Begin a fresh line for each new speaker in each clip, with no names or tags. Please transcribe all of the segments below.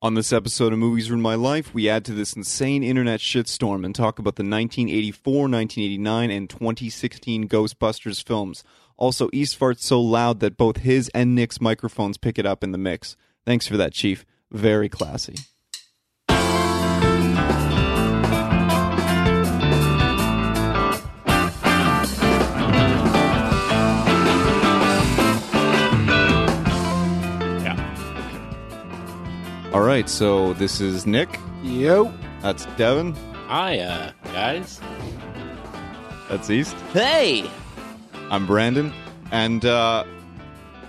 On this episode of Movies Ruin My Life, we add to this insane internet shitstorm and talk about the 1984, 1989, and 2016 Ghostbusters films. Also, East farts so loud that both his and Nick's microphones pick it up in the mix. Thanks for that, Chief. Very classy.
Yeah.
All right, so this is Nick.
Yo.
That's Devin.
Hiya, guys.
That's East.
Hey.
I'm Brandon, and uh,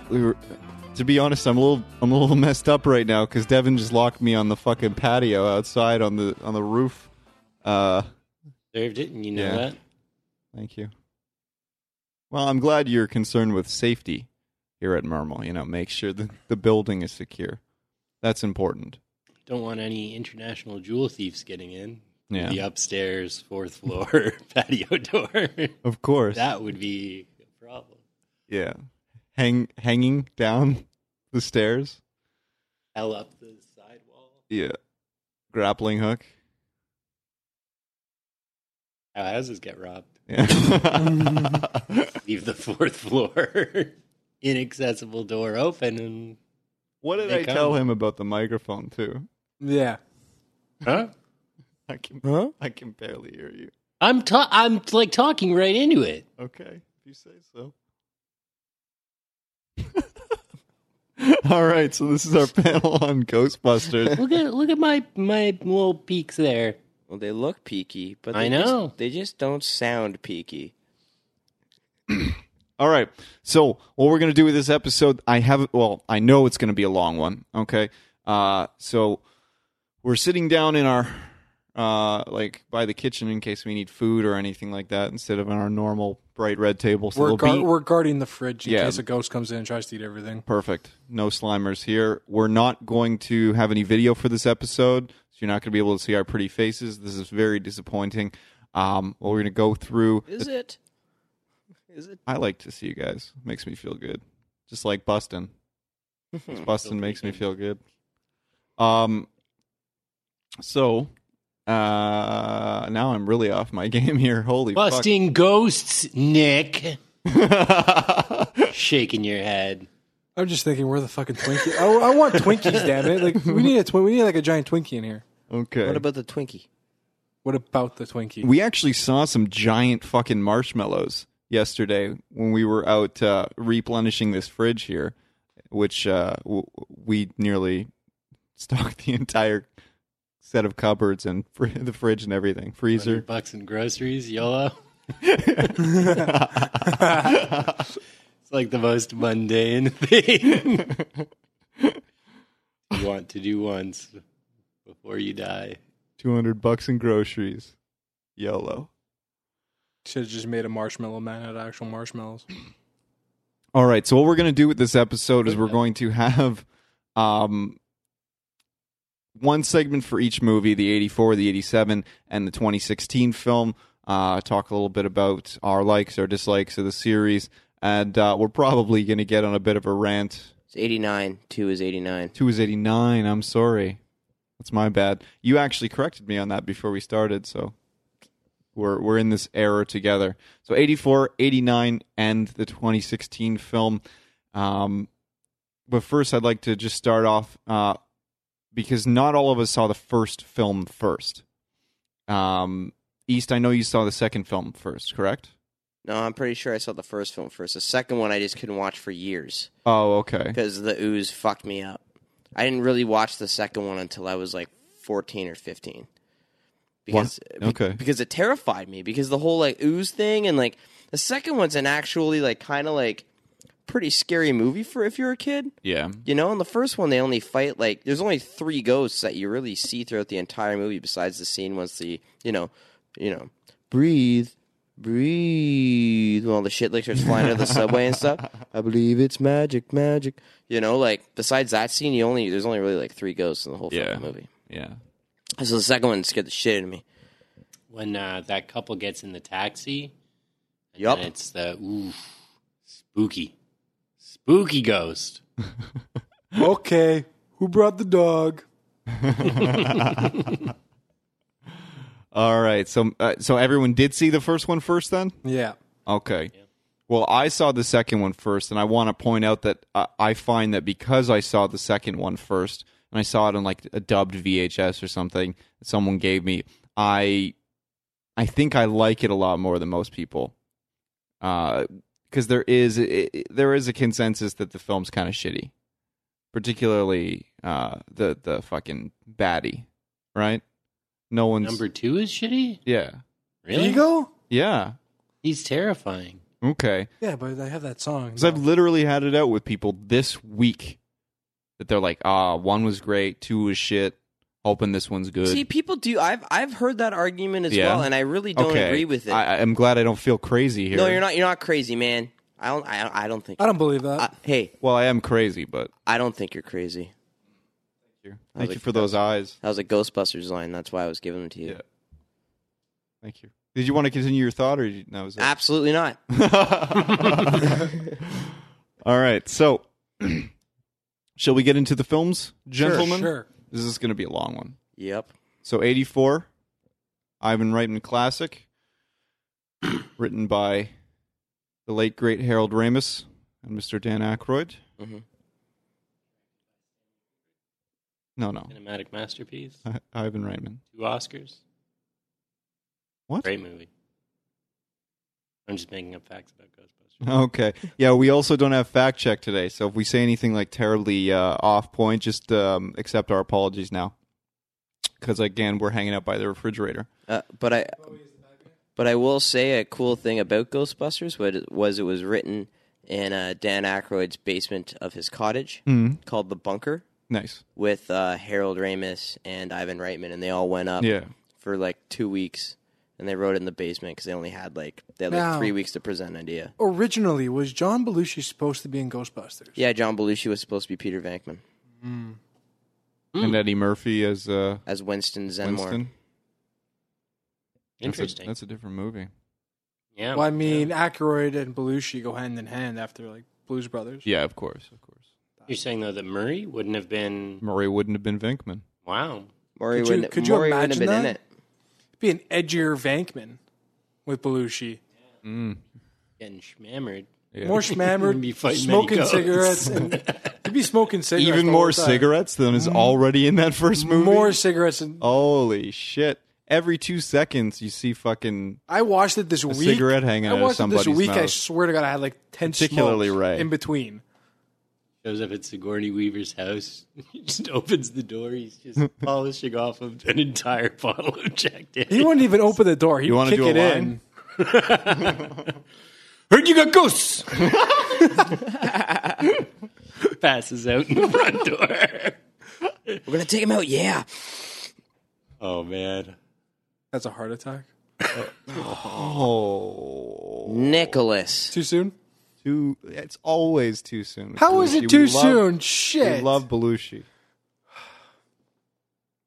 we were. To be honest, I'm a little I'm a little messed up right now because Devin just locked me on the fucking patio outside on the on the roof. Uh,
Served it, and you know
Yeah.
that.
thank you. Well, I'm glad you're concerned with safety here at Mermal. You know, make sure that the building is secure. That's important.
Don't want any international jewel thieves getting in.
Yeah,
The upstairs, fourth floor patio door.
of course.
that would be a problem.
yeah, hang hanging down the stairs.
Hell up the sidewall.
Yeah, grappling hook.
How houses get robbed.
Yeah.
Leave the fourth floor. Inaccessible door open and
What did
They
I
come.
tell him about the microphone too?
Yeah.
Huh?
I can
Huh?
I can barely hear you.
I'm ta- I'm like talking right into it.
Okay, if you say so. All right, so this is our panel on Ghostbusters.
Look at look at my my little peaks there.
Well, they look peaky, but
I
they just-
know.
they just don't sound peaky.
All right. So what we're gonna do with this episode, I have well, I know it's gonna be a long one. Okay. Uh, so we're sitting down in our uh, like by the kitchen in case we need food or anything like that instead of on our normal bright red table. So
We're,
there'll
guard
be-
we're guarding the fridge in
Yeah.
case a ghost comes in and tries to eat everything.
Perfect. No slimers here. We're not going to have any video for this episode, so you're not going to be able to see our pretty faces. This is very disappointing. Um, well, we're going to go through.
Is it? Is it?
I like to see you guys. Makes me feel good. Just like busting. busting makes me feel good. Um. So, uh, now I'm really off my game here. Holy fuck.
Busting ghosts, Nick. Shaking your head.
I'm just thinking, where the fucking Twinkie? I, I want Twinkies, damn it! Like we need a twin. We need like a giant Twinkie in here.
Okay.
What about the Twinkie?
What about the Twinkie?
We actually saw some giant fucking marshmallows yesterday when we were out uh, replenishing this fridge here, which uh, w- we nearly stocked the entire set of cupboards and fr- the fridge and everything, freezer.
100 bucks in groceries, YOLO. it's like the most mundane thing you want to do once before you die.
Two hundred bucks in groceries. YOLO.
Should have just made a marshmallow man out of actual marshmallows.
All right. So what we're going to do with this episode is we're going to have um, one segment for each movie: the '84, the '87, and the 2016 film. Uh, talk a little bit about our likes, our dislikes of the series, and uh, we're probably going to get on a bit of a rant.
It's 89. 2 is 89.
Two is '89. I'm sorry, that's my bad. You actually corrected me on that before we started, so we're we're in this era together. So 84, 89, and the 2016 film. Um, but first, I'd like to just start off uh, because not all of us saw the first film first. Um, East, I know you saw the second film first, correct?
No, I'm pretty sure I saw the first film first. The second one I just couldn't watch for years
Oh, okay.
because the ooze fucked me up. I didn't really watch the second one until I was like 14 or 15. Because, be-
Okay.
because it terrified me because the whole like ooze thing and like the second one's an actually like kind of like pretty scary movie for if you're a kid.
Yeah.
You know, in the first one, they only fight like there's only three ghosts that you really see throughout the entire movie. Besides the scene once the you know, you know, breathe, breathe, and all the shit like starts flying out of the subway and stuff. I believe it's magic, magic. You know, like besides that scene, you only there's only really like three ghosts in the whole
Yeah.
fucking movie.
Yeah.
So the second one scared the shit out of me.
When uh, that couple gets in the taxi, and
Yup.
then it's the ooh, spooky, spooky ghost.
okay, who brought the dog?
All right. So uh, so everyone did see the first one first then?
Yeah.
Okay. Well, I saw the second one first, and I want to point out that I, I find that because I saw the second one first, and I saw it on like a dubbed VHS or something that someone gave me, I, I think I like it a lot more than most people, because there is it, it- there is a consensus that the film's kind of shitty, particularly uh, the the fucking baddie, right? No one's
Number two is shitty.
yeah
Really?
Ego?
yeah
He's terrifying.
okay.
Yeah, but I have that song.
Because I've literally had it out with people this week that they're like, ah, one was great, two was shit, hoping this one's good.
See, people do. I've I've heard that argument as
Yeah.
well, and I really don't
okay.
agree with it.
I, I'm glad I don't feel crazy here.
no, you're not. You're not crazy, man. I don't. I don't, I don't think.
I don't believe that.
I, hey,
Well, I am crazy, but
I don't think you're crazy.
thank you
like
for those eyes.
That was a Ghostbusters line. That's why I was giving them to you.
Yeah. Thank you. Did you want to continue your thought, or did- no? Was that-
Absolutely not. Ah.
All right, so shall we get into the films, gentlemen?
Sure.
This is going to be a long one.
Yep.
So 84, Ivan Reitman classic, written by the late great Harold Ramis and Mr. Dan Aykroyd.
Mhm.
No, no,
Cinematic masterpiece.
I- Ivan Reitman.
Two Oscars.
What?
Great movie. I'm just making up facts about Ghostbusters.
Okay, yeah, we also don't have fact check today, so if we say anything like terribly uh, off point, just um, accept our apologies now. Because again, we're hanging out by the refrigerator.
Uh, but I, but I will say a cool thing about Ghostbusters was it was, it was written in uh, Dan Aykroyd's basement of his cottage
Mm-hmm.
called the Bunker
Nice.
with uh, Harold Ramis and Ivan Reitman, and they all went up
Yeah.
for like two weeks, and they wrote it in the basement because they only had like they had like
Now-
three weeks to present an idea.
Originally, was John Belushi supposed to be in Ghostbusters?
Yeah, John Belushi was supposed to be Peter Venkman
And Eddie Murphy as uh,
as Winston Zenmore.
Winston. That's a-
Interesting.
that's a different movie.
yeah.
Well, I mean, Aykroyd and Belushi go hand in hand after like Blues Brothers.
Yeah, of course, of course.
you're saying though that Murray wouldn't have been.
Murray wouldn't have been Venkman.
Wow.
Maury
Could you-
wouldn't,
could you
Maury wouldn't have been
imagine
in
that?
it.
Be an edgier Vankman with Belushi.
Getting schmammered.
Yeah.
More schmammered,
You'd be fighting many
smoking
ghosts.
cigarettes. And, he'd be smoking cigarettes.
Even
the
more
whole time. Mm.
cigarettes than is already in that first movie.
More cigarettes. And
Holy shit! Every two seconds, you see fucking.
I watched it this week.
cigarette hanging
I
out of
watched it this
somebody's
week. I
mouth.
swear to God, I had like ten
Particularly
smokes
Ray.
in between.
Shows up at Sigourney Weaver's house. He just opens the door. He's just polishing off of an entire bottle of Jack
He
Daniel's.
wouldn't even open the door. He'd
You wanna
kick
do a
it
line?
in.
Heard you got ghosts. Passes out in the front door.
We're gonna take him out. Yeah.
Oh man.
That's a heart attack.
Oh,
Nicholas.
Too soon?
too. It's always too soon. with
How was
Belushi.
it too
We love-
soon?
We
Shit.
love Belushi.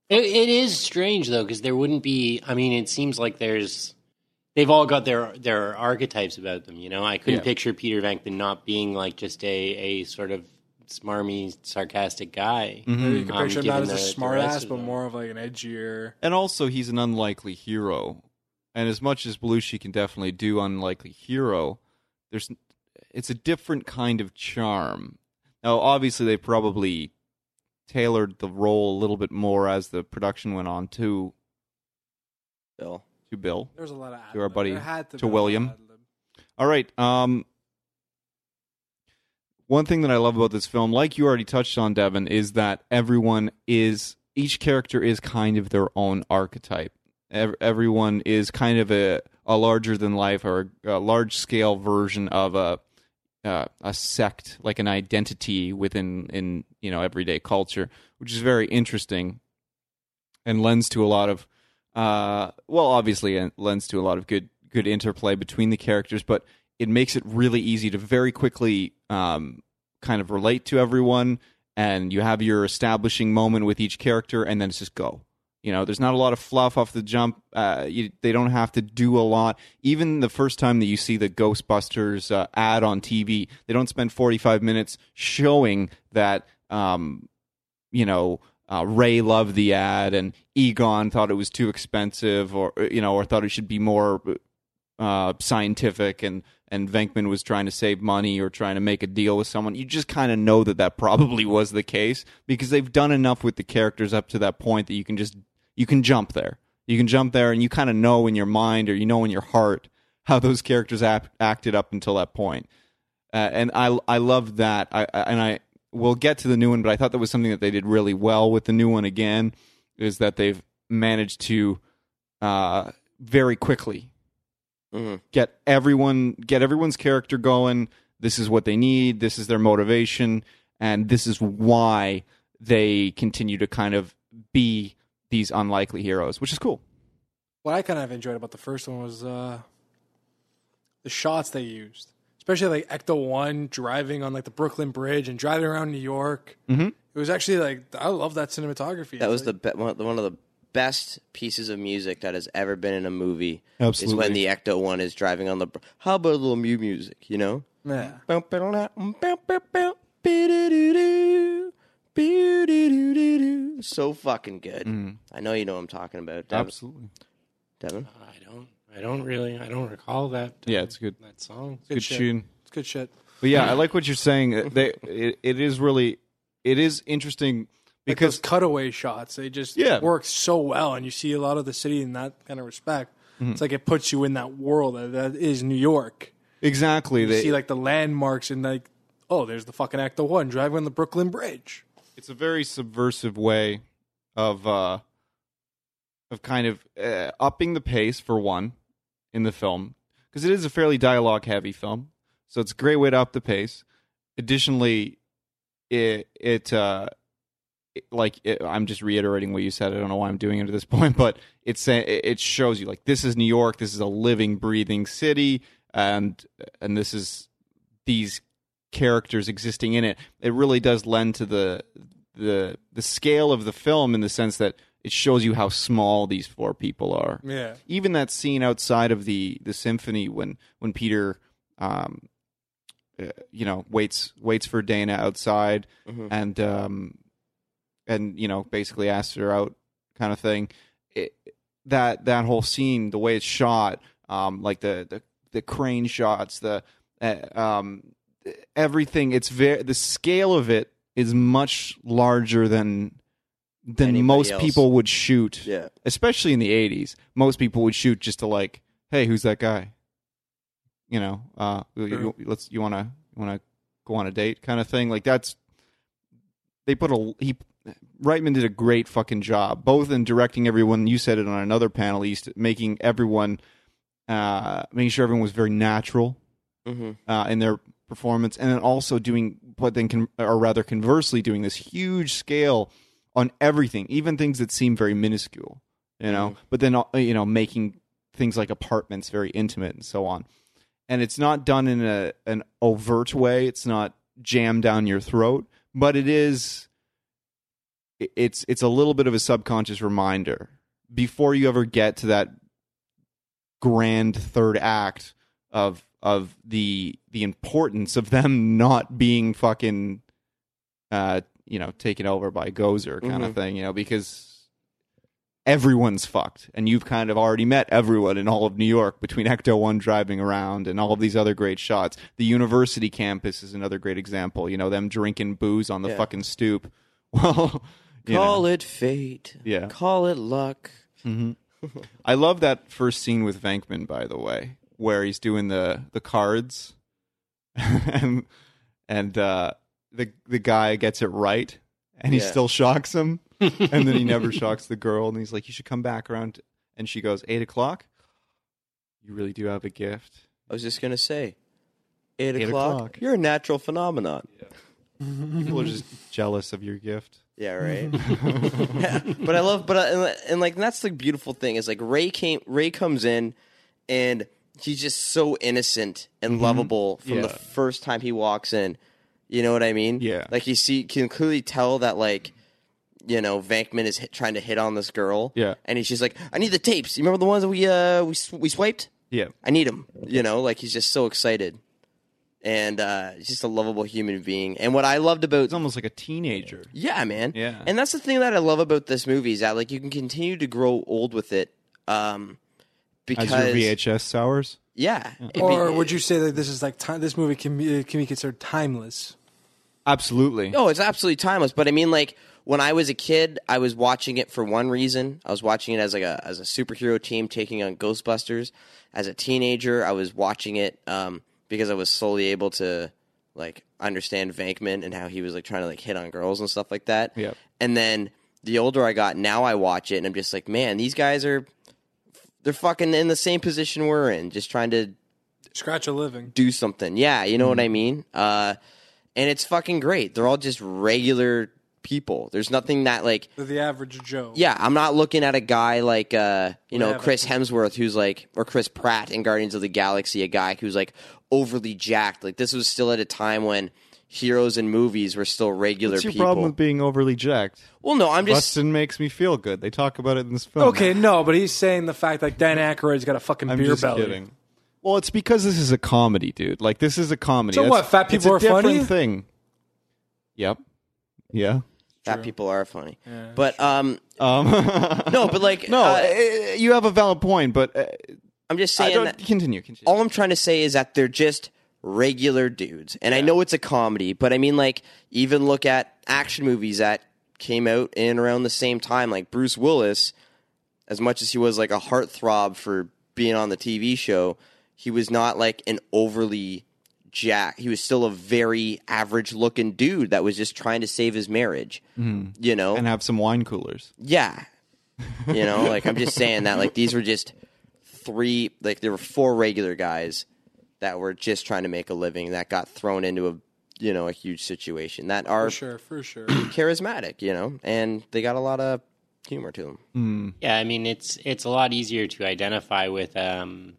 It, it is strange though, because there wouldn't be. I mean, it seems like there's. They've all got their their archetypes about them, you know. I couldn't
Yeah.
picture Peter Venkman not being like just a a sort of smarmy, sarcastic guy.
Maybe you
Mm,
can
Um,
picture
given
him not as
the-
a
the
smart
rest
ass,
of
but
them.
more of like an edgier.
And also, he's an unlikely hero. And as much as Belushi can definitely do unlikely hero, there's it's a different kind of charm. Now, obviously, they probably tailored the role a little bit more as the production went on to
Bill.
to Bill.
There was a lot of ad
To our
lib.
buddy,
There had
to
be a lot
William.
of ad lib.
All right. Um, one thing that I love about this film, like you already touched on, Devin, is that everyone is each character is kind of their own archetype. Ev- everyone is kind of a, a larger than life or a large scale version of a uh, a sect, like an identity within in you know everyday culture, which is very interesting and lends to a lot of uh, well, obviously it lends to a lot of good good interplay between the characters, but it makes it really easy to very quickly um, kind of relate to everyone, and you have your establishing moment with each character, and then it's just go. You know, there's not a lot of fluff off the jump. Uh, you, they don't have to do a lot. Even the first time that you see the Ghostbusters uh, ad on TV, they don't spend 45 minutes showing that um, you know uh, Ray loved the ad and Egon thought it was too expensive or uh, you know or thought it should be more uh, scientific and and Venkman was trying to save money or trying to make a deal with someone. You just kind of know that that probably was the case because they've done enough with the characters up to that point that you can just you can jump there. You can jump there and you kind of know in your mind or you know in your heart how those characters ap- acted up until that point. Uh, and I I love that. I, I and I we'll get to the new one, but I thought that was something that they did really well with the new one again is that they've managed to uh, very quickly Mm-hmm.
Mhm.
get everyone get everyone's character going this is what they need this is their motivation and this is why they continue to kind of be these unlikely heroes which is cool
what I kind of enjoyed about the first one was uh, the shots they used, especially like Ecto One driving on like the Brooklyn Bridge and driving around New York.
Mhm.
It was actually like I love that cinematography.
That was the be- one one of the best pieces of music that has ever been in a movie. Is
Absolutely.
when the Ecto one is driving on the. br- How about a little Mew music? You know.
yeah.
So fucking good.
Mm.
I know you know what I'm talking about, Devin.
absolutely
Devin?
I don't. I don't really. I don't recall that.
yeah it's good
that song.
good
shit.
tune
It's good shit.
but yeah i like what you're saying Uh, they it, it is really it is interesting
Because
because
those cutaway shots, they just
Yeah.
work so well, and you see a lot of the city in that kind of respect.
Mm-hmm.
It's like it puts you in that world that, that is New York.
exactly
You
they,
see like the landmarks and like, oh, there's the fucking Ecto One driving on the Brooklyn Bridge.
it's a very subversive way of uh of kind of uh, upping the pace for one in the film because it is a fairly dialogue heavy film so it's a great way to up the pace additionally it it uh it- like it, I'm just reiterating what you said. I don't know why I'm doing it at this point, but it's sa- it it shows you like this is New York. This is a living, breathing city, and and this is these characters existing in it. It really does lend to the the the scale of the film in the sense that it shows you how small these four people are
Yeah,
even that scene outside of the the symphony when when Peter, um, uh, you know, waits waits for Dana outside
Mm-hmm.
and um, and you know basically asks her out, kind of thing. It, that that whole scene, the way it's shot, um, like the the the crane shots, the uh, um, everything. It's very the scale of it is much larger than than
Anybody
most
else.
people would shoot
Yeah.
especially in the 80s, most people would shoot just to like, hey, who's that guy? You know, uh, you-
True.
you, let's you want to you want to go on a date kind of thing. Like that's they put a he Reitman did a great fucking job, both in directing everyone. You said it on another panel, East, making everyone, uh, making sure everyone was very natural
Mm-hmm.
uh, in their performance, and then also doing, but then, con- or rather, conversely, doing this huge scale on everything, even things that seem very minuscule, you know. But then, uh, you know, making things like apartments very intimate and so on. And it's not done in a an overt way. It's not jammed down your throat, but it is. i- It's it's a little bit of a subconscious reminder before you ever get to that grand third act of of the the importance of them not being fucking uh you know taken over by gozer kind
Mm-hmm.
of thing you know because everyone's fucked and you've kind of already met everyone in all of new york between ecto 1 driving around and all of these other great shots the university campus is another great example you know them drinking booze on the
Yeah.
fucking stoop well you know.
Call it fate.
Yeah.
Call it luck.
I love that first scene with Venkman, by the way, where he's doing the the cards, and and uh, the the guy gets it right, and he
Yeah.
still shocks him, and then he never shocks the girl, and he's like, "You should come back around," and she goes, eight o'clock. You really do have a gift.
I was just gonna say. Eight,
Eight
o'clock,
o'clock.
You're a natural phenomenon.
People are just jealous of your gift.
Yeah, right. but I love, but I, and, and like that's the beautiful thing is like Ray came, Ray comes in, and he's just so innocent and lovable from the
Mm-hmm. Yeah.
first time he walks in. You know what I mean?
Yeah.
Like you see, can clearly tell that like, you know, Vankman is hit, trying to hit on this girl.
Yeah.
And he's just like, I need the tapes. You remember the ones that we uh we sw- we swiped?
Yeah,
I need them. You know, like he's just so excited. and uh, just a lovable human being. And what I loved about
It's almost like a teenager.
yeah, man.
Yeah.
And that's the thing that I love about this movie is that like you can continue to grow old with it. Um because
As your VHS sours.
yeah. it'd be-
Or would you say that this is like time, this movie can be, uh, can be considered timeless?
Absolutely.
No, it's absolutely timeless, but I mean like when I was a kid, I was watching it for one reason. I was watching it as like a as a superhero team taking on Ghostbusters. As a teenager, I was watching it um because I was slowly able to like understand Vankman and how he was like trying to like hit on girls and stuff like that.
Yep.
And then the older I got, now I watch it and I'm just like, man, these guys are they're fucking in the same position we're in, just trying to
Scratch a living.
do something. Yeah, you know
Mm-hmm.
what I mean? Uh and it's fucking great. They're all just regular people. There's nothing that like
They're the average Joe.
yeah, I'm not looking at a guy like uh, you know,
Whatever.
Chris Hemsworth who's like or Chris Pratt in Guardians of the Galaxy, a guy who's like overly jacked. Like this was still at a time when heroes in movies were still regular
What's your
people.
problem with being overly jacked?
well, no, I'm just
Rustin makes me feel good. They talk about it in this film.
Oh, Okay, no, but he's saying the fact that Dan Aykroyd's got a fucking
I'm
beer
just
belly.
kidding. Well, it's because this is a comedy, dude. Like this is a comedy.
So
That's-
what, fat people
it's a
are funny?
different Thing. Yep. Yeah.
fat people are funny. but um
Um,
no, but like
no,
uh,
eh, you have a valid point, but uh,
I'm just
I
saying
don't
that
continue. Continue.
all I'm trying to say is that they're just regular dudes. And I know it's a comedy, but I mean, like, even look at action movies that came out in around the same time. Like, Bruce Willis, as much as he was like a heartthrob for being on the TV show, he was not like an overly jack. He was still a very average looking dude that was just trying to save his marriage, you know?
and have some wine coolers.
Yeah. You know, like I'm just saying that like these were just three like there were four regular guys that were just trying to make a living that got thrown into a you know, a huge situation that are
For sure, for sure.
charismatic, you know, and they got a lot of humor to them.
Yeah, I mean it's it's a lot easier to identify with um,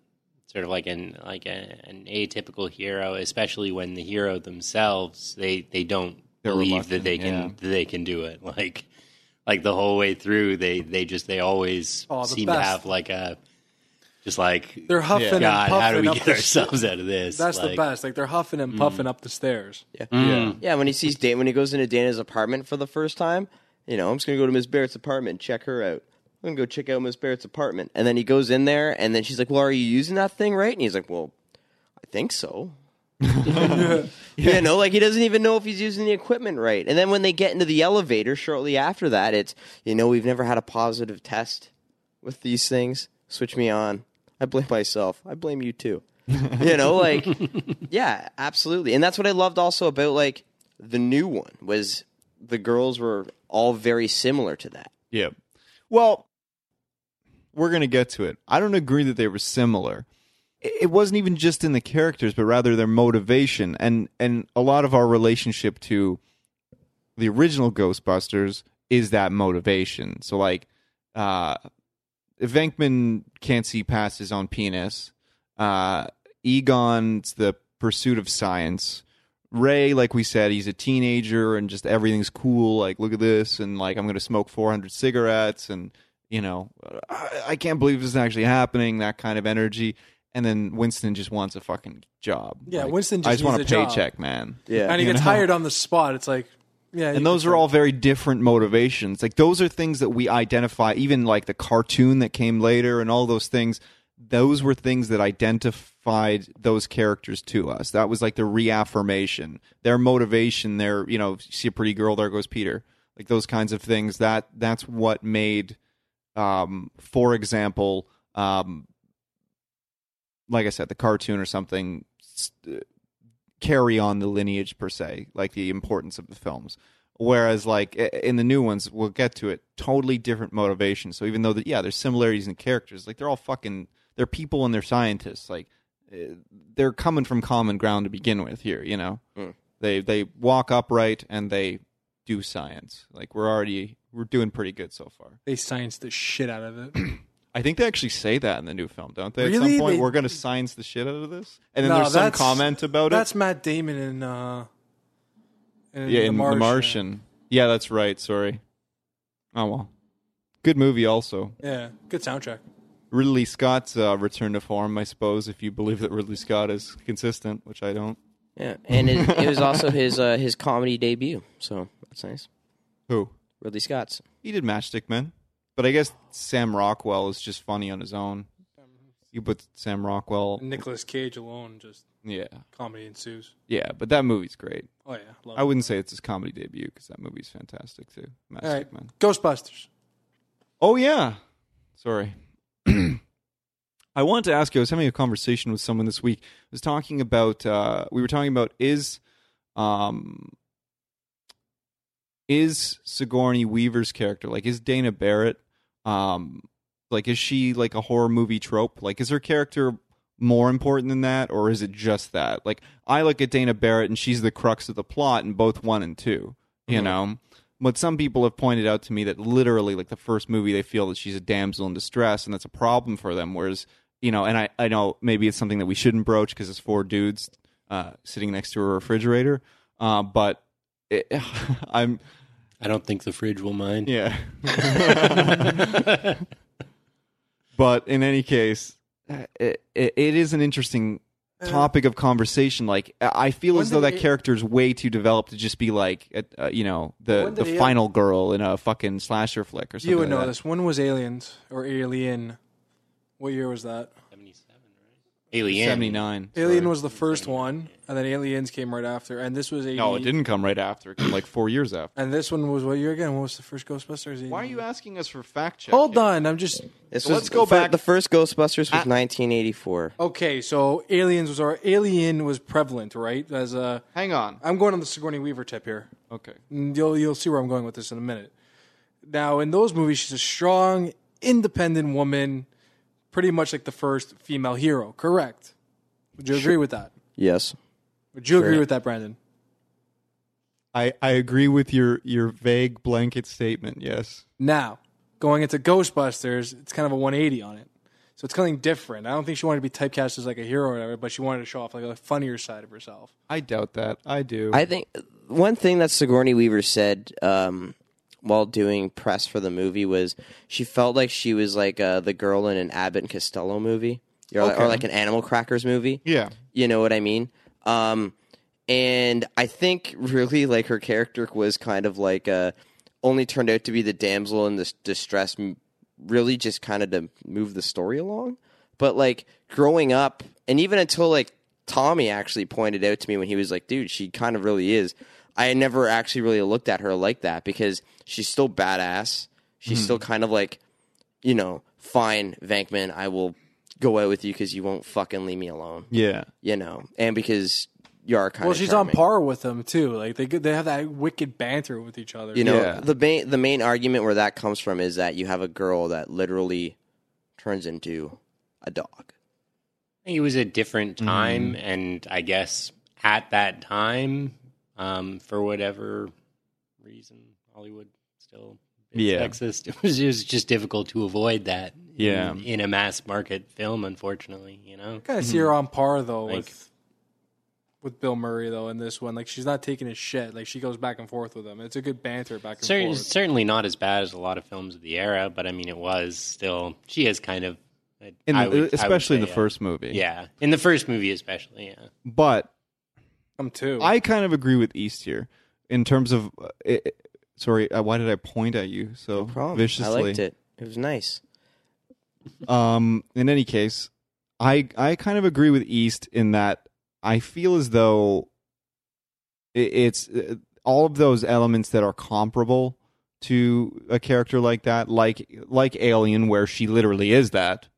sort of like an like a, an atypical hero, especially when the hero themselves they they don't
They're
believe that
reluctant,
they can
yeah.
that they can do it. Like like the whole way through, they they just they always
Oh, the
seem to
best.
have like a just like
They're huffing
God,
and puffing
how do we
up
get
the
ourselves out of this?
That's the
Like, mm.
best. Like they're huffing and puffing up the stairs.
Yeah.
Yeah, when he sees Dan when he goes into Dana's apartment for the first time, you know, I'm just gonna go to Miss Barrett's apartment and check her out. I'm gonna go check out Miss Barrett's apartment. And then he goes in there and then she's like, Well, are you using that thing right? And he's like, Well, I think so. You know, like he doesn't even know if he's using the equipment right. And then when they get into the elevator shortly after that, it's you know, we've never had a positive test with these things. Switch me on. I blame myself. I blame you too. you know, like yeah, absolutely. And that's what I loved also about like the new one was the girls were all very similar to that.
Yeah. Well, we're going to get to it. I don't agree that they were similar. I- It wasn't even just in the characters, but rather their motivation and and a lot of our relationship to the original Ghostbusters is that motivation. So like uh Venkman can't see past his own penis. Uh Egon's the pursuit of science. Ray, like we said, he's a teenager and just everything's cool. Like, look at this, and like I'm gonna smoke 400 cigarettes, and you know, I, I can't believe this is actually happening. That kind of energy. And then Winston just wants a fucking job.
Yeah,
Like,
Winston
I
just
just want a
needs a job.
paycheck, man.
Yeah.
And he
You
gets
know?
hired on the spot. It's like, yeah. you
And those
can
are
tell.
all very different motivations. Like those are things that we identify, even like the cartoon that came later and all those things. Those were things that identified those characters to us. That was like the reaffirmation, their motivation, their you know, if you see a pretty girl, there goes Peter. Like those kinds of things. That that's what made, um, for example, um, like I said, the cartoon or something s- uh, carry on the lineage per se, like the importance of the films. Whereas, like i- in the new ones, we'll get to it. Totally different motivation. So even though, the, yeah, there's similarities in characters, like they're all fucking, they're people and they're scientists. Like eh, they're coming from common ground to begin with. Here, you know, they they walk upright and they do science. Like we're already we're doing pretty good so far.
they science the shit out of it.
I think they actually say that in the new film, don't they? At some
Really?
point,
They-
we're going to science the shit out of this, and then
No,
there's some
that's-
comment about it.
That's Matt Damon in uh, in
Yeah,
the
in
Martian.
The Martian. Yeah, that's right. Sorry. Oh well, good movie. Also,
Yeah, good soundtrack.
Ridley Scott's uh, return to form, I suppose, if you believe that Ridley Scott is consistent, which I don't.
Yeah, and it, it was also his uh, his comedy debut, so that's nice.
Who?
Ridley Scott's.
He did Matchstick Men, but I guess Sam Rockwell is just funny on his own. You put Sam Rockwell,
Nicholas Cage alone, just
yeah,
comedy ensues.
yeah, but that movie's great.
Oh yeah, love
I wouldn't say it's his comedy debut because that movie's fantastic too. Matchstick
All right.
Men.
Ghostbusters.
Oh yeah. Sorry. I wanted to ask you. I was having a conversation with someone this week. I was talking about. Uh, we were talking about is, um, is Sigourney Weaver's character like is Dana Barrett, um, like is she like a horror movie trope? Like is her character more important than that, or is it just that? Like I look at Dana Barrett and she's the crux of the plot in both one and 2 You know, but some people have pointed out to me that literally like the first movie they feel that she's a damsel in distress and that's a problem for them whereas you know and i, I know maybe it's something that we shouldn't broach because it's four dudes uh, sitting next to a refrigerator uh, but it, i'm
I don't think the fridge will mind.
yeah but in any case uh, it, it, it is an interesting topic of conversation like i I feel
Uh, When
as though
did
that
it-
character is way too developed to just be like uh, you know the,
When
the
did it-
final girl in a fucking slasher flick or something
You would
like
know
that.
this. When was Aliens or Alien? What year was that?
Seventy-seven, right? Alien.
79.
Alien
sorry.
was the first one, and then Aliens came right after, and this was a
No, it didn't come right after. It came like four years after.
And this one was what year again? What was the first Ghostbusters?
Why are you asking us for fact check?
Hold
here?
on, I'm just
This
So
was
let's go
the fir-
back-
The first Ghostbusters was 1984.
okay. So Aliens was our Alien was prevalent, right? As a
Hang on.
I'm going on the Sigourney Weaver tip here.
Okay.
And You'll you'll see where I'm going with this in a minute. Now, in those movies, she's a strong, independent woman, pretty much like the first female hero. Correct? Would you agree with that?
Yes.
Would you agree with that, Brandon?
I, I agree with your, your vague blanket statement, yes.
Now, going into Ghostbusters, it's kind of a 180 on it. So it's something different. I don't think she wanted to be typecast as like a hero or whatever, but she wanted to show off like a funnier side of herself.
I doubt that. I do.
I think one thing that Sigourney Weaver said um, while doing press for the movie was she felt like she was like uh, the girl in an Abbott and Costello movie, or, like, or like an Animal Crackers movie.
yeah.
You know what I mean? Um, and I think really like her character was kind of like uh, only turned out to be the damsel in this distress, m- really just kind of to move the story along. But like growing up, and even until like Tommy actually pointed out to me when he was like, dude, she kind of really is. I had never actually really looked at her like that because she's still badass. She's still kind of like, you know, fine, Vankman, I will go out with you because you won't fucking leave me alone
Yeah.
you know, and because you are kind
Well,
of
she's on
charming.
par with them too. Like they they have that wicked banter with each other.
You know,
Yeah.
the main the main argument where that comes from is that you have a girl that literally turns into a dog.
I think it was a different
Mm-hmm.
time, and I guess at that time, um, for whatever reason, Hollywood still is
Yeah.
sexist. It was, just, just difficult to avoid that. in-
Yeah.
in, a mass market film, unfortunately, you know.
kind of see her on par though
Like-
with with Bill Murray though in this one. Like she's not taking his shit. Like she goes back and forth with him. It's a good banter back and
Cer-
forth.
certainly not as bad as a lot of films of the era, but I mean, it was still. She is kind of, I-
In
I
the,
would- I would
especially in
say,
the
uh,
first movie.
Yeah, in the first movie, especially. Yeah,
But
I'm too.
I kind of agree with East here in terms of. Uh, it, it- sorry, uh, why did I point at you so
Problem.
viciously?
I liked it. It was nice.
Um, in any case, I I kind of agree with East in that I feel as though i it's uh, all of those elements that are comparable to a character like that, like like Alien, where she literally is that,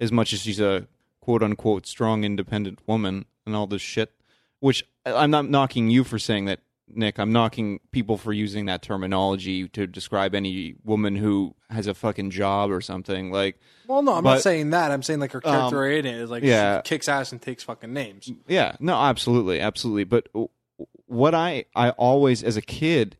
as much as she's a quote unquote strong, independent woman and all this shit. Which I- I'm not knocking you for saying that, Nick. I'm knocking people for using that terminology to describe any woman who has a fucking job or something. Like,
well, no, I'm
but-
not saying that. I'm saying like her character in it is like
Um, yeah.
she kicks ass and takes fucking names.
Yeah, no, absolutely, absolutely. But w- what I I always as a kid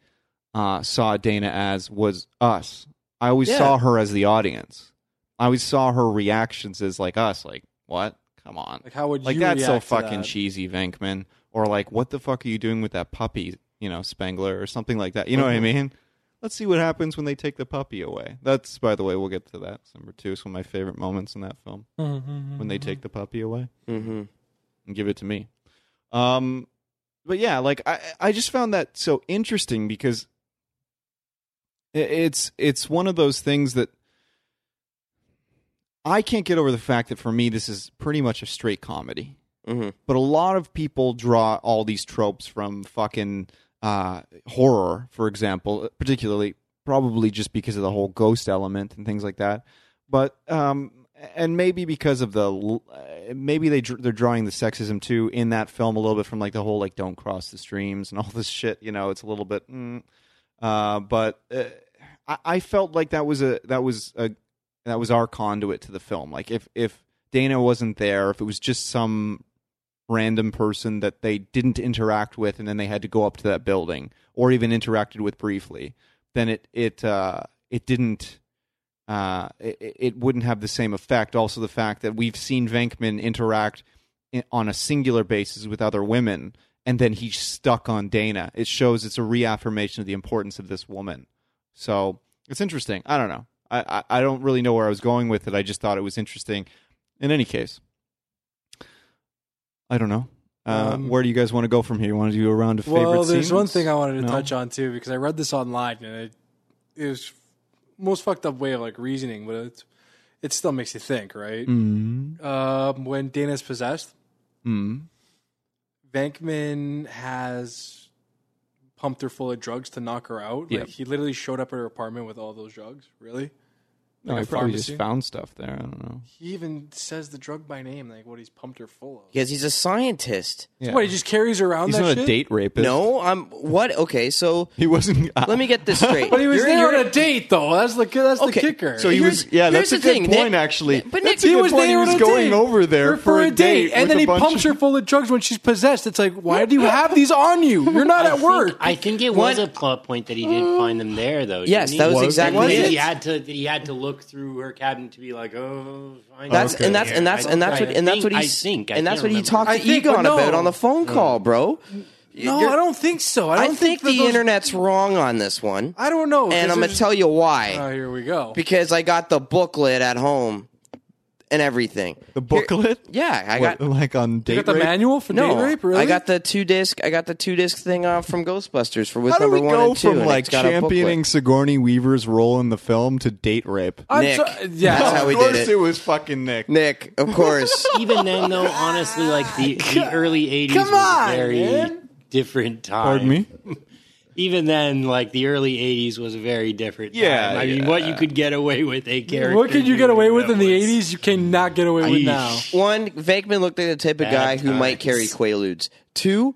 uh, saw Dana as was us. I always
Yeah.
saw her as the audience. I always saw her reactions as like us, like what? Come on,
Like how would
like
you
that's so
react to
fucking
that?
cheesy, Venkman. Or like, what the fuck are you doing with that puppy? You know, Spangler or something like that. You know
Mm-hmm.
what I mean? Let's see what happens when they take the puppy away. That's by the way, we'll get to that. It's number two. It's one of my favorite moments in that film
Mm-hmm,
when they take the puppy away
Mm-hmm.
and give it to me. Um, but yeah, like I I just found that so interesting because i- it's it's one of those things that I can't get over the fact that for me this is pretty much a straight comedy.
Mm-hmm.
But a lot of people draw all these tropes from fucking uh, horror, for example, particularly probably just because of the whole ghost element and things like that. But um, and maybe because of the l- uh, maybe they dr- they're drawing the sexism too in that film a little bit from like the whole like don't cross the streams and all this shit. You know, it's a little bit. Mm, uh, but uh, I, I felt like that was a that was a that was our conduit to the film. Like if if Dana wasn't there, if it was just some random person that they didn't interact with, and then they had to go up to that building or even interacted with briefly, then it it uh, it didn't. Uh, it, it wouldn't have the same effect. Also, the fact that we've seen Venkman interact in, on a singular basis with other women, and then he's stuck on Dana. It shows it's a reaffirmation of the importance of this woman. So it's interesting. I don't know. I, I, I don't really know where I was going with it. I just thought it was interesting. In any case, I don't know. Uh,
Um,
where do you guys want to go from here? You want to do a round of favorite
Well, there's
scenes?
one thing I wanted to
No.
touch on too because I read this online and it, it was most fucked up way of like reasoning, but it, it still makes you think, right?
Mm,
Um, when Dana's possessed,
mm,
Venkman has pumped her full of drugs to knock her out.
Yeah.
Like he literally showed up at her apartment with all those drugs. Really?
no,
Like
I
a
probably just
pharmacy?
found stuff there. I don't know.
He even says the drug by name, like what he's pumped her full of.
Because he's a scientist.
Yeah.
What he just carries around
He's
that
not
shit?
a date rapist.
No, I'm what? Okay, so
he wasn't.
let me get this straight.
But he was
You're-
there
you're-
on a date though. That's the that's
Okay,
the kicker.
So he
Here's-
was. Yeah,
here's
that's a
the
good
thing,
point.
Nick-
actually,
but Nick-
that's a good point. he
there
was
on a
going
date
over there for, a date,
and
with
then
a
he
bunch
pumps
of-
her full of drugs when she's possessed. It's like, why do you have these on you? You're not
I
at
think-
work.
I think it was a plot point that he did find them there, though. didn't
Yes,
he?
that was
Was it?
exactly
Was
That
it.
he had to. that He had to look through her cabinet to be like, oh, find
That's
Okay.
and that's and that's and that's what and that's what
I
he's
think I
and that's
can't
what he
remember.
talked to
I think-
Egon
but no.
about on the phone call, bro.
no,
You're-
I don't think so. I
I
don't
think,
think, that
the
those-
internet's wrong on this one,
I don't know.
and
'cause
I'm gonna
there's-
tell you why.
Oh, here we go.
because I got the booklet at home and everything.
the booklet.
Yeah, I
What,
got
like on date
You got the
rape?
manual for
no.
date rape. Really?
I got the two disc. I got the two disc thing uh, from Ghostbusters for with
How do
number
we
one
go
and two.
from
and
like
it's got a booklet.
championing Sigourney Weaver's role in the film to date rape?
I'm
Nick.
so- yeah.
That's how we
of
did
course,
it.
it. was fucking Nick.
Nick, of course.
Even then, though, honestly, like the, the early '80s
Come
was
on,
a very
man.
different time.
Pardon me.
Even then, like the early '80s was a very different. time.
Yeah,
I mean,
yeah.
what you could get away with a character.
What could you get away with in the
was-
'80s? You cannot get away with
Yeesh.
now.
One, Venkman looked like the type of
Bad
guy who might
times.
carry quaaludes. Two,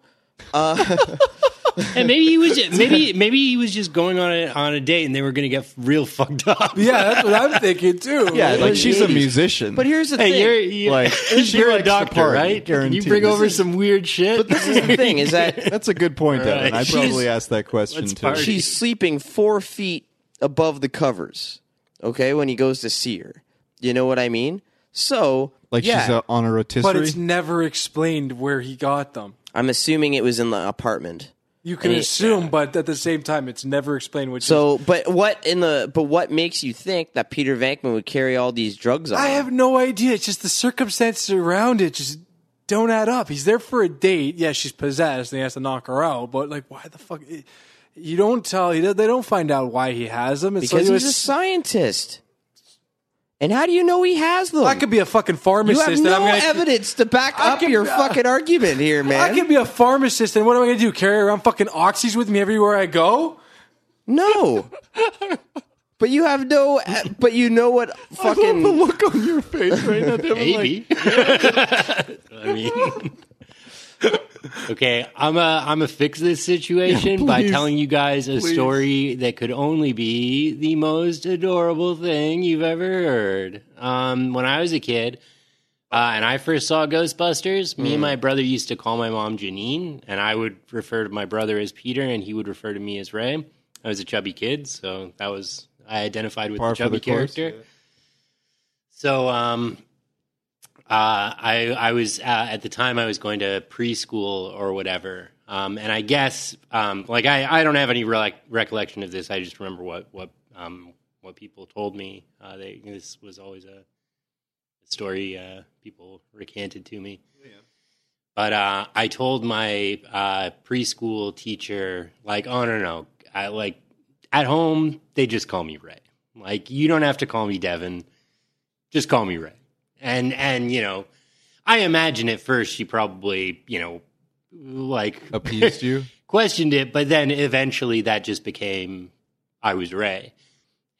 And maybe he was ju- maybe maybe he was just going on a on a date and they were going to get real fucked up.
Yeah, that's what I'm thinking too.
Yeah, like
was
she's
the
a
80s.
musician.
but here's the
Hey,
thing.
you're, you're,
Like, she
you're a
likes to
doctor,
party,
right? Can you
guaranteed.
bring over
This is-
some weird shit?
but this is the thing: is that
that's a good point, Evan. I
Right.
probably
She's-
asked that question
Let's
too.
party.
she's sleeping four feet above the covers. Okay, when he goes to see her, you know what I mean. So,
Like
yeah,
she's uh, on a rotisserie.
but it's never explained where he got them.
I'm assuming it was in the apartment.
You can
Yeah.
assume, but at the same time, it's never explained. Which is,
So, but what in the but what makes you think that Peter Venkman would carry all these drugs on?
I
him?
have no idea. It's just the circumstances around it just don't add up. He's there for a date. Yeah, she's possessed, and he has to knock her out. But like, why the fuck? You don't tell. He don't- They don't find out why he has them. It's
because
like,
he's a scientist. And how do you know he has them?
I could be a fucking
you
pharmacist.
have
and
no
I'm gonna,
evidence to back
I
up
could-
your fucking argument here, man.
I could be a pharmacist, and what am I going to do? Carry around fucking oxys with me everywhere I go?
No. but you have no. But you know what? Fucking.
look on your face right now, Devin.
maybe. I mean, okay, I'm a I'm a fix this situation by
please.
telling you guys a story that could only be the most adorable thing you've ever heard. Um, when I was a kid. Uh, and I first saw Ghostbusters.
Hmm.
Me and my brother used to call my mom Janine, and I would refer to my brother as Peter, and he would refer to me as Ray. I was a chubby kid, so that was I identified with
Par
the
for
chubby
the course,
character. So, um, uh, I I was uh, at the time I was going to preschool or whatever, um, and I guess um, like I, I don't have any re- recollection of this. I just remember what what um, what people told me. Uh, they this was always a story uh, people recanted to me. But uh, I told my uh, preschool teacher, like, oh no no, I like at home they just call me Ray. Like you don't have to call me Devin, just call me Ray. And and you know, I imagine at first she probably you know like
Appeased you?
questioned it, but then eventually that just became I was Ray.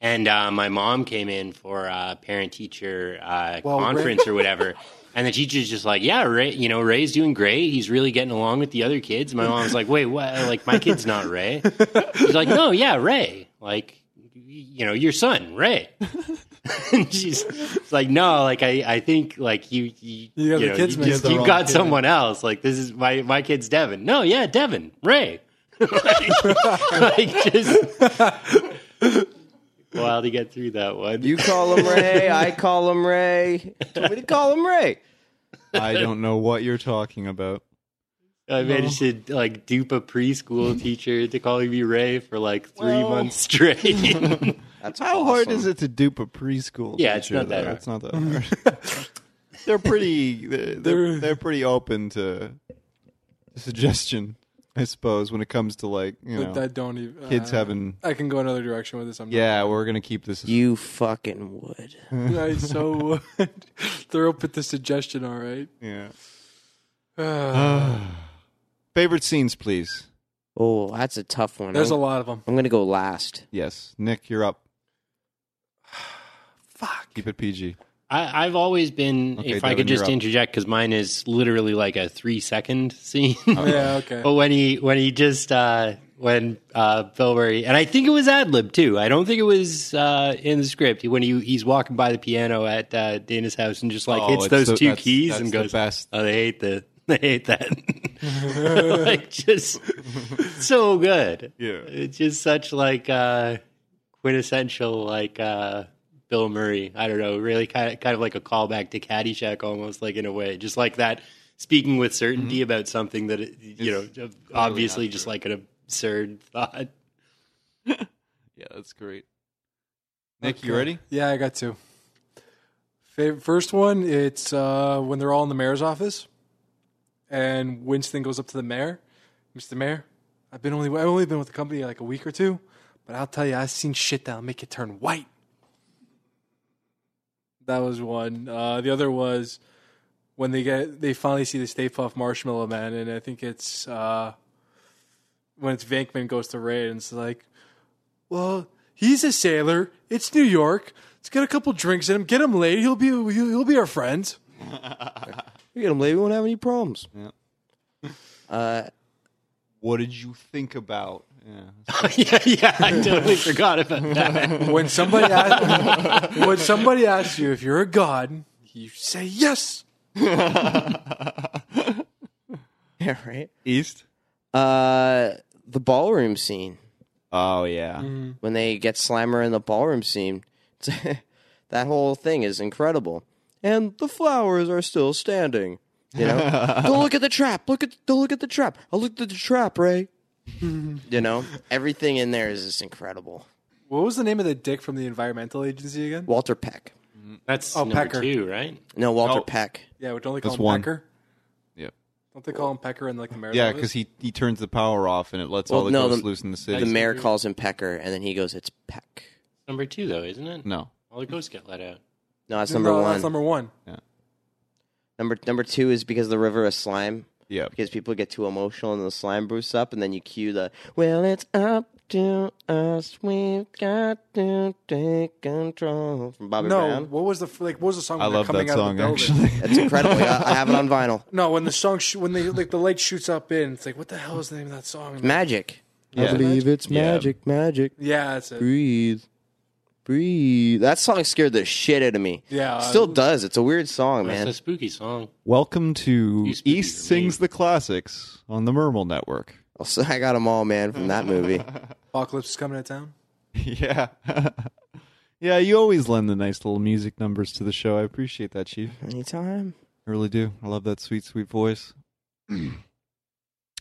And uh, my mom came in for a parent teacher uh,
Well, Ray-
conference or whatever. And the teacher's just like, yeah, Ray, you know, Ray's doing great. He's really getting along with the other kids. And my mom's like, wait, what? Like, my kid's not Ray. She's like, no, yeah, Ray. Like, y- you know, your son, Ray. and she's it's like, no, like, I, I think, like, you, you,
You got the
know,
kids
you,
mixed
just-
up.
you
Wrong
got
kid.
someone else. Like, this is my, my kid's Devin. No, yeah, Devin, Ray. like, like, just wild to get through that one.
You call him Ray. I call him Ray. Told me to call him Ray.
I don't know what you're talking about.
I managed to like dupe a preschool teacher to calling me Ray for like three months straight.
That's
How hard is
awesome.
it to dupe a preschool?
Yeah, it's
teacher,
not that
though?
hard.
It's not that hard. they're pretty. They're, they're
They're-
they're pretty open to suggestion, I suppose, when it comes to like you know
But I don't even.
kids
uh,
having.
I can go another direction with this. I'm
Yeah, we're gonna keep this.
You fucking would.
Not, I so would. They're open to suggestion. All right.
Yeah.
Uh,
Favorite scenes, please.
Oh, that's a tough one.
Uh-huh.
there's a
I'm,
lot of them.
I'm gonna go last.
Yes, Nick, you're up.
Fuck.
Keep it PG.
I, I've always been,
Okay,
if I
Devin,
could just
you're up.
interject, because mine is literally like a three second scene.
Yeah. Okay.
but when he when he just uh, when uh, Bill Murray and I think it was ad lib too. I don't think it was uh, in the script when he he's walking by the piano at uh, Dana's house and just like
Oh,
hits
it's
those
the-
two
that's-
keys
that's
and
the
goes,
best.
"Oh, they hate the they hate that." like just so good.
Yeah.
it's just such like uh, quintessential like. Uh, Bill Murray, I don't know, really kind of kind of like a callback to Caddyshack, almost like in a way, just like that speaking with certainty about something that it, you know, obviously just like an absurd thought.
Yeah, that's great. Nick, you
Okay.
ready?
Yeah, I got two. Fav- First one, it's uh, when they're all in the mayor's office, and Winston goes up to the mayor, Mr. Mayor. I've been only I've only been with the company like a week or two, but I'll tell you, I've seen shit that'll make you turn white. That was one. Uh, the other was when they get they finally see the Stay Puft Marshmallow Man, and I think it's uh, when it's Vankman goes to Ray and it's like, well, Uh, he's a sailor. It's New York. Let's get a couple drinks in him. Get him late. He'll be he'll, he'll be our friend.
You get him, late. We won't have any problems.
Yeah.
Uh,
What did you think about? Yeah.
yeah, yeah, I totally forgot about that.
When somebody asks, when somebody asks you if you're a god, you say yes.
yeah, right.
East.
Uh, the ballroom scene
Oh yeah.
Mm.
when they get Slammer in the ballroom scene. that whole thing is incredible. And the flowers are still standing. You know, don't look at the trap. Look at don't look at the trap. I looked at the trap, Ray. you know, everything in there is just incredible.
What was the name of the dick from the environmental agency again?
Walter Peck.
That's
Oh,
number
Pecker.
two, right?
No, Walter
No.
Oh.
Peck.
Yeah, but don't they
That's
call him
one.
Pecker?
Yeah.
Don't they call him Pecker in like the mayor's
Yeah,
office?
because he, he turns the power off and it lets all
Well,
the
no,
ghosts
the-
loose in the
The
city.
mayor calls him Pecker, and then he goes, "It's Peck."
Number two, though, isn't it?
no.
All the ghosts get let out.
No, that's
No,
number one.
That's number one.
Number number two is because of the river of slime.
Yeah.
Because people get too emotional and the slime brews up, and then you cue the "Well, it's up to us. We've got to take control" from Bobby
no,
Brown.
what was the f- like? What was the song?
I
when they're
love
coming
that
out of
song
the building?
actually.
That's incredible. I, I have it on vinyl.
No, when the song sh- when they like the light shoots up in, it's like what the hell is the name of that song?
Magic.
Yeah. believe
it's
Yeah. magic,
magic.
yeah, it's a,
Breathe, breathe. That song scared the shit out of me.
yeah.
Still does. It's a weird song,
That's
man.
a spooky song.
Welcome to
You speak
East
your
Sings the Classics on the Mermal Network.
Also, I got them all, man, from that movie.
apocalypse is coming to town.
yeah. yeah, you always lend the nice little music numbers to the show. I appreciate that, Chief.
Anytime.
I really do. I love that sweet, sweet voice.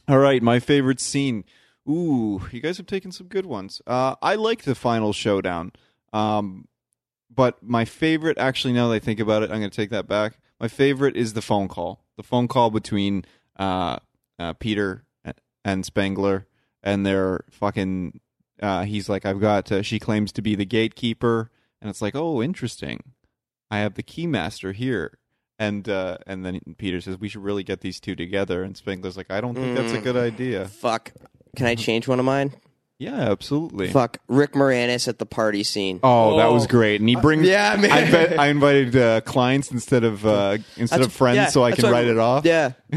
All right, my favorite scene. Ooh, you guys have taken some good ones. Uh, I like the final showdown. Um, but my favorite, actually, now that I think about it, I'm going to take that back. My favorite is the phone call. The phone call between uh, uh, Peter and Spengler, and they're fucking. Uh, he's like, I've got. Uh, she claims to be the gatekeeper, and it's like, oh, interesting. I have the keymaster here, and uh, and then Peter says we should really get these two together, and Spengler's like, I don't think that's a
Mm.
good idea.
Fuck. Can I change one of mine?
Yeah, absolutely.
Fuck. Rick Moranis at the party scene.
Oh, that was
Oh.
great, and he brings.
yeah, man.
I, bet I invited uh, clients instead of uh, instead
That's-
of friends,
yeah,
so I
that's
can
what
write it off.
Yeah,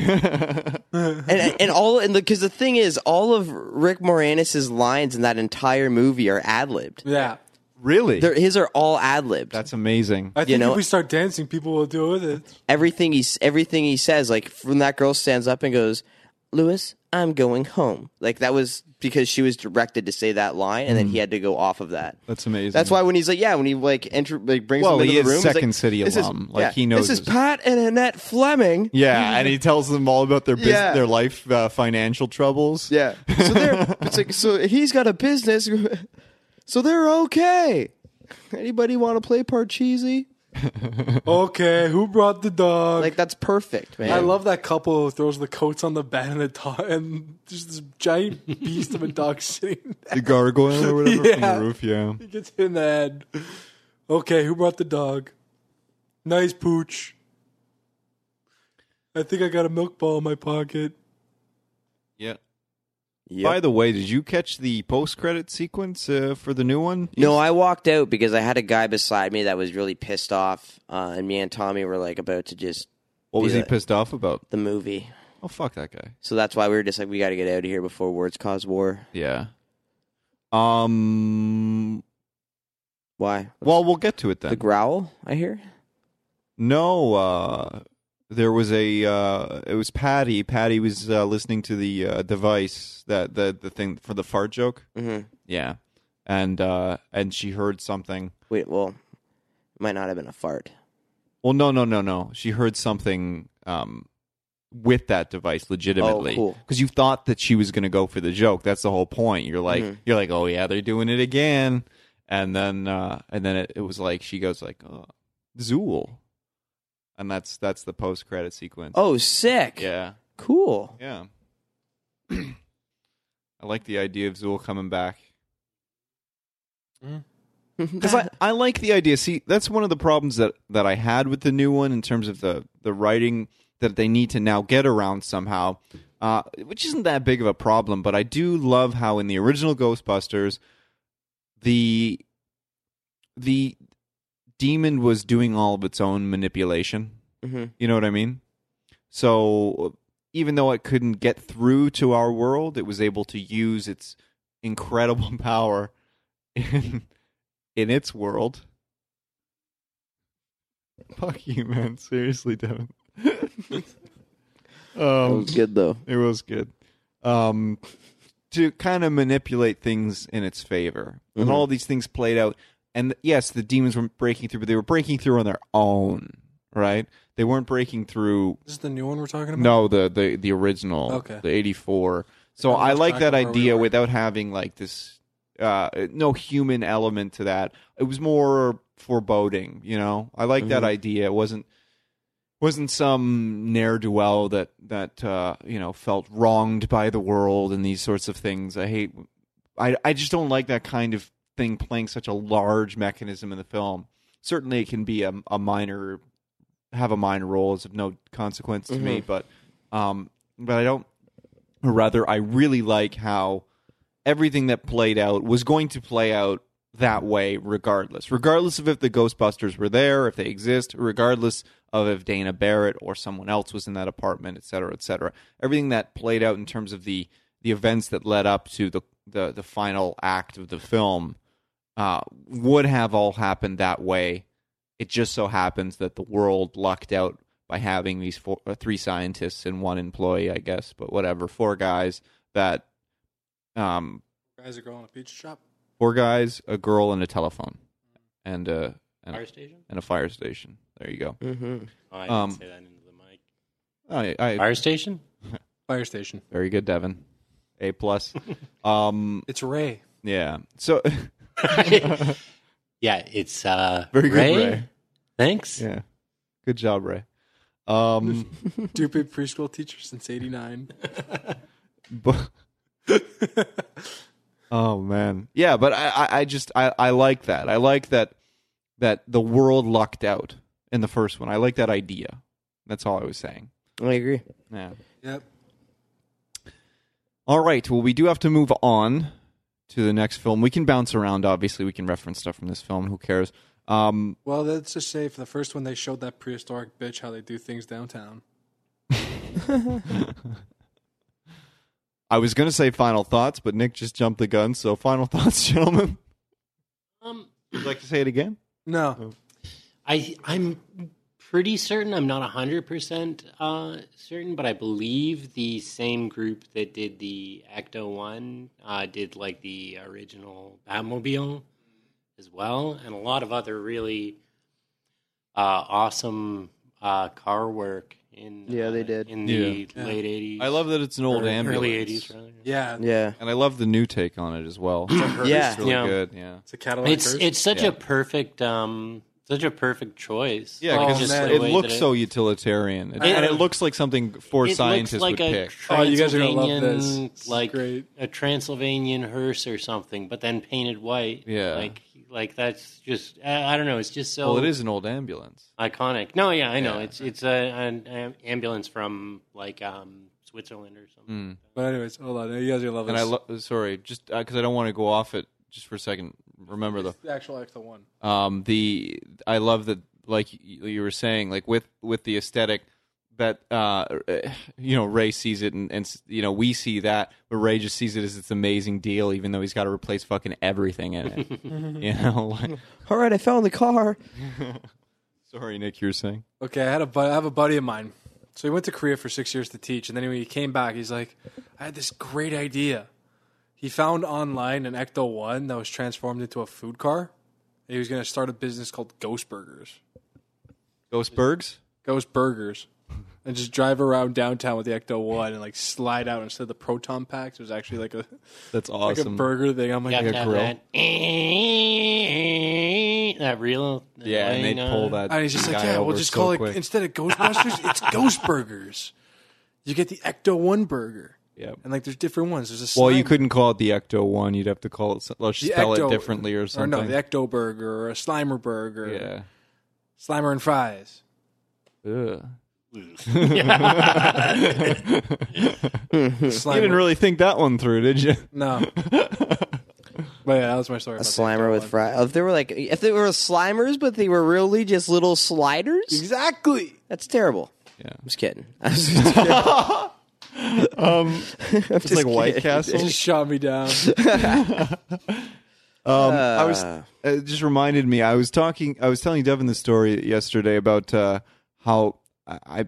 and and all and because the thing is, all of Rick Moranis's lines in that entire movie are ad libbed.
Yeah.
Really,
His are all ad libbed.
that's amazing.
I think
know-
if we start dancing, people will do it with it.
Everything he s- everything he says, like when that girl stands up and goes, "Lewis, I'm going home." Like that was because she was directed to say that line, and then he had to go off of that.
Mm. That's amazing.
That's why when he's like, yeah, when he like enter, like brings
Well,
them into
he
the
is
room, he's like,
Second City
"This is-
alum. Like,
yeah,
he knows
This is
his-
Pat and Annette Fleming.
Yeah, and he tells them all about their bus-
Yeah.
their life uh, financial troubles.
Yeah. So they're it's like so he's got a business, so they're okay. Anybody want to play Parcheesi?
Okay, who brought the dog?
Like that's perfect, man.
I love that couple who throws the coats on the bed and the dog, and just this giant beast of a dog sitting there.
the gargoyle or whatever from
Yeah.
the roof. Yeah,
He gets hit in the head. Okay, who brought the dog? Nice pooch. I think I got a milk ball in my pocket.
yeah.
Yep.
By the way, did you catch the post credit sequence uh, for the new one?
No, I walked out because I had a guy beside me that was really pissed off, uh, and me and Tommy were like about to just
What was
do
he
that.
pissed off about?
the movie.
Oh fuck that guy.
So that's why we were just like, we got to get out of here before words cause war.
Yeah. Um.
Why?
Well, we'll get to it then.
the growl I hear.
No, uh, there was a. Uh, it was Patty. Patty was uh, listening to the uh, device that the the thing for the fart joke.
Mm-hmm.
Yeah, and uh, and she heard something.
Wait, well, it might not have been a fart.
Well, no, no, no, no. She heard something um, with that device legitimately
Oh, cool.
you thought that she was going to go for the joke. That's the whole point. You're like,
Mm-hmm.
you're like, oh yeah, they're doing it again. And then, uh, and then it, it was like she goes like, oh, Zool, and that's that's the post credit sequence.
Oh, sick.
yeah,
Cool.
yeah. I like the idea of Zool coming back.
Mm-hmm.
Because I, I like the idea. See, that's one of the problems that, that I had with the new one in terms of the, the writing that they need to now get around somehow, uh, which isn't that big of a problem. But I do love how in the original Ghostbusters, the the demon was doing all of its own manipulation.
Mhm.
You know what I mean? So even though it couldn't get through to our world, it was able to use its incredible power in in its world. Fuck you, man. Seriously, Devin.
That
um,
was good though.
it was good. Um, to kind of manipulate things in its favor, and
Mhm.
all these things played out. And yes, the demons were breaking through, but they were breaking through on their own, right? They weren't breaking through.
Is this the new one we're talking about?
No, the the the original,
Okay.
the '84. So
I
I
lost
like
track
that
of where we
idea
were.
without having like this, uh, no human element to that. It was more foreboding, you know. I like
Mm-hmm.
that
Mhm.
idea. It wasn't wasn't some ne'er do well that that uh, you know felt wronged by the world and these sorts of things. I hate. I I just don't like that kind of thing playing such a large mechanism in the film. Certainly, it can be a, a minor have a minor role is of no consequence to me,
Mm-hmm.
but um, but I don't. Or rather, I really like how everything that played out was going to play out that way, regardless. Regardless of if the Ghostbusters were there, if they exist, regardless of if Dana Barrett or someone else was in that apartment, et cetera, et cetera. Everything that played out in terms of the the events that led up to the the, the final act of the film uh, would have all happened that way. It just so happens that the world lucked out by having these four, uh, three scientists and one employee, I guess, but whatever, four guys that, um,
Guys, a girl in a pizza shop.
four guys, a girl, and a telephone, and uh, and,
Fire
a-
station?
and a fire station. There you go.
Mm-hmm.
Oh, I didn't
Um,
say that into the mic.
I, I,
Fire station?
Fire station.
very good, Devin. A plus. um,
It's Ray.
yeah. So
yeah, it's uh
Very good,
Ray.
Ray.
Thanks.
yeah, good job, Ray. Um,
Stupid preschool teacher since '89.
but, oh man, yeah. But I, I, I just I, I like that. I like that that the world lucked out in the first one. I like that idea. That's all I was saying.
I agree.
Yeah.
Yep.
All right. Well, we do have to move on to the next film. We can bounce around. Obviously, we can reference stuff from this film. Who cares? Um,
Well, let's just say for the first one, they showed that prehistoric bitch how they do things downtown.
I was going to say final thoughts, but Nick just jumped the gun. So, final thoughts, gentlemen.
Um,
Would you like to say it again? Oh.
No,
I I'm pretty certain. I'm not hundred percent uh, certain, but I believe the same group that did the Ecto One uh, did like the original Batmobile as well, and a lot of other really uh, awesome uh, car work. In
Yeah,
uh,
they did.
in the
Yeah.
late eighties.
I love that it's an old ambulance.
early eighties. Rather.
yeah,
Yeah.
And I love the new take on it as well. It's
Yeah.
really
Yeah.
good. Yeah.
it's a Cadillac.
It's
Urge.
it's such
Yeah.
a perfect um such a perfect choice.
Yeah,
Like,
because
Oh, man.
it
the way
looks
that
so utilitarian, It-
I-
and it looks like something four
it
scientists
looks like
would
a
pick.
Oh, you guys are gonna love
Transylvanian,
this. It's
Like
great.
a Transylvanian hearse or something, but then painted white.
Yeah.
like like that's just I, I don't know. It's just so
Well, it is an old ambulance.
iconic. No, yeah, I know.
Yeah.
It's it's a, an am- ambulance from like um Switzerland or something.
Mm.
But anyways, hold on. You guys are gonna love
And
this.
I lo- sorry, just because I don't want to go off it just for a second. Remember though,
It's the actual Ecto One.
um the i love that like y- you were saying like with with the aesthetic that uh you know ray sees it and, and you know we see that but ray just sees it as this amazing deal even though he's got to replace fucking everything in it you know like,
All right, I found the car.
sorry nick you were saying
Okay, I had a bu- I have a buddy of mine. So he went to Korea for six years to teach, and then when he came back, he's like, "I had this great idea." He found online an Ecto One that was transformed into a food car. And he was going to start a business called Ghost Burgers.
ghostbergs
Ghost Burgers, and just drive around downtown with the Ecto One and like slide out instead of the proton packs. It was actually like a
that's
like a
awesome
burger thing. I'm like,
You have to have
grill.
that that real
yeah and they pull that
And he's just like,
guy
yeah, we'll
over
just
so
call it
quick.
instead of Ghostbusters, it's Ghost Burgers. You get the Ecto One burger,
yeah
and like there's different ones. There's a
well you
slime
couldn't call it the ecto one you'd have to call it so- let's
The
spell
Ecto-
it differently or
Or
something
no, the Ecto Burger or a Slimer Burger.
yeah
Slimer and fries.
Ugh.
Slimer.
you didn't really think that one through did you
no. but yeah, that was my story.
A slimer with fries. If they were like, if they were slimers, but they were really just little sliders,
Exactly.
that's terrible.
Yeah.
I'm just kidding. I'm just kidding.
um
I'm
It's like
just
White
kidding.
It
Castle.
just shot me down.
Um, I was
Uh.
it just reminded me. I was talking. I was telling Devin the story yesterday about uh, how I, I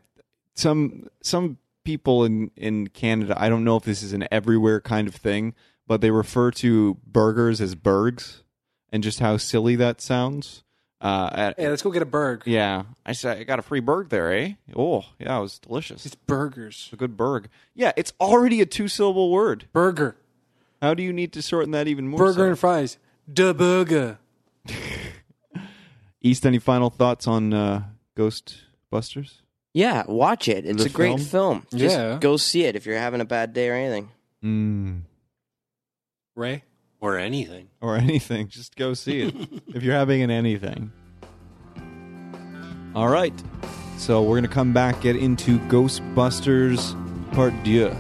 some some people in in Canada. I don't know if this is an everywhere kind of thing, but they refer to burgers as burgs, and just how silly that sounds. Uh, at-
hey, let's go get a burger.
yeah, I said I got a free burg there, eh? Oh, yeah, it was delicious.
It's
It's
burgers.
a good burg. Yeah, it's already a two syllable word.
Burger.
How do you need to shorten that even more? so?
Burger and fries. Da burger.
East, any final thoughts on uh, Ghostbusters?
Yeah, watch it. It's
The
a great film. Just
Yeah.
go see it if you're having a bad day or anything.
Mm.
Ray?
or anything.
Or anything. Just go see it if you're having an anything. All right. So we're going to come back, get into Ghostbusters Part 2.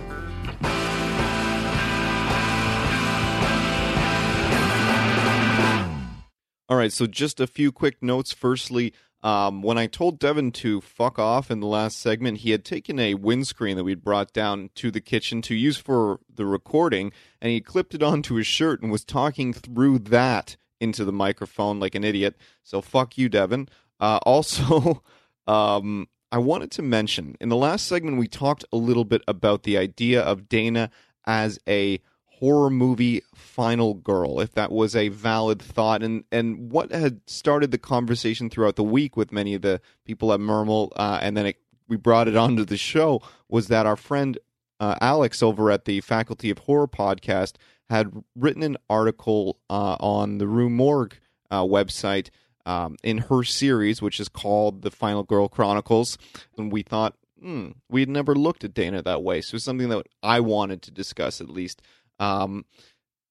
All right, so just a few quick notes. Firstly, um, when I told Devin to fuck off in the last segment, he had taken a windscreen that we'd brought down to the kitchen to use for the recording, and he clipped it onto his shirt and was talking through that into the microphone like an idiot. So fuck you, Devin. Uh, also, um, I wanted to mention in the last segment, we talked a little bit about the idea of Dana as a horror movie final girl if that was a valid thought and and what had started the conversation throughout the week with many of the people at Mermal uh, and then it, we brought it onto the show was that our friend uh, Alex over at the Faculty of Horror podcast had written an article uh, on the Rue Morgue uh, website um, in her series, which is called The Final Girl Chronicles. And we thought, hmm, we had never looked at Dana that way. So it's something that I wanted to discuss at least. Um,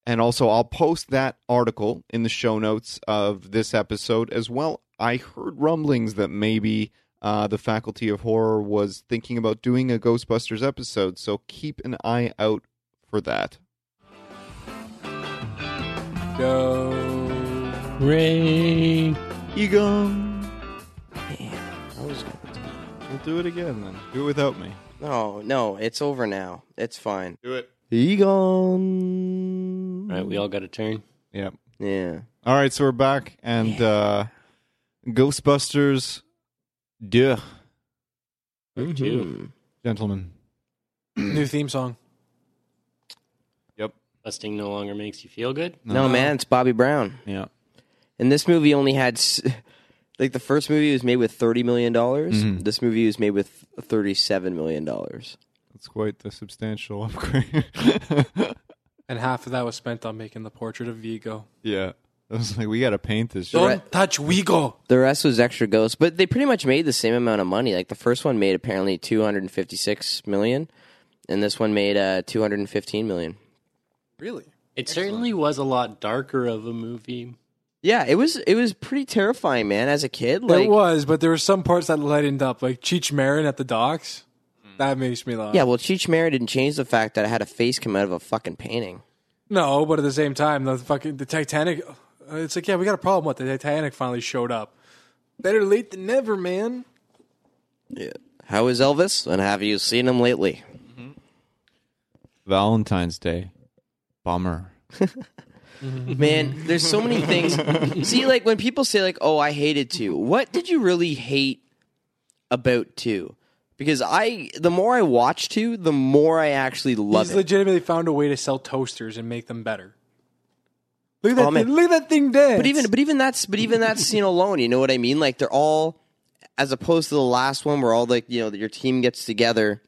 and also, I'll post that article in the show notes of this episode as well. I heard rumblings that maybe uh, the Faculty of Horror was thinking about doing a Ghostbusters episode, so keep an eye out for that.
Go.
Ray.
Egon,
I was gonna do-
we'll do it again then. Do it without me.
No, no, it's over now. It's fine.
Do it.
Egon.
All right, we all got a turn.
Yeah.
Yeah.
All right, so we're back, and uh, Ghostbusters, duh,
Mm-hmm.
Two.
Mm.
gentlemen.
New theme song.
Yep.
Busting no longer makes you feel good.
No, man, it's Bobby Brown.
Yeah.
And this movie only had, s- like, the first movie was made with thirty million dollars. This movie was made with thirty-seven million dollars.
That's quite the substantial upgrade.
And half of that was spent on making the portrait of Vigo.
yeah. I was like, we got to paint this. shit.
Don't
Right.
touch Vigo.
The rest was extra ghosts, but they pretty much made the same amount of money. Like the first one made apparently two hundred and fifty-six million, and this one made uh, two hundred and fifteen million.
Really?
It certainly was a lot darker of a movie.
Yeah, it was it was pretty terrifying, man. As a kid,
There
like
was, but there were some parts that lightened up, like Cheech Marin at the docks. That makes me laugh.
yeah, well, Cheech Marin didn't change the fact that I had a face come out of a fucking painting.
No, but at the same time, the fucking the Titanic. uh, It's like, yeah, we got a problem with the Titanic finally showed up. Better late than never, man.
Yeah. How is Elvis, and have you seen him lately?
Valentine's Day. Bummer.
Man, there's so many things. See, like when people say like, "Oh, I hated two. What did you really hate about two? Because I, the more I watch two, the more I actually love
He's
it.
legitimately found a way to sell toasters and make them better. Look at that!
Oh, man.
thing, look at that thing dance.
But even but even that's but even that scene alone, you know what I mean? Like they're all as opposed to the last one where all like you know your team gets together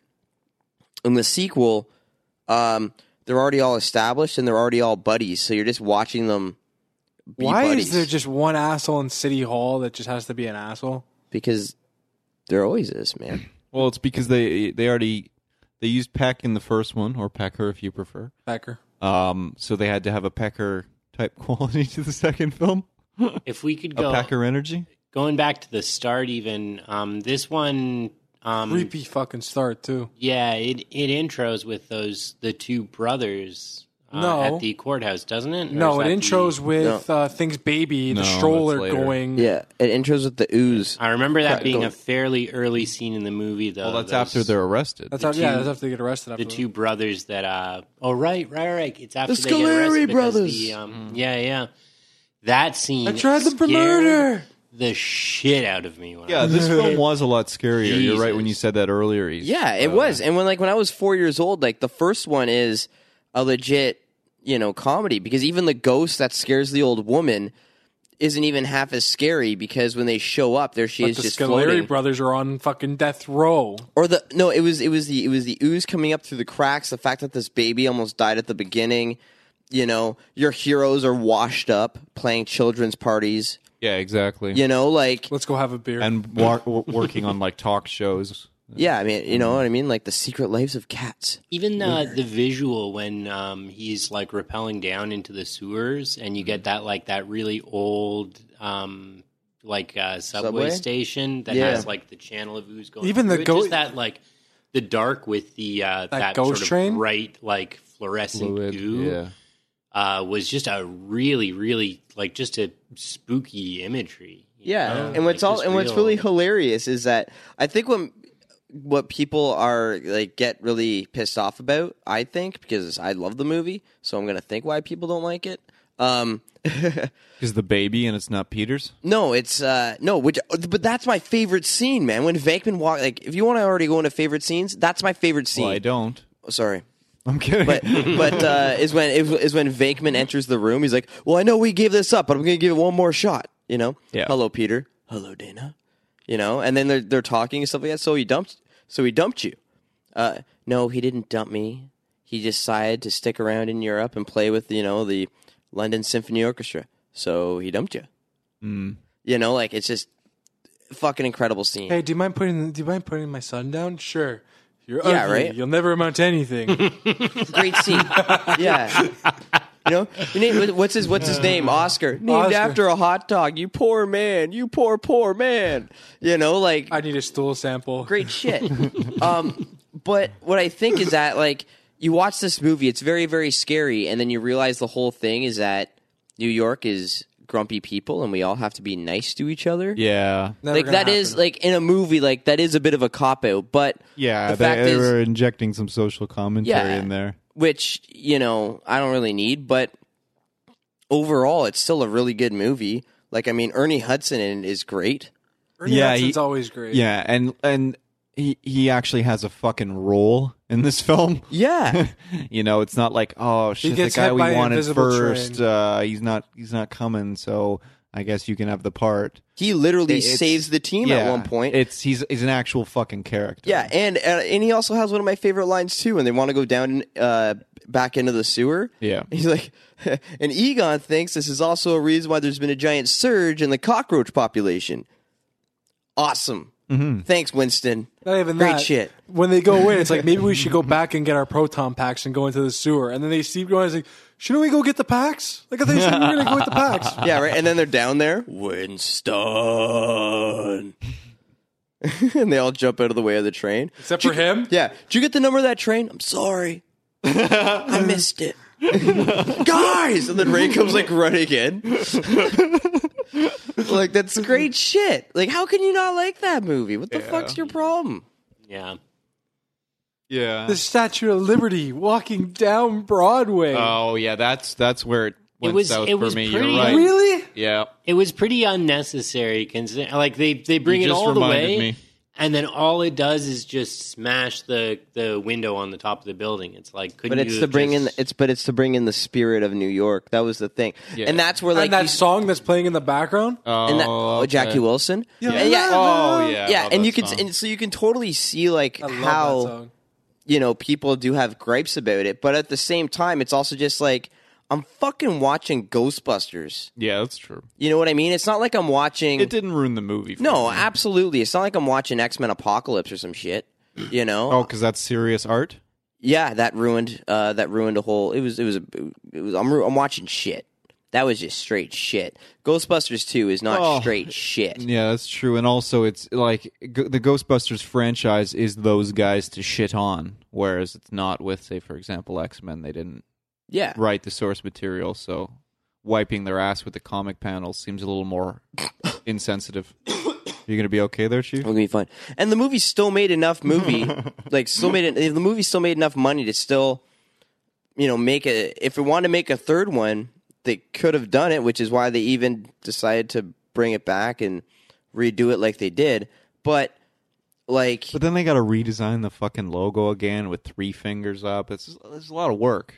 in the sequel, um, they're already all established and they're already all buddies, so you're just watching them be
why
buddies
is there just one asshole in City Hall that just has to be an asshole?
because there always is, man.
Well, it's because they they already they used Peck in the first one, or Pecker if you prefer.
Becker.
Um, so they had to have a Pecker type quality to the second film,
If we could
a
go
Pecker energy.
going back to the start, even um, this one, um,
Creepy fucking start too.
yeah, it it intros with those the two brothers uh,
No.
at the courthouse, doesn't it? Or
No,
is
it
that the-
intros with uh, things baby,
No,
the
that's
stroller
later.
going.
Yeah, it intros with the ooze.
I remember that
Right,
being
go-
a fairly early scene in the movie, though.
Well, that's
those-
after they're arrested.
That's how, yeah,
two-
that's after they get arrested. After
the two brothers that uh oh right right right it's after
The
they get
Scoleri
arrested because
brothers.
the, um, yeah yeah that scene
I tried them for
scared
murder.
the shit out of me when I
yeah,
was-
this film was a lot scarier. You're right when you
Jesus.
said that earlier. Ethan.
Yeah, it was. And when like when I was four years old, like the first one is a legit, you know, comedy because even the ghost that scares the old woman isn't even half as scary because when they show up, there she
But
is
the
just
Scaleri
floating.
brothers are on fucking death row.
or the no, it was it was the it was the ooze coming up through the cracks. The fact that this baby almost died at the beginning. You know, your heroes are washed up playing children's parties.
yeah, exactly.
You know, like
Let's go have a beer.
and war- w- working on like talk shows.
yeah, I mean, you know what I mean, like the secret lives of cats.
even uh, the visual when um he's like rappelling down into the sewers and
Mm-hmm.
you get that like that really old um like uh subway,
Subway?
station that
Yeah.
has like the channel of who's going
Even the
through it. Just
go-
that like the dark with the uh that,
ghost
sort of
train?
bright like fluorescent
Fluid,
goo
yeah.
uh, was just a really, really like just a spooky imagery. you
Yeah,
know?
and what's
Like,
all
just
and what's
real.
really hilarious is that I think when what people are like get really pissed off about, I think because I love the movie, so I'm gonna think why people don't like it. Um,
Because the baby and it's not Peter's.
no, it's uh, no, which but that's my favorite scene, man. When Venkman walk, like if you want to already go into favorite scenes, that's my favorite scene.
Well, I don't.
Oh, Sorry.
I'm kidding.
But but uh, is when is, is when Venkman enters the room. He's like, "Well, I know we gave this up, but I'm going to give it one more shot." You know,
Yeah.
Hello, Peter. Hello, Dana. You know, and then they're they're talking and stuff like that. So he dumped. So he dumped you. Uh, no, he didn't dump me. He decided to stick around in Europe and play with you know the London Symphony Orchestra. So he dumped you. You know, like it's just fucking incredible scene.
Hey, do you mind putting do you mind putting my son down? Sure. You're
Yeah,
ugly.
right?
You'll never amount to anything.
Great scene. yeah. You know, Your name- what's his what's his name? Oscar, named
Oscar.
after a hot dog. You poor man. You poor poor man. You know, like
I need a stool sample.
great shit. um, but what I think is that like you watch this movie, it's very very scary, and then you realize the whole thing is that New York is grumpy people, and we all have to be nice to each other.
Yeah.
Never
Like
gonna
that is
happen.
like in a movie, like that is a bit of a cop out, but
Yeah,
the
they,
fact
they
is,
were injecting some social commentary
Yeah.
in there.
which you know I don't really need, but overall, it's still a really good movie. Like I mean, Ernie Hudson in it is great.
Ernie
Yeah,
Hudson's
he-
always great.
Yeah, and and he he actually has a fucking role in this film.
Yeah,
you know, it's not like oh shit, the
gets
guy
hit
we
by an
wanted
invisible
first,
train.
uh, he's not he's not coming, so I guess you can have the part.
he literally
It's-
saves the team at
Yeah,
one point.
it's he's he's an actual fucking character.
Yeah, and uh, and he also has one of my favorite lines too. When they want to go down uh, back into the sewer,
Yeah.
he's like, and Egon thinks this is also a reason why there's been a giant surge in the cockroach population. Awesome.
Mm-hmm.
Thanks, Winston.
Not even
Great
that.
shit.
When they go in, it's like maybe we should go back and get our proton packs and go into the sewer. And then they see going, it's like, shouldn't we go get the packs? Like I thought you said we were gonna go get the packs.
Yeah, right. And then they're down there, Winston, and they all jump out of the way of the train.
Except for him.
Yeah, did you get the number of that train? I'm sorry, I missed it. Guys, and then Ray comes like running in. like that's great shit. Like how can you not like that movie? What the fuck's your problem?
Yeah.
yeah.
The Statue of Liberty walking down Broadway.
oh yeah, that's that's where it went
was-
south
it
for
was
me.
pretty-
You're right.
really?
Yeah,
It was pretty unnecessary. Consider like they they bring
You
it
just
all the
reminded
way,
me.
and then all it does is just smash the the window on the top of the building. It's like couldn't
But it's
you
to
have
bring in
just-
it's but it's to bring in the spirit of New York. That was the thing,
Yeah.
and that's where like
and that
you-
song that's playing in the background?
and that,
oh,
oh, Jackie Wilson.
Yeah.
And yeah,
Oh yeah, I
yeah,
love
and
that
you can
song.
and so you can totally see like
I love that
how
song.
you know people do have gripes about it, but at the same time, it's also just like I'm fucking watching Ghostbusters.
yeah, that's true.
You know what I mean? It's not like I'm watching.
It didn't ruin the movie. For
no,
me.
absolutely. It's not like I'm watching X Men Apocalypse or some shit. You know?
oh, because that's serious art.
Yeah, that ruined. Uh, that ruined a whole. It was. It was. A, it was. I'm. ru- I'm watching shit. That was just straight shit. Ghostbusters Two is not
Oh.
straight shit.
Yeah, that's true. And also, it's like g- the Ghostbusters franchise is those guys to shit on, whereas it's not with, say, for example, X Men. They didn't
Yeah.
write the source material, so wiping their ass with the comic panels seems a little more insensitive. You're gonna be okay there, Chief.
We're gonna be fine. And the movie still made enough movie, like still made it. The movie still made enough money to still, you know, make a. If it wanted to make a third one, they could have done it, which is why they even decided to bring it back and redo it like they did. But like,
But then they got to redesign the fucking logo again with three fingers up. It's it's a lot of work.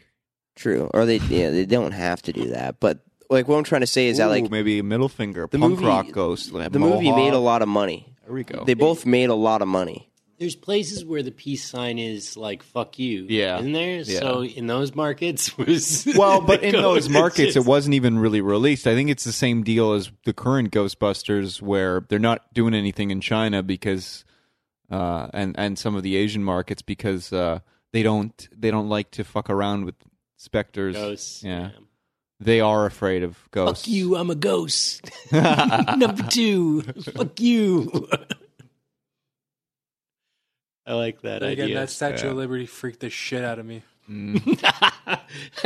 true, or they yeah, they don't have to do that. But like, what I'm trying to say is that
Ooh,
like
maybe a middle finger,
the
punk
movie-
rock ghost.
the movie made a lot of money.
There we go.
They both made a lot of money.
there's places where the peace sign is like fuck you.
Yeah.
Isn't there?
Yeah.
So in those markets was
Well, but
the
in those
code.
markets, it wasn't even really released. I think it's the same deal as the current Ghostbusters, where they're not doing anything in China because, uh, and and some of the Asian markets because uh, they don't they don't like to fuck around with specters.
Ghosts,
Yeah, they are afraid of ghosts.
Fuck you, I'm a ghost. Number two, fuck you. I like that
Again,
idea.
that Statue of Liberty freaked the shit out of me.
I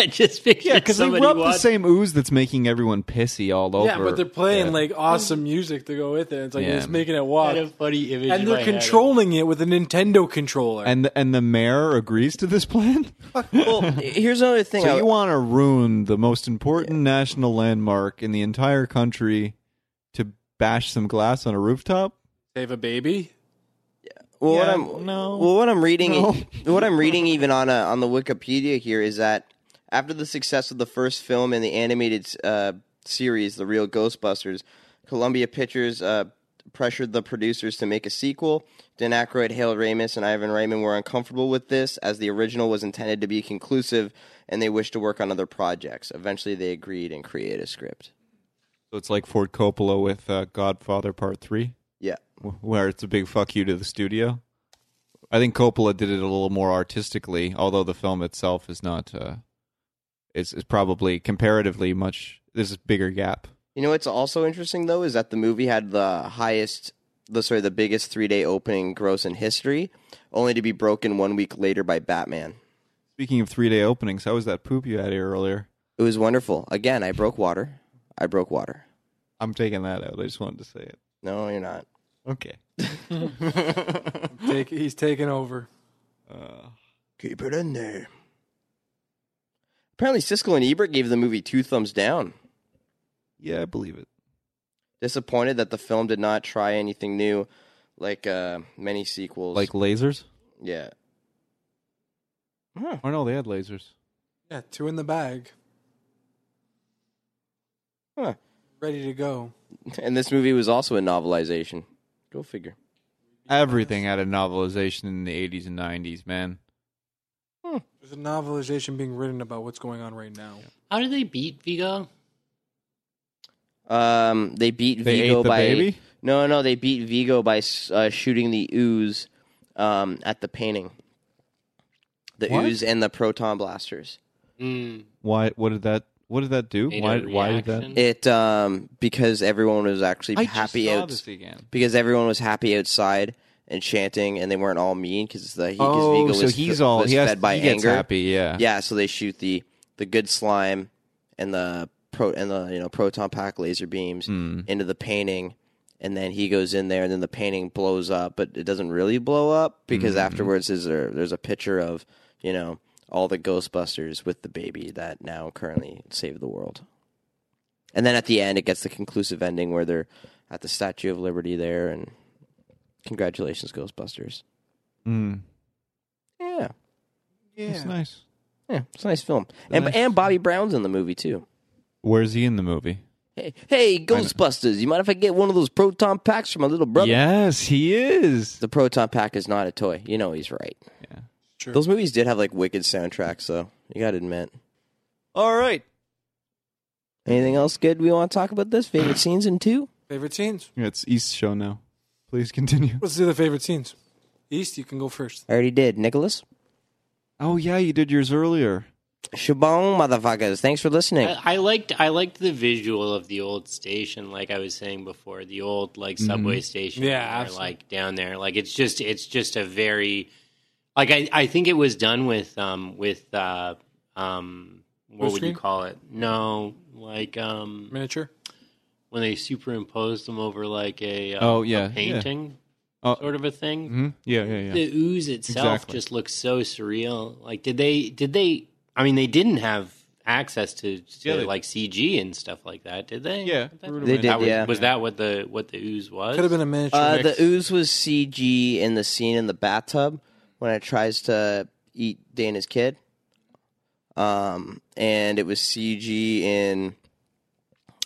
just pictured
Yeah, because
because
they
somebody
rub the
watched-
same ooze that's making everyone pissy all over.
Yeah, but they're playing
Yeah.
like awesome music to go with it. It's like
Yeah.
it's making it
I
walk.
had a funny image. in
And
my
they're
head.
controlling it with a Nintendo controller.
and and the mayor agrees to this plan.
Well, here's another thing.
So
I-
you want to ruin the most important national landmark in the entire country to bash some glass on a rooftop?
Save a baby?
Well, what
Yeah,
I'm
no.
well, what I'm reading,
No.
what I'm reading even on uh on the Wikipedia here is that after the success of the first film and the animated uh, series, The Real Ghostbusters, Columbia Pictures uh, pressured the producers to make a sequel. Dan Aykroyd, Hale Ramis, and Ivan Raymond were uncomfortable with this, as the original was intended to be conclusive, and they wished to work on other projects. Eventually, they agreed and created a script.
So it's like Ford Coppola with uh, Godfather Part Three,
Yeah.
wh- where it's a big fuck you to the studio. I think Coppola did it a little more artistically, although the film itself is not. Uh, it's, it's probably comparatively much. There's a bigger gap.
You know what's also interesting though is that the movie had the highest, the sorry, the biggest three day opening gross in history, only to be broken one week later by Batman.
Speaking of three day openings, how was that poop you had here earlier?
It was wonderful. Again, I broke water. I broke water.
I'm taking that out. I just wanted to say it.
No, you're not.
Okay.
Take, he's taking over.
Uh,
Keep it in there. Apparently, Siskel and Ebert gave the movie two thumbs down.
yeah, I believe it.
Disappointed that the film did not try anything new, like uh, many sequels.
Like lasers?
yeah. Huh.
Oh no, they had lasers.
Yeah, two in the bag,
Huh.
ready to go.
And this movie was also a novelization. Go figure.
Everything had a novelization in the 80s and 90s, man.
There's a novelization being written about what's going on right now.
How did they beat Vigo?
Um, they beat
They
Vigo
ate the
by
baby?
no, no. They beat Vigo by uh, shooting the ooze um, at the painting. The
What?
ooze and the proton blasters.
Mm,
Why? What did that? What did that do?
made a
Why? Why did
reaction?
that?
It um, because everyone was actually happy out
again.
because everyone was happy outside and chanting, and they weren't all mean because the he, 'cause
Oh,
Vigo
so
was,
he's
fe-
all
was
he, has,
fed by
he gets
anger.
happy. Yeah.
Yeah, so they shoot the the good slime and the pro and the you know proton pack laser beams into the painting, and then he goes in there, and then the painting blows up, but it doesn't really blow up because afterwards is there, there's a picture of you know all the Ghostbusters with the baby that now currently save the world, and then at the end it gets the conclusive ending where they're at the Statue of Liberty there, and congratulations Ghostbusters.
Mm.
Yeah.
That's nice.
Yeah, it's a nice film, and
Nice.
and Bobby Brown's in the movie too.
Where's he in the movie?
Hey, hey, Ghostbusters! You mind if I get one of those proton packs for my little brother?
Yes, he is.
The proton pack is not a toy. You know he's right.
Yeah.
Sure.
Those movies did have like wicked soundtracks, though. You gotta admit.
All right.
Anything else good we want to talk about? This favorite scenes in two.
Favorite scenes.
Yeah, it's East's show now. Please continue.
Let's do the favorite scenes. East, you can go first.
I already did. Nicholas,
Oh yeah, you did yours earlier.
Shabong, motherfuckers! Thanks for listening.
I, I liked I liked the visual of the old station, like I was saying before, the old like
Mm-hmm.
subway station. there,
Yeah, absolutely.
like down there, like it's just it's just a very like I, I think it was done with um with uh um what
Blue
would
screen?
you call it? No, like um
Miniature.
when they superimposed them over like a uh,
Oh,
a
yeah, yeah.
painting
Oh.
sort of a thing
Mm-hmm. Yeah, yeah, yeah.
the ooze itself
Exactly.
just looks so surreal. Like, did they? Did they? I mean, they didn't have access to, to
Yeah, they-
like CG and stuff like that, did they?
Yeah,
That-
They did,
that was,
yeah.
was that what the what the ooze was?
Could have been a miniature.
Uh, the ooze was CG in the scene in the bathtub when it tries to eat Dana's kid. Um, and it was CG in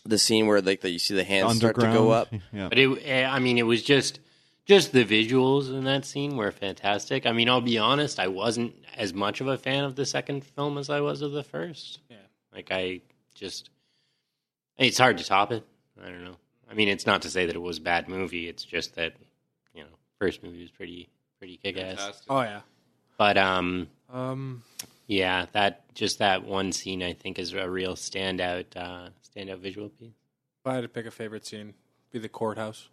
the scene where like the, you see the hands start to go up.
Yeah.
But it, eh, I mean, it was just just the visuals in that scene were fantastic. I mean, I'll be honest, I wasn't as much of a fan of the second film as I was of the first. Yeah, like I just it's hard to top it. I don't know. I mean, it's not to say that it was a bad movie. It's just that you know, first movie was pretty pretty kick ass.
oh yeah.
But um,
Um,
yeah, that just that one scene I think is a real standout uh, standout visual piece.
if I had to pick a favorite scene, be the courthouse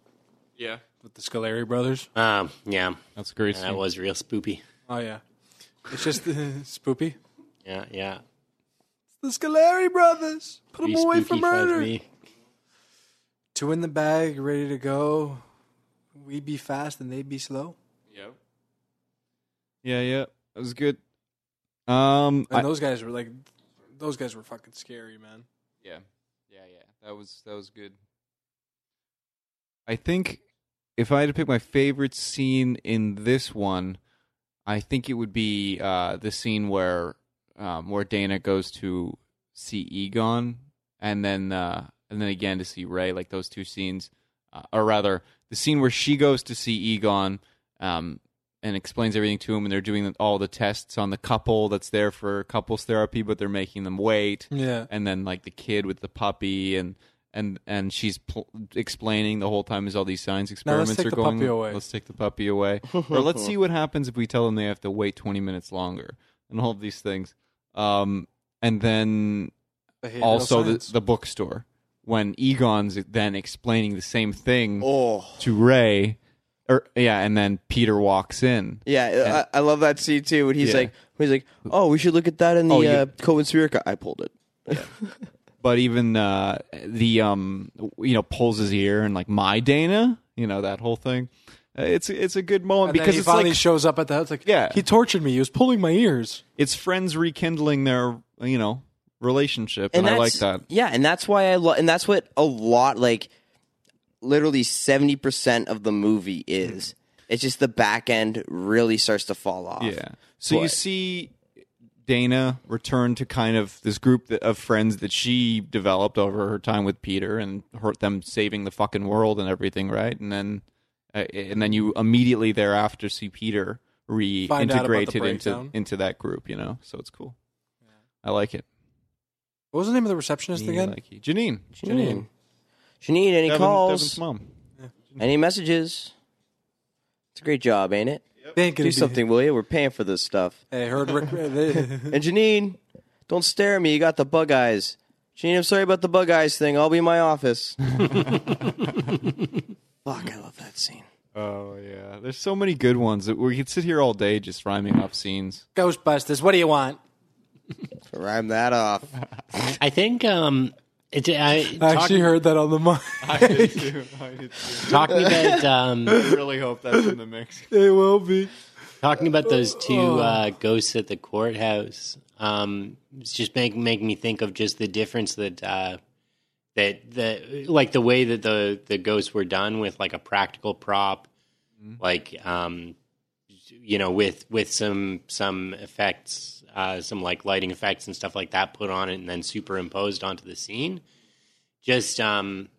Yeah,
with the Scaleri brothers.
Um, yeah,
that's a great.
that
Scene.
was real spoopy.
Oh yeah. It's just the spoopy.
Yeah, yeah.
The Scaleri brothers. Put them
Be
away
spooky
for
fudge
murder.
me.
Two in the bag, ready to go. We be fast and they be slow.
Yeah, yeah, that was good. Um,
And
I-
those guys were like, those guys were fucking scary, man.
Yeah. Yeah, yeah. That was that was good. I think if I had to pick my favorite scene in this one, I think it would be uh the scene where um where Dana goes to see Egon and then uh and then again to see Ray, like those two scenes. Uh, or rather, the scene where she goes to see Egon um and explains everything to him and they're doing all the tests on the couple that's there for couples therapy but they're making them wait
Yeah.
and then like the kid with the puppy and and and she's pl- explaining the whole time as all these science experiments
take
are
the
going.
puppy away.
Let's take the puppy away, or let's see what happens if we tell them they have to wait twenty minutes longer, and all of these things. Um, and then
Behavioral
also
science.
the, the bookstore when Egon's then explaining the same thing
Oh.
to Ray, or yeah, and then Peter walks in.
Yeah, I, I love that scene too. When he's
Yeah.
like, when he's like, "Oh, we should look at that in the
Oh, you-
uh, Cohen Spherica." I pulled it.
But even uh, the um, you know, pulls his ear and like my Dana, you know that whole thing. Uh, It's it's a good moment
And then
because
he
it's
finally
like
shows up at the house. Like,
Yeah.
he tortured me. He was pulling my ears.
it's friends rekindling their you know relationship, and, I like
that's-
that.
Yeah, and that's why I love, and that's what a lot like, literally seventy percent of the movie is. It's just the back end really starts to fall off.
Yeah. So you
But-
see Dana return to kind of this group th- of friends that she developed over her time with Peter and her, them saving the fucking world and everything, right? And then uh, and then you immediately thereafter see Peter
Find out about the
reintegrated into
breakdown.
into that group, you know. So it's cool. I like it.
What was the name of the receptionist
Me,
again?
like you. Janine.
Janine, Janine, any
Devin- Devin's
calls?
mom.
Any messages? It's a great job, ain't it?
They ain't
Do
gonna be-
something, will you? We're paying for this stuff.
Hey, I heard Rick. they-
And Janine, don't stare at me. You got the bug eyes. Janine, I'm sorry about the bug eyes thing. I'll be in my office. Fuck, I love that scene.
Oh yeah. There's so many good ones that we could sit here all day just rhyming off scenes.
Ghostbusters. What do you want?
Rhyme that off.
I think um, it, I,
I
talk,
actually heard that on the mic.
I did too. I did too.
talking about um,
really hope that's in the mix.
it will be.
talking about those two uh, ghosts at the courthouse. Um, it's just make make me think of just the difference that uh, that the like the way that the the ghosts were done with like a practical prop,
Mm-hmm.
like um, you know with with some some effects, uh, some like lighting effects and stuff like that put on it and then superimposed onto the scene. Just um,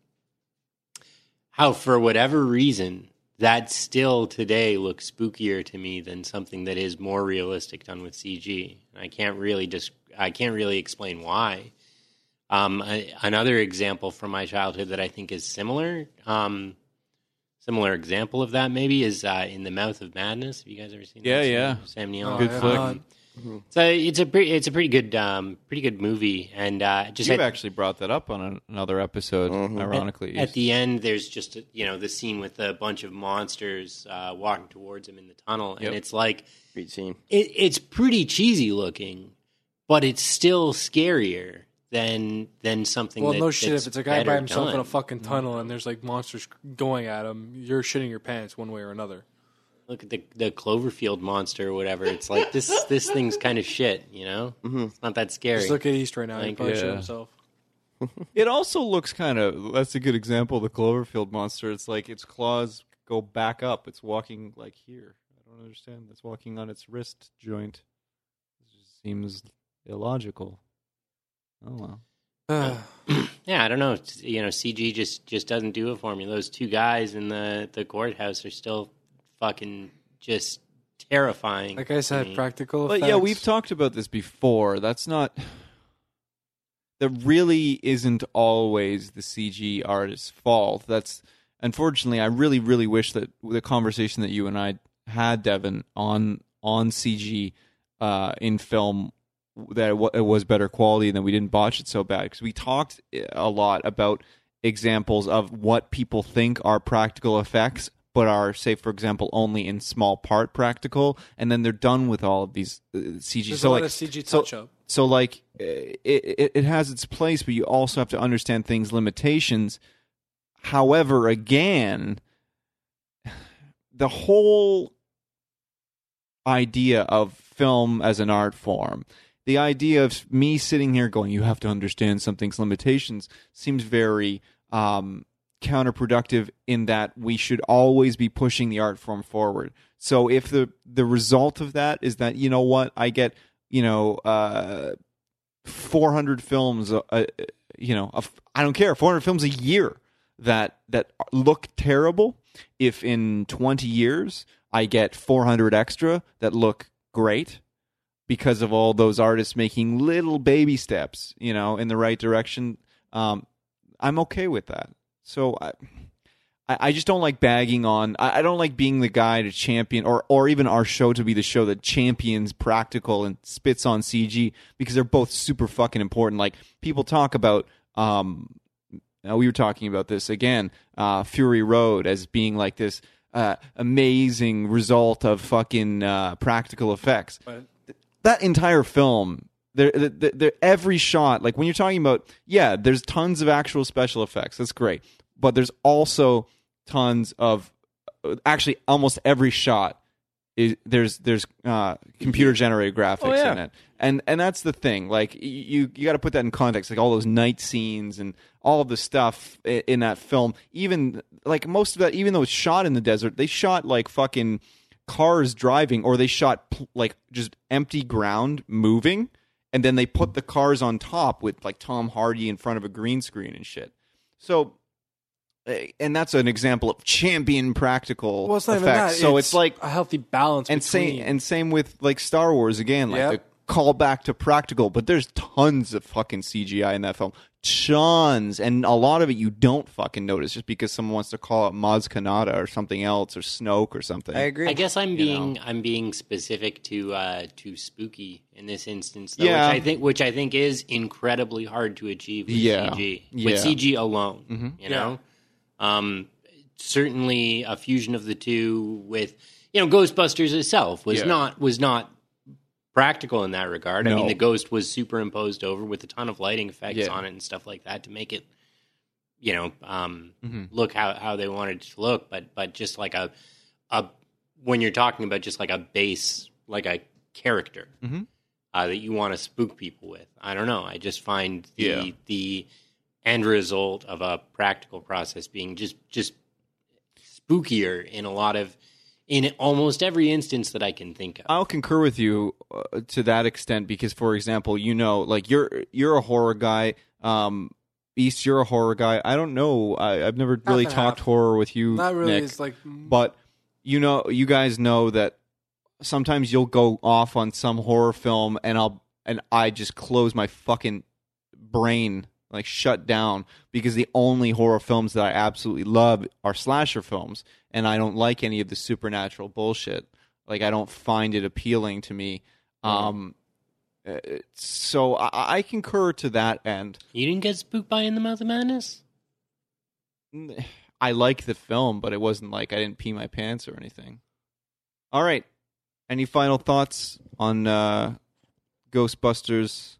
how for whatever reason that still today looks spookier to me than something that is more realistic done with CG. And I can't really just I can't really explain why. Um, I, another example from my childhood that I think is similar, um, similar example of that maybe is uh, in the Mouth of Madness. Have you guys ever seen?
Yeah,
that? Sam-
yeah.
Sam Neill.
Good
I have
flick.
not.
So it's a pretty it's a pretty good um, pretty good movie, and uh, just
You've
at-
actually brought that up on an, another episode, ironically.
Mm-hmm. At the end, there's just you know the scene with a bunch of monsters uh, walking towards him in the tunnel, and
Yep.
it's like
Great scene.
it, it's pretty cheesy looking, but it's still scarier than than something.
Well,
that-
no shit.
that's
If it's a guy by
better
himself in
done.
a fucking tunnel and there's like monsters going at him, you're shitting your pants one way or another.
look at the the Cloverfield monster or whatever. It's like this this thing's kind of shit, you know. Mm-hmm. It's not that scary.
Just look at East right now. He
Like,
probably shit
yeah.
himself.
it also looks kind of that's a good example of the Cloverfield monster. It's like its claws go back up. It's walking like here. I don't understand. It's walking on its wrist joint. It just seems illogical. Oh well.
yeah, I don't know. It's- You know, CG just just doesn't do it for me. Those two guys in the the courthouse are still fucking just terrifying.
like I said,
to me.
practical.
But yeah,
effects.
we've talked about this before. That's not that really isn't always the CG artist's fault. That's unfortunately I really really wish that the conversation that you and I had Devin on on CG uh in film that it, w- it was better quality and that we didn't botch it so bad because we talked uh, a lot about examples of what people think are practical effects but are say for example only in small part practical and then they're done with all of these uh, CG
There's
so
a lot
like
of CG
so-
touch up.
so like it, it it has its place but you also have to understand things limitations however again the whole idea of film as an art form the idea of me sitting here going you have to understand something's limitations seems very um counterproductive in that we should always be pushing the art form forward. So if the the result of that is that you know what I get you know uh 400 films a, a, you know a, I don't care 400 films a year that that look terrible if in 20 years I get 400 extra that look great because of all those artists making little baby steps, you know, in the right direction. Um, I'm okay with that. So I, I, I just don't like bagging on. I, I don't like being the guy to champion, or or even our show to be the show that champions practical and spits on CG because they're both super fucking important. Like people talk about, um, now we were talking about this again, uh, Fury Road as being like this uh, amazing result of fucking uh, practical effects that entire film there, there, there, every shot like when you're talking about yeah there's tons of actual special effects that's great but there's also tons of uh, actually almost every shot is there's there's uh, computer generated graphics
yeah.
in it and and that's the thing like y- you you got to put that in context like all those night scenes and all the stuff i- in that film even like most of that even though it's shot in the desert they shot like fucking cars driving or they shot pl- like just empty ground moving and then they put the cars on top with like Tom Hardy in front of a green screen and shit so eh, and that's an example of champion practical
Well, it's not
effects.
even that.
so it's like
a healthy balance
and
between
same and same with like Star Wars again, like
Yep.
the callback to practical. But there's tons of fucking CGI in that film, tons, and a lot of it you don't fucking notice just because someone wants to call it Maz Kanata or something else or Snoke or something.
I agree.
I guess I'm being I'm being specific to uh, to spooky in this instance, though,
Yeah.
which I think which I think is incredibly hard to achieve with
Yeah.
CG
Yeah.
with CG alone.
Mm-hmm.
You know, um, certainly a fusion of the two with you know Ghostbusters itself was
Yeah.
not was not practical in that regard. I
No.
mean, the ghost was superimposed over with a ton of lighting effects
Yeah.
on it and stuff like that to make it you know um,
Mm-hmm.
look how, how they wanted it to look but but just like a a when you're talking about just like a base like a character uh, that you want to spook people with i don't know i just find the
Yeah.
the end result of a practical process being just just spookier in a lot of in almost every instance that i can think of
I'll concur with you uh, to that extent because, for example, you know, like you're you're a horror guy. Um, East, you're a horror guy. I don't know. I, I've never really
and
talked
half.
horror with you.
not really.
Nick.
It's like
but you know you guys know that sometimes you'll go off on some horror film and I'll and I just close my fucking brain like shut down because the only horror films that I absolutely love are slasher films and I don't like any of the supernatural bullshit like I don't find it appealing to me um uh, so I, I concur to that end
you didn't get spooked by in the mouth of madness
I like the film, but it wasn't like I didn't pee my pants or anything. All right. Any final thoughts on uh, Ghostbusters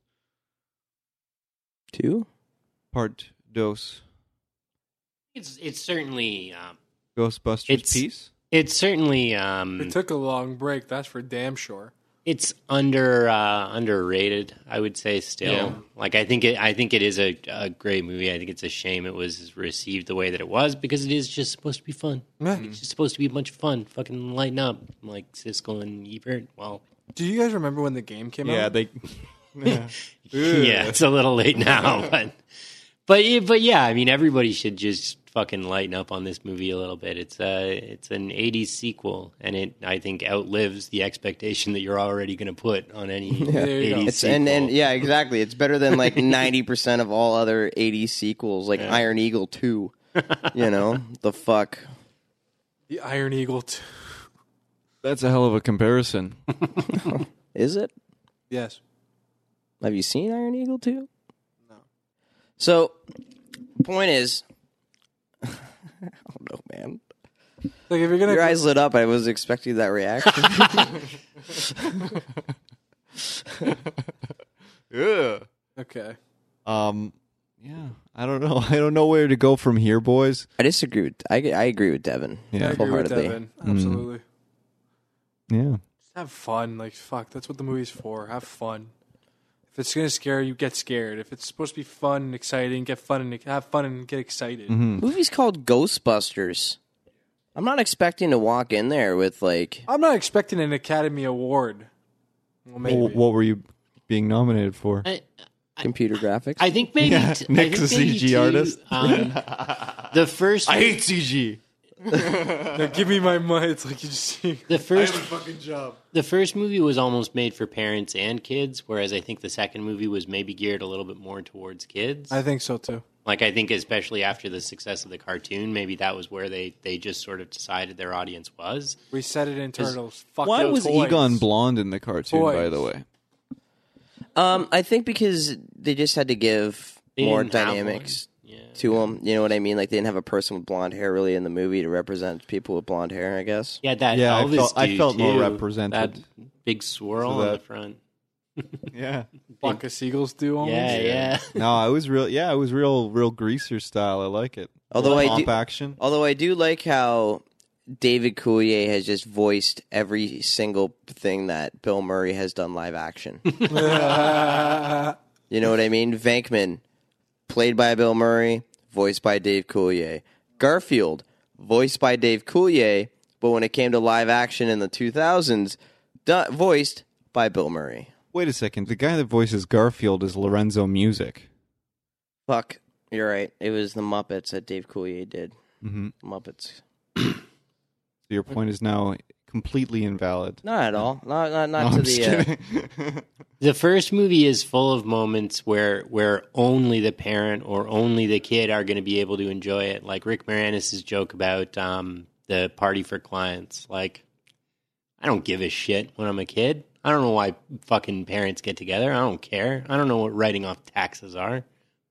Two.
Part Dos?
it's it's certainly um,
Ghostbusters
It's-
piece?
it's certainly um,
it took a long break. That's for damn sure.
It's under uh, underrated, I would say. Still,
Yeah.
like I think it, I think it is a, a great movie. I think it's a shame it was received the way that it was because it is just supposed to be fun. It's just supposed to be a bunch of fun. Fucking lighten up, like Siskel and Ebert. Well,
Do you guys remember when the game came
Yeah,
out?
they.
yeah, it's a little late now, but but yeah, but yeah, I mean, everybody should just fucking lighten up on this movie a little bit. It's a it's an '80s sequel, and it I think outlives the expectation that you're already going to put on any
There you go.
'80s
It's and,
sequel.
and yeah, exactly. It's better than like ninety percent of all other eighty sequels, like Iron Eagle two. You know the fuck.
the Iron Eagle. T-
That's a hell of a comparison.
Is it?
yes.
Have you seen Iron Eagle 2? No. So, point is, I don't know, man.
Like if you're gonna
Your eyes lit up. I was expecting that reaction.
yeah.
okay.
Um, yeah. I don't know. I don't know where to go from here, boys.
I disagree with. I, I agree with Devin.
I
Yeah. Mm.
agree with
Wholeheartedly.
Devin. Absolutely.
Yeah.
Just have fun. Like fuck, that's what the movie's for. Have fun. If it's gonna scare you, get scared. If it's supposed to be fun and exciting, get fun and have fun and get excited.
Mm-hmm.
Movie's called Ghostbusters. I'm not expecting to walk in there with like.
I'm not expecting an Academy Award. Well, maybe.
Wh- What were you being nominated for?
I,
Computer graphics.
I think maybe
Yeah,
t-
Nick's
I
a
think maybe
CG
too,
artist.
um, the first,
CG.
Now give me my money. It's like you just see.
the first,
fucking job.
the first movie was almost made for parents and kids, whereas I think the second movie was maybe geared a little bit more towards kids.
I think so too.
Like I think especially after the success of the cartoon, maybe that was where they they just sort of decided their audience was.
We said it in turtles. Fuck
Why
those
was
toys.
Egon blonde in the cartoon, by
Toys.
the way?
Um, I think because they just had to give
They
more
didn't have one.
dynamics
Yeah.
to them. You know what I mean? Like they didn't have a person with blonde hair really in the movie to represent people with blonde hair. I guess.
Yeah, that
Yeah, I
Elvis
felt- I
dude,
felt more
too.
represented
That big swirl
for
on the
that.
front.
Yeah.
Flock of seagulls do almost.
Yeah, yeah.
no, I was real. Yeah, it was real, real greaser style. I like it.
Although I
Pop
do,
action.
although I do like how David Coulier has just voiced every single thing that Bill Murray has done live action. you know what I mean? Venkman, played by Bill Murray, voiced by Dave Coulier. Garfield, voiced by Dave Coulier, but when it came to live action in the 2000s, du- voiced by Bill Murray.
Wait a second. The guy that voices Garfield is Lorenzo Music.
Fuck, you're right. It was the Muppets that Dave Coulier did. Mm-hmm. Muppets.
So your point is now completely invalid.
Not at all. Not not
No,
not
I'm
to
just
the. Uh,
kidding.
The first movie is full of moments where where only the parent or only the kid are going to be able to enjoy it. Like Rick Moranis' joke about um, the party for clients. Like, I don't give a shit when I'm a kid. I don't know why fucking parents get together. I don't care. I don't know what writing off taxes are.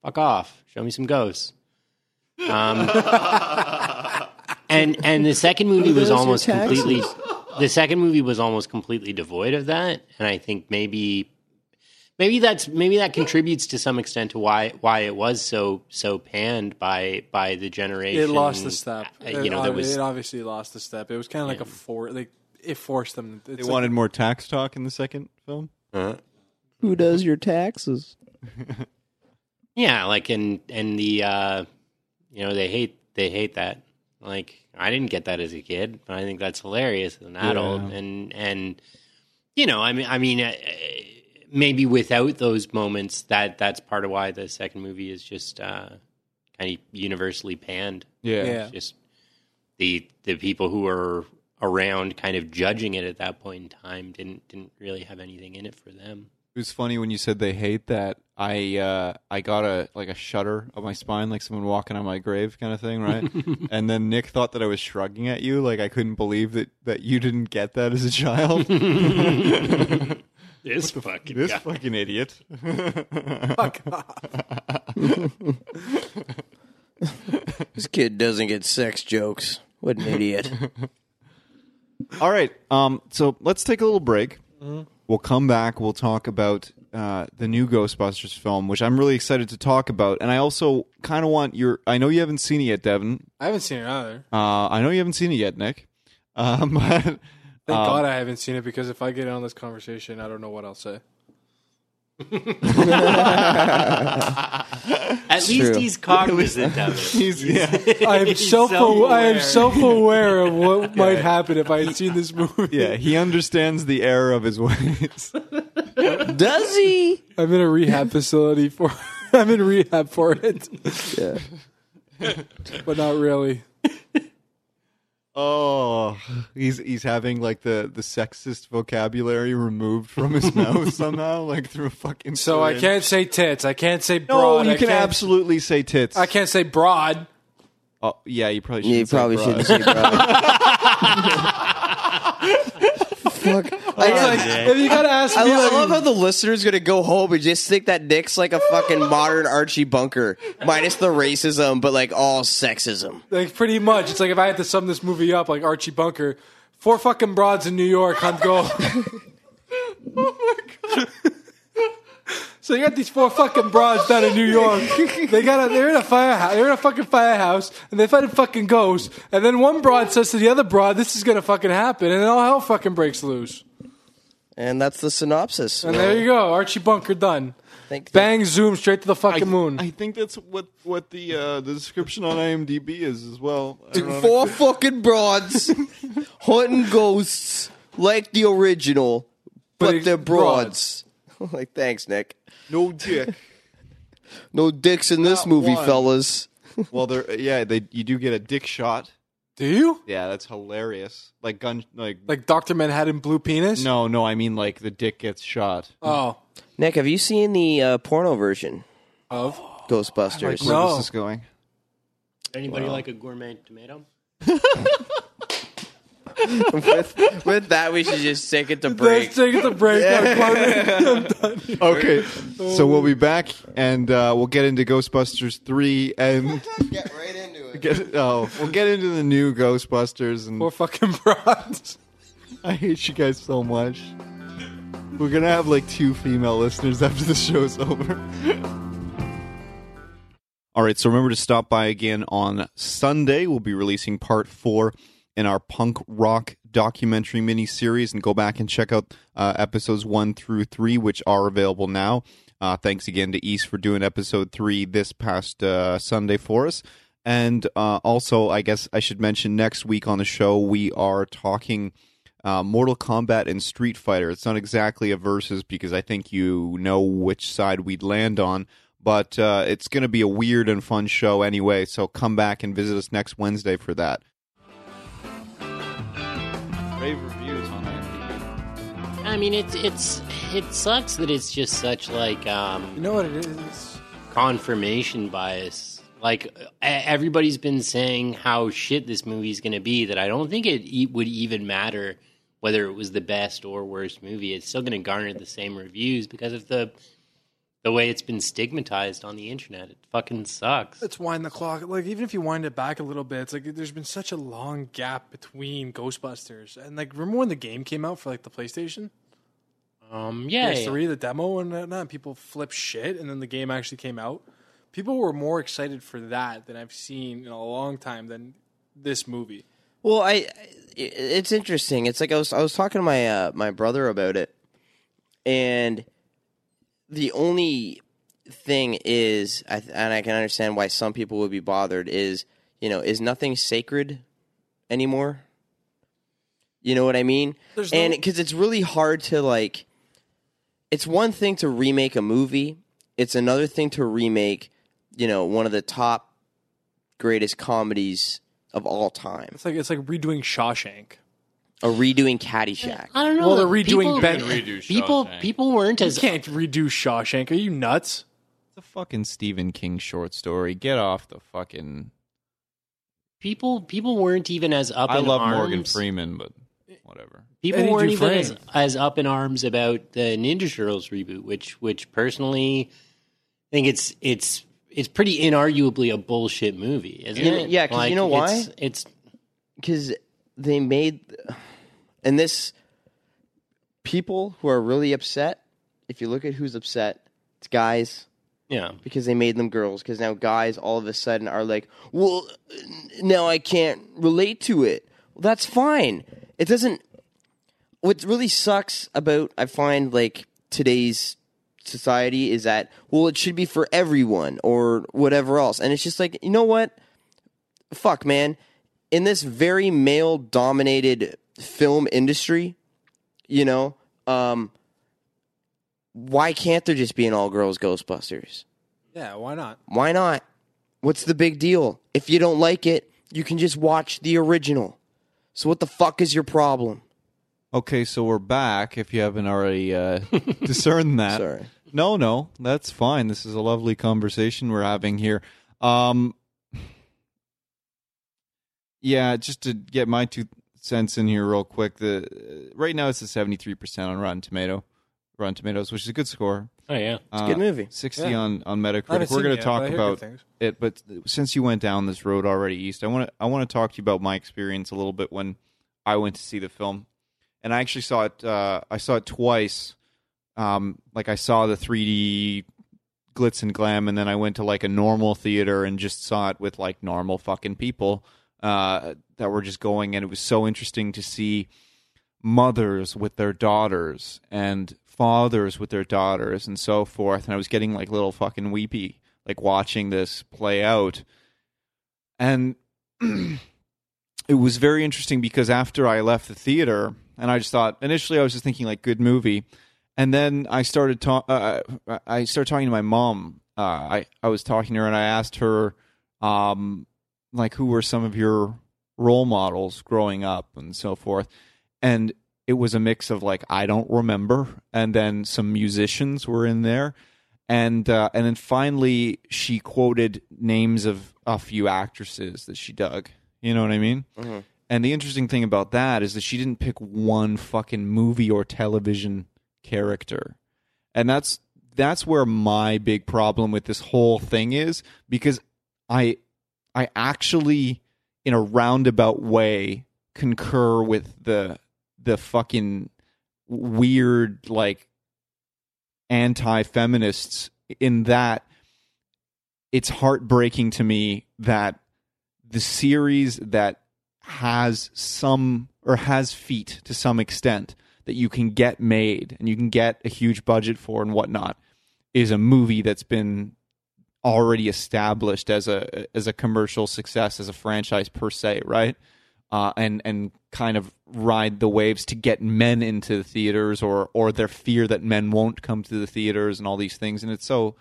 Fuck off. Show me some ghosts. Um, and and the second movie was almost completely. The second movie was almost completely devoid of that, and I think maybe maybe that's maybe that contributes to some extent to why why it was so so panned by by the generation.
It lost the step.
uh, You know,
it,
that
obvi-
was
it obviously lost the step. It was kind of like a for like it forced them. It's
they
like-
wanted more tax talk in the second film.
Who does your taxes?
Yeah, like and and the uh you know, they hate they hate that. Like I didn't get that as a kid, but I think that's hilarious as an adult
Yeah.
and and you know, I mean I mean uh, maybe without those moments that that's part of why the second movie is just uh kind of universally panned.
Yeah.
It's just the the people who were around kind of judging it at that point in time didn't didn't really have anything in it for them.
It was funny when you said they hate that. I uh, I got a like a shudder of my spine, like someone walking on my grave, kind of thing, right? and then Nick thought that I was shrugging at you, like I couldn't believe that that you didn't get that as a child.
This fucking
this fucking idiot.
This kid doesn't get sex jokes. What an idiot.
All right. Um. So let's take a little break. We'll come back. We'll talk about uh, the new Ghostbusters film, which I'm really excited to talk about, and I also kind of want your. I know you haven't seen it yet, Devin.
I haven't seen it either.
Uh, I know you haven't seen it yet, Nick. Um, but
Thank God I haven't seen it because if I get on this conversation, I don't know what I'll say.
At least
true.
he's cognizant of it.
he's yeah.
I am self I
self-aware.
am self aware of what might happen if I had seen this movie.
Yeah, he understands the error of his ways.
does he?
I'm in a rehab facility for I'm in rehab for it.
Yeah.
But not really.
Oh, he's he's having like the the sexist vocabulary removed from his mouth somehow, like through a fucking.
So I
syringe.
can't say tits. I can't say
No,
broad.
you
I
can
can't-
absolutely say tits.
I can't say broad.
Oh, yeah, you probably should.
You probably shouldn't say bro. Fuck. I,
Like,
like,
if you gotta ask me,
I, lo- I
like,
love how the listener's gonna go home and just think that Nick's like a fucking modern Archie Bunker, minus the racism, but like all sexism.
Like pretty much, it's like if I had to sum this movie up, like Archie Bunker, four fucking broads in New York. I'm going. oh my god! so you got these four fucking broads down in New York. They got a, they're in a firehouse. They're in a fucking firehouse, and they fight a fucking ghost. And then one broad says to the other broad, "This is gonna fucking happen," and then all hell fucking breaks loose.
And that's the synopsis.
And there you go, Archie Bunker done.
Thank-
Bang, zoom straight to the fucking moon.
I think that's what what the uh, the description on IMDb is as well. I don't know.
Four fucking broads hunting ghosts like the original, but,
it-
they're broads. like, thanks, Nick.
No dick.
No dicks in this
Not
movie,
one.
fellas.
well, there. Yeah, they you do get a dick shot.
Do you
Yeah, that's hilarious. Like gun. Like
like Doctor Manhattan blue penis?
no, no. I mean like the dick gets shot.
Oh,
Nick, have you seen the uh, porno version?
of
Ghostbusters.
Where
No.
this is going?
Anybody like a gourmet tomato?
with, with that, we should just take it to break.
Let's take the break. I'm done.
Okay, so we'll be back and uh, we'll get into Ghostbusters three and
Get right into it.
get oh, we'll get into the new Ghostbusters and
We're fucking broads.
I hate you guys so much. We're gonna have like two female listeners after the show's over. All right, so remember to stop by again on Sunday. We'll be releasing part four in our punk rock documentary mini series, and go back and check out uh, episodes one through three, which are available now. Uh, thanks again to East for doing episode three this past uh, Sunday for us. And uh, also, I guess I should mention next week on the show, we are talking uh, Mortal Kombat and Street Fighter. It's not exactly a versus because I think you know which side we'd land on, but uh, it's going to be a weird and fun show anyway. So come back and visit us next Wednesday for that. Rave reviews on IMDb.
I mean, it's it's it sucks that it's just such like
You
um,
know what it is? It's-
confirmation bias. Like e- everybody's been saying how shit this movie's going to be. That I don't think it e- would even matter whether it was the best or worst movie. It's still going to garner the same reviews because of the the way it's been stigmatized on the internet. It fucking sucks.
Let's wind the clock. Like even if you wind it back a little bit, it's like there's been such a long gap between Ghostbusters and like remember when the game came out for like the PlayStation?
Um, yeah, yeah.
PS3, the demo and whatnot, and people flip shit, and then the game actually came out. People were more excited for that than I've seen in a long time than this movie.
Well, I I- it's interesting. It's like I was I was talking to my uh, my brother about it, and the only thing is, I th- and I can understand why some people would be bothered is you know is nothing sacred anymore. You know what I mean?
There's
and
no-
because it's really hard to like, it's one thing to remake a movie. It's another thing to remake, you know, one of the top greatest comedies of all time
It's like it's like redoing Shawshank.
a redoing Caddyshack.
I don't know.
Well, they're redoing
people,
Ben-
Redo
People,
Shawshank.
people weren't
You
as
can't redo Shawshank. Are you nuts?
It's a fucking Stephen King short story. Get off the fucking.
people. People weren't even as up.
I
in
love
arms.
Morgan Freeman, but whatever.
People
Eddie
weren't even
Dufresne.
as, as up in arms about the Ninja Turtles reboot, which, which personally, I think it's it's it's pretty inarguably a bullshit movie, isn't
You-
it?
yeah, 'cause you know why?
It's, it's
Because they made, and this, people who are really upset, if you look at who's upset, it's guys
yeah.
because they made them girls. Because now guys all of a sudden are like, well, n- now I can't relate to it. Well, that's fine. It doesn't. What really sucks about, I find, like, today's society is that, well, it should be for everyone or whatever else. And it's just like, you know what? fuck, man, in this very male dominated film industry, you know, um, why can't there just be an all girls Ghostbusters?
Yeah, why not?
Why not? What's the big deal? If you don't like it, you can just watch the original. So what the fuck is your problem?
Okay, so we're back. If you haven't already uh, discerned that,
Sorry.
No, no, that's fine. This is a lovely conversation we're having here. Um, yeah, just to get my two cents in here real quick. The uh, right now it's a seventy three percent on Rotten Tomato, Rotten Tomatoes, which is a good score.
Oh yeah.
It's
Good movie.
Sixty
Yeah.
on on
I haven't
Metacritic. We're
seen it
going
yet,
to
but I
talk
hear good
about
things.
it, but since you went down this road already, East, I want to I want to talk to you about my experience a little bit when I went to see the film, and I actually saw it. Uh, I saw it twice. Um, like I saw the 3D glitz and glam, and then I went to like a normal theater and just saw it with like normal fucking people uh, that were just going, and it was so interesting to see mothers with their daughters and fathers with their daughters and so forth. And I was getting like little fucking weepy, like watching this play out. And it was very interesting because after I left the theater, and I just thought initially I was just thinking like good movie, and then I started ta- uh, I- I started talking to my mom. Uh, I I was talking to her and I asked her, um, like who were some of your role models growing up and so forth, and it was a mix of like I don't remember, and then some musicians were in there, and uh, and then finally she quoted names of a few actresses that she dug. You know what I mean? And the interesting thing about that is that she didn't pick one fucking movie or television character, and that's that's where my big problem with this whole thing is because I I actually in a roundabout way concur with the the fucking weird like anti-feminists in that it's heartbreaking to me that the series that has some or has feet to some extent that you can get made and you can get a huge budget for and whatnot is a movie that's been already established as a as a commercial success as a franchise per se right uh, and and kind of ride the waves to get men into the theaters or or their fear that men won't come to the theaters and all these things and it's so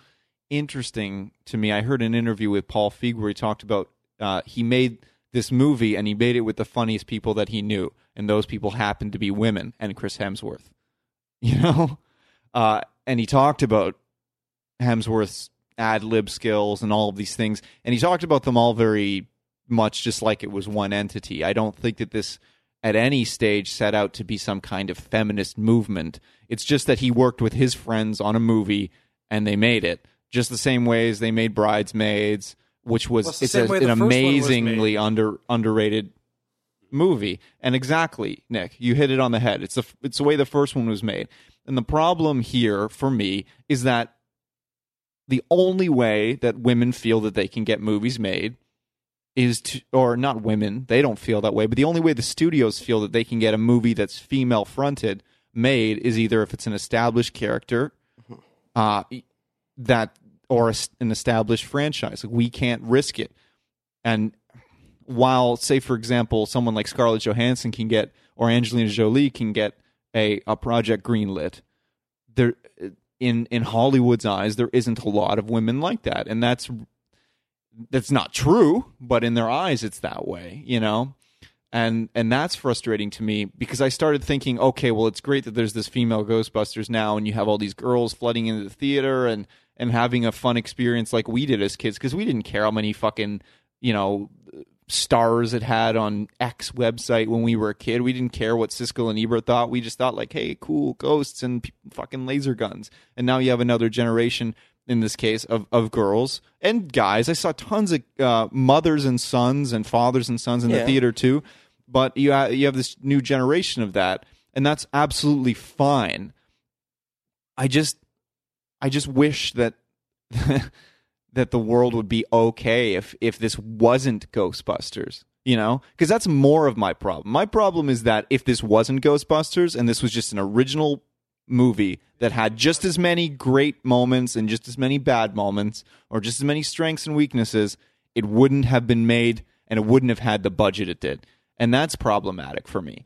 interesting to me I heard an interview with Paul Feig where he talked about uh, he made this movie and he made it with the funniest people that he knew and those people happened to be women and Chris Hemsworth you know uh, and he talked about Hemsworth's ad lib skills and all of these things. And he talked about them all very much just like it was one entity. I don't think that this at any stage set out to be some kind of feminist movement. It's just that he worked with his friends on a movie and they made it. Just the same way as they made Bridesmaids, which was
Well, it's the
it's
same
a-
way
an
the first one was made.
amazingly under underrated movie. And exactly, Nick, you hit it on the head. It's the it's the way the first one was made. And the problem here for me is that the only way that women feel that they can get movies made is to or not women, they don't feel that way, but the only way the studios feel that they can get a movie that's female fronted made is either if it's an established character uh that or a s an established franchise. Like we can't risk it. And while say for example someone like Scarlett Johansson can get or Angelina Jolie can get a a project greenlit there in in Hollywood's eyes there isn't a lot of women like that and that's that's not true but in their eyes it's that way you know and and that's frustrating to me because I started thinking, okay, well, it's great that there's this female Ghostbusters now, and you have all these girls flooding into the theater and and having a fun experience like we did as kids because we didn't care how many fucking you know stars it had on X website when we were a kid. We didn't care what Siskel and Ebert thought. We just thought like, hey, cool ghosts and p- fucking laser guns. And now you have another generation in this case of of girls and guys. I saw tons of uh, mothers and sons and fathers and sons in the
Yeah.
theater too. But you ha- you have this new generation of that, and that's absolutely fine. I just I just wish that that the world would be okay if if this wasn't Ghostbusters, you know? Cuz that's more of my problem. My problem is that if this wasn't Ghostbusters and this was just an original movie that had just as many great moments and just as many bad moments or just as many strengths and weaknesses, it wouldn't have been made and it wouldn't have had the budget it did. And that's problematic for me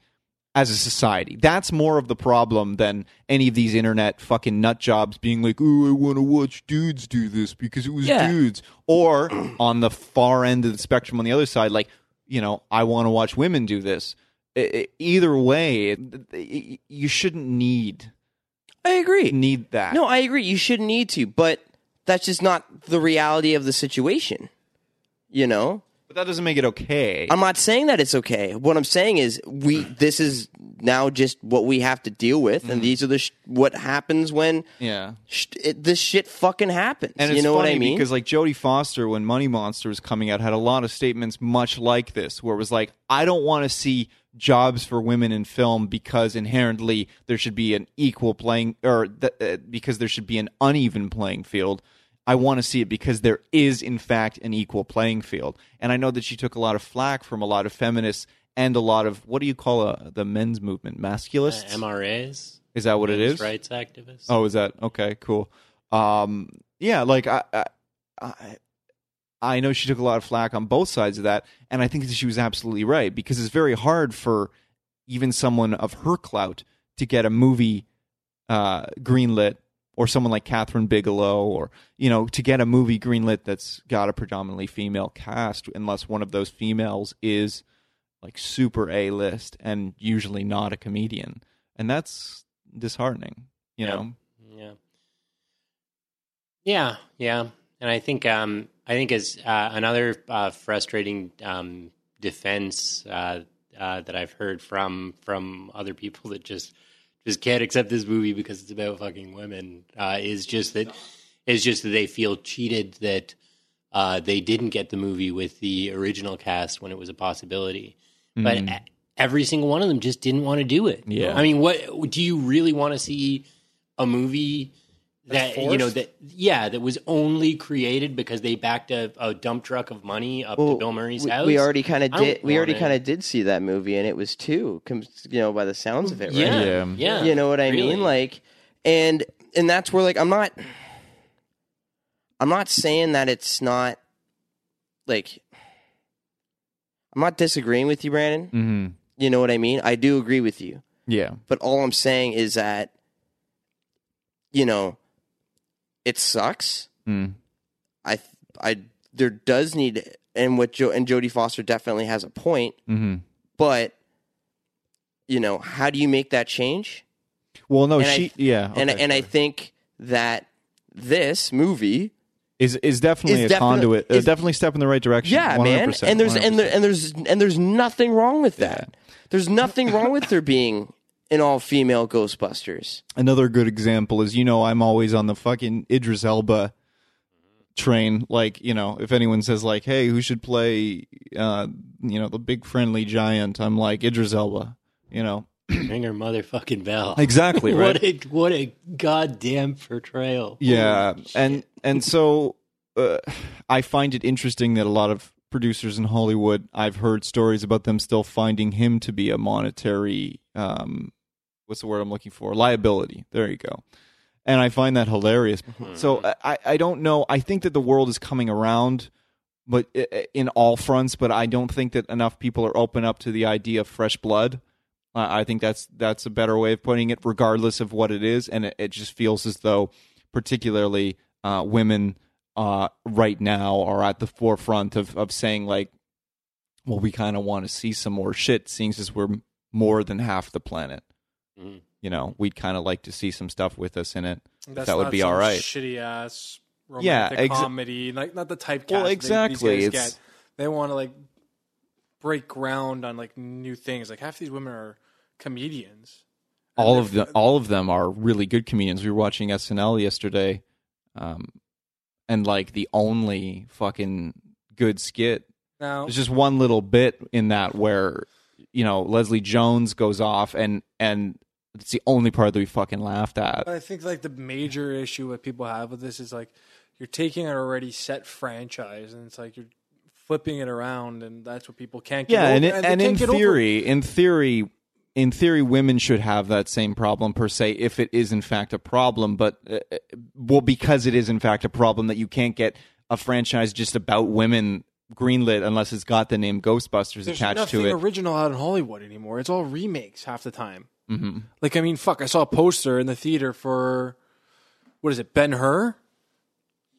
as a society. That's more of the problem than any of these internet fucking nut jobs being like, "Oh, I want to watch dudes do this because it was dudes," or on the far end of the spectrum on the other side, like, you know, I want to watch women do this. I- I- Either way, it- it- you shouldn't need
I agree.
need that.
No, I agree. You shouldn't need to, but that's just not the reality of the situation. You know,
but that doesn't make it okay.
I'm not saying that it's okay. What I'm saying is we this is now just what we have to deal with,
Mm-hmm.
and these are the sh- what happens when
yeah.
sh- it, this shit fucking happens.
And
you
it's
know
funny
what I mean?
because like Jodie Foster when Money Monster was coming out had a lot of statements much like this where it was like I don't want to see jobs for women in film because inherently there should be an equal playing or th- uh, because there should be an uneven playing field. I want to see it because there is in fact an equal playing field. And I know that she took a lot of flack from a lot of feminists and a lot of what do you call uh, the men's movement masculists?
MRAs,
is that what it is?
rights activists.
Oh, is that okay? Cool. Um, yeah, like I, I, I, I know she took a lot of flack on both sides of that, and I think that she was absolutely right because it's very hard for even someone of her clout to get a movie uh, greenlit, or someone like Catherine Bigelow, or you know, to get a movie greenlit that's got a predominantly female cast, unless one of those females is like super A list and usually not a comedian, and that's disheartening, you
Yeah.
know.
Yeah. Yeah, yeah, and I think um, I think as uh, another uh, frustrating um, defense uh, uh, that I've heard from from other people that just just can't accept this movie because it's about fucking women uh, is just that is just that they feel cheated that uh, they didn't get the movie with the original cast when it was a possibility, but e- every single one of them just didn't want to do it.
Yeah.
I mean, what do you really want to see a movie? that you know
forced?
that yeah that was only created because they backed a, a dump truck of money up
Well,
to Bill Murray's
we,
house.
we already kind of
I don't
did. We already
want it.
kind of did see that movie, and it was two. com- You know, by the sounds of it, right?
yeah,
Yeah.
yeah
you know what I
really.
mean? Like, and and that's where like I'm not, I'm not saying that it's not, like, I'm not disagreeing with you, Brandon.
Mm-hmm.
You know what I mean? I do agree with you,
Yeah.
but all I'm saying is that, you know, it sucks.
Mm.
I I there does need and what jo- and Jodie Foster definitely has a point,
hmm
but you know how do you make that change?
Well, no,
And I-
she. yeah,
and
Ah, okay,
and I
sure.
think that this movie,
is is definitely
is
a
defini-
conduit. uh,
is-
definitely a step in the right direction.
yeah, man,
100%,
and there's and there,
100%.
and there's and there's nothing wrong with that. There's nothing wrong with there being an all female Ghostbusters.
another good example is you know I'm always on the fucking Idris Elba train. Like you know, if anyone says like, "Hey, who should play?" Uh, you know, the big friendly giant. I'm like Idris Elba. You know,
ring her motherfucking bell.
exactly right.
What a what a goddamn portrayal.
yeah and and so uh, i find it interesting that a lot of producers in hollywood i've heard stories about them still finding him to be a monetary um what's the word i'm looking for liability there you go and i find that hilarious so I- i i don't know i think that the world is coming around but i- i- in all fronts but i don't think that enough people are open up to the idea of fresh blood I I think that's that's a better way of putting it, regardless of what it is, and it, it just feels as though, particularly uh, women uh, right now, are at the forefront of of saying like, well, we kind of want to see some more shit, seeing as we're m- more than half the planet.
Mhm.
You know, we'd kind of like to see some stuff with us in it. if
That's
that would
not
be
some
all right.
Shitty ass romantic
Yeah, exa-
comedy, like not the typecast.
Well,
they- these
exactly,
guys
it's-
get. They want to like break ground on like new things. Like half these women are comedians.
All of them, all of them are really good comedians. We were watching SNL yesterday, um, and like the only fucking good skit
Now,
There's just one little bit in that where you know Leslie Jones goes off and and it's the only part that we fucking laughed at.
But I think like the major issue that people have with this is like you're taking an already set franchise and it's like you're flipping it around and that's what people can't get
Yeah,
over.
and it,
they
and
can't
in
get over-
theory, in theory, in theory, women should have that same problem per se if it is in fact a problem. But uh, uh, well, because it is in fact a problem that you can't get a franchise just about women greenlit unless it's got the name Ghostbusters
there's
attached
nothing
to it.
original out in Hollywood anymore. It's all remakes half the time.
Mhm.
Like I mean, fuck, I saw a poster in the theater for what is it, Ben Hur?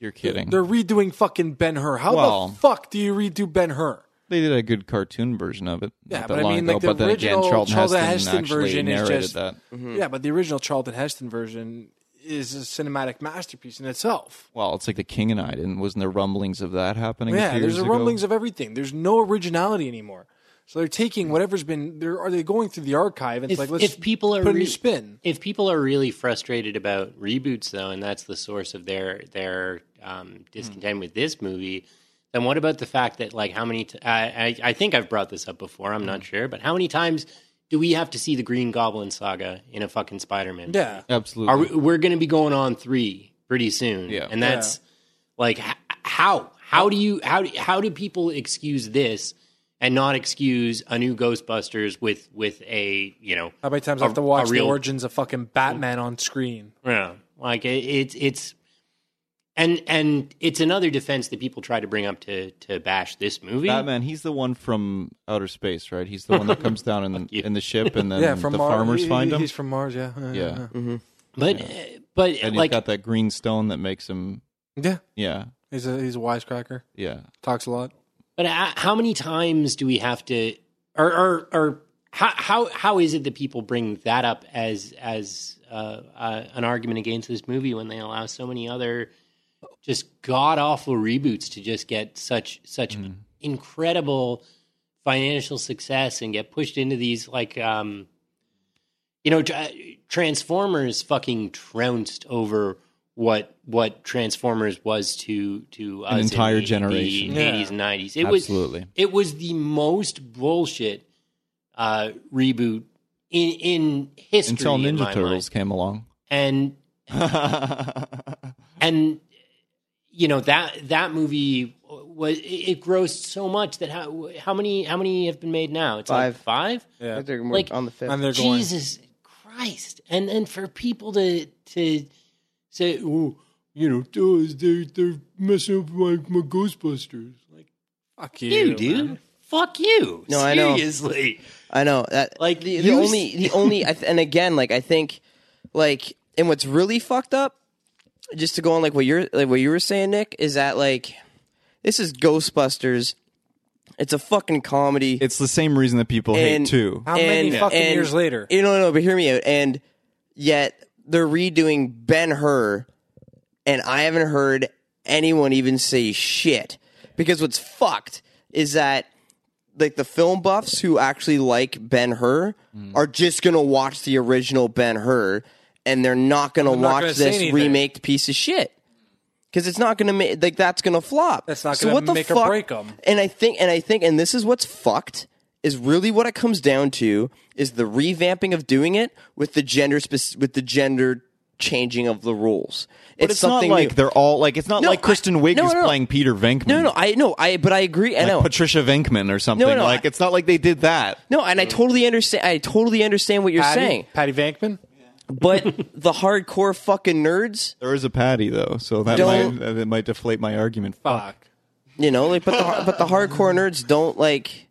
You're kidding.
They're redoing fucking Ben Hur. How
Well-
the fuck do you redo Ben Hur?
They did a good cartoon version of it.
Yeah,
not
but
that
I
long
mean,
ago,
like, the
but then
original
again, Charlton,
Charlton
Heston,
Heston
actually
version is
narrated
just-
that.
Mm-hmm.
Yeah, but the original Charlton Heston version is a cinematic masterpiece in itself.
Well, it's like the King and I didn't. Wasn't there rumblings of that happening? a
Yeah,
few
there's
years
the
ago?
rumblings of everything. There's no originality anymore. So they're taking whatever's been. They're, are they going through the archive? It's
If,
like let's
if people are
put a new
re-
spin.
if people are really frustrated about reboots though, and that's the source of their their um, discontent
Hmm.
with this movie, then what about the fact that like how many? T- I, I I think I've brought this up before. I'm
Hmm.
not sure, but how many times do we have to see the Green Goblin saga in a fucking Spider-Man?
Yeah,
Absolutely.
Are we, we're going to be going on three pretty soon.
Yeah.
and that's like h- how how do you how do, how do people excuse this and not excuse a new Ghostbusters with with a you know
how many times
a-
I have to watch
a
the
real-
origins of fucking Batman on screen?
yeah, like it, it's it's and and it's another defense that people try to bring up to to bash this movie.
Batman. He's the one from outer space, right? He's the one that comes down in in the ship, and then
yeah, from
the
Mars.
farmers
He-
find him.
He's from Mars. Yeah, Uh,
Yeah.
But but
And
like
he's got that green stone that makes him.
yeah.
Yeah,
He's a he's a wisecracker.
yeah.
Talks a lot.
But h- how many times do we have to, or or, or how, how how is it that people bring that up as as uh, uh, an argument against this movie when they allow so many other just god awful reboots to just get such such
Mm-hmm.
incredible financial success and get pushed into these like um you know tra- transformers fucking trounced over what what transformers was to to us in
entire
the- the
generation.
80s and 90s it
Absolutely.
was it was the most bullshit uh reboot in in history
until
in
Ninja
my
Turtles came along.
mind. and and you know that that movie was it- it grossed so much that how how many how many have been made now? It's
Five.
like five.
I
Yeah.
think they're more
Like-
on the fifth.
And they're going.
Jesus Christ! And and for people to to say, oh, you know, "Oh, they they're messing up my, my Ghostbusters. Like
Fuck
you,
you,
dude.
man.
Fuck you.
No, I know.
Seriously.
I know that
Like,
like the, the
you s-
only the only I th- and again like I think like and what's really fucked up just to go on like what you're like what you were saying Nick is that like this is Ghostbusters it's a fucking comedy
It's the same reason that people
And-
hate too.
How many
and-
fucking
and-
years later?
you know no but hear me out and yet they're redoing Ben Hur and I haven't heard anyone even say shit because what's fucked is that like the film buffs who actually like Ben Hur
Hmm.
are just gonna watch the original Ben Hur and they're not gonna
not
watch
gonna say
this
anything.
remake piece of shit because it's not gonna make like that's gonna flop.
That's not gonna make or break 'em.
And I think and I think and this is what's fucked is really what it comes down to is the revamping of doing it with the gender spec- with the gender changing of the rules.
But it's, not like
new.
they're all like it's not
No,
like
I-
Kristen Wiig
no,
is
no, no.
playing Peter Venkman.
No, no, I no, I but I agree. I know.
Patricia Venkman or something.
no,
like
I-
it's not like they did that.
no, and I totally understand. I totally understand what you're saying.
Patty Vankman.
But the hardcore fucking nerds,
There is a Patty though, so that
Don't-
might that might deflate my argument.
Fuck.
you know, like but the but the hardcore nerds don't like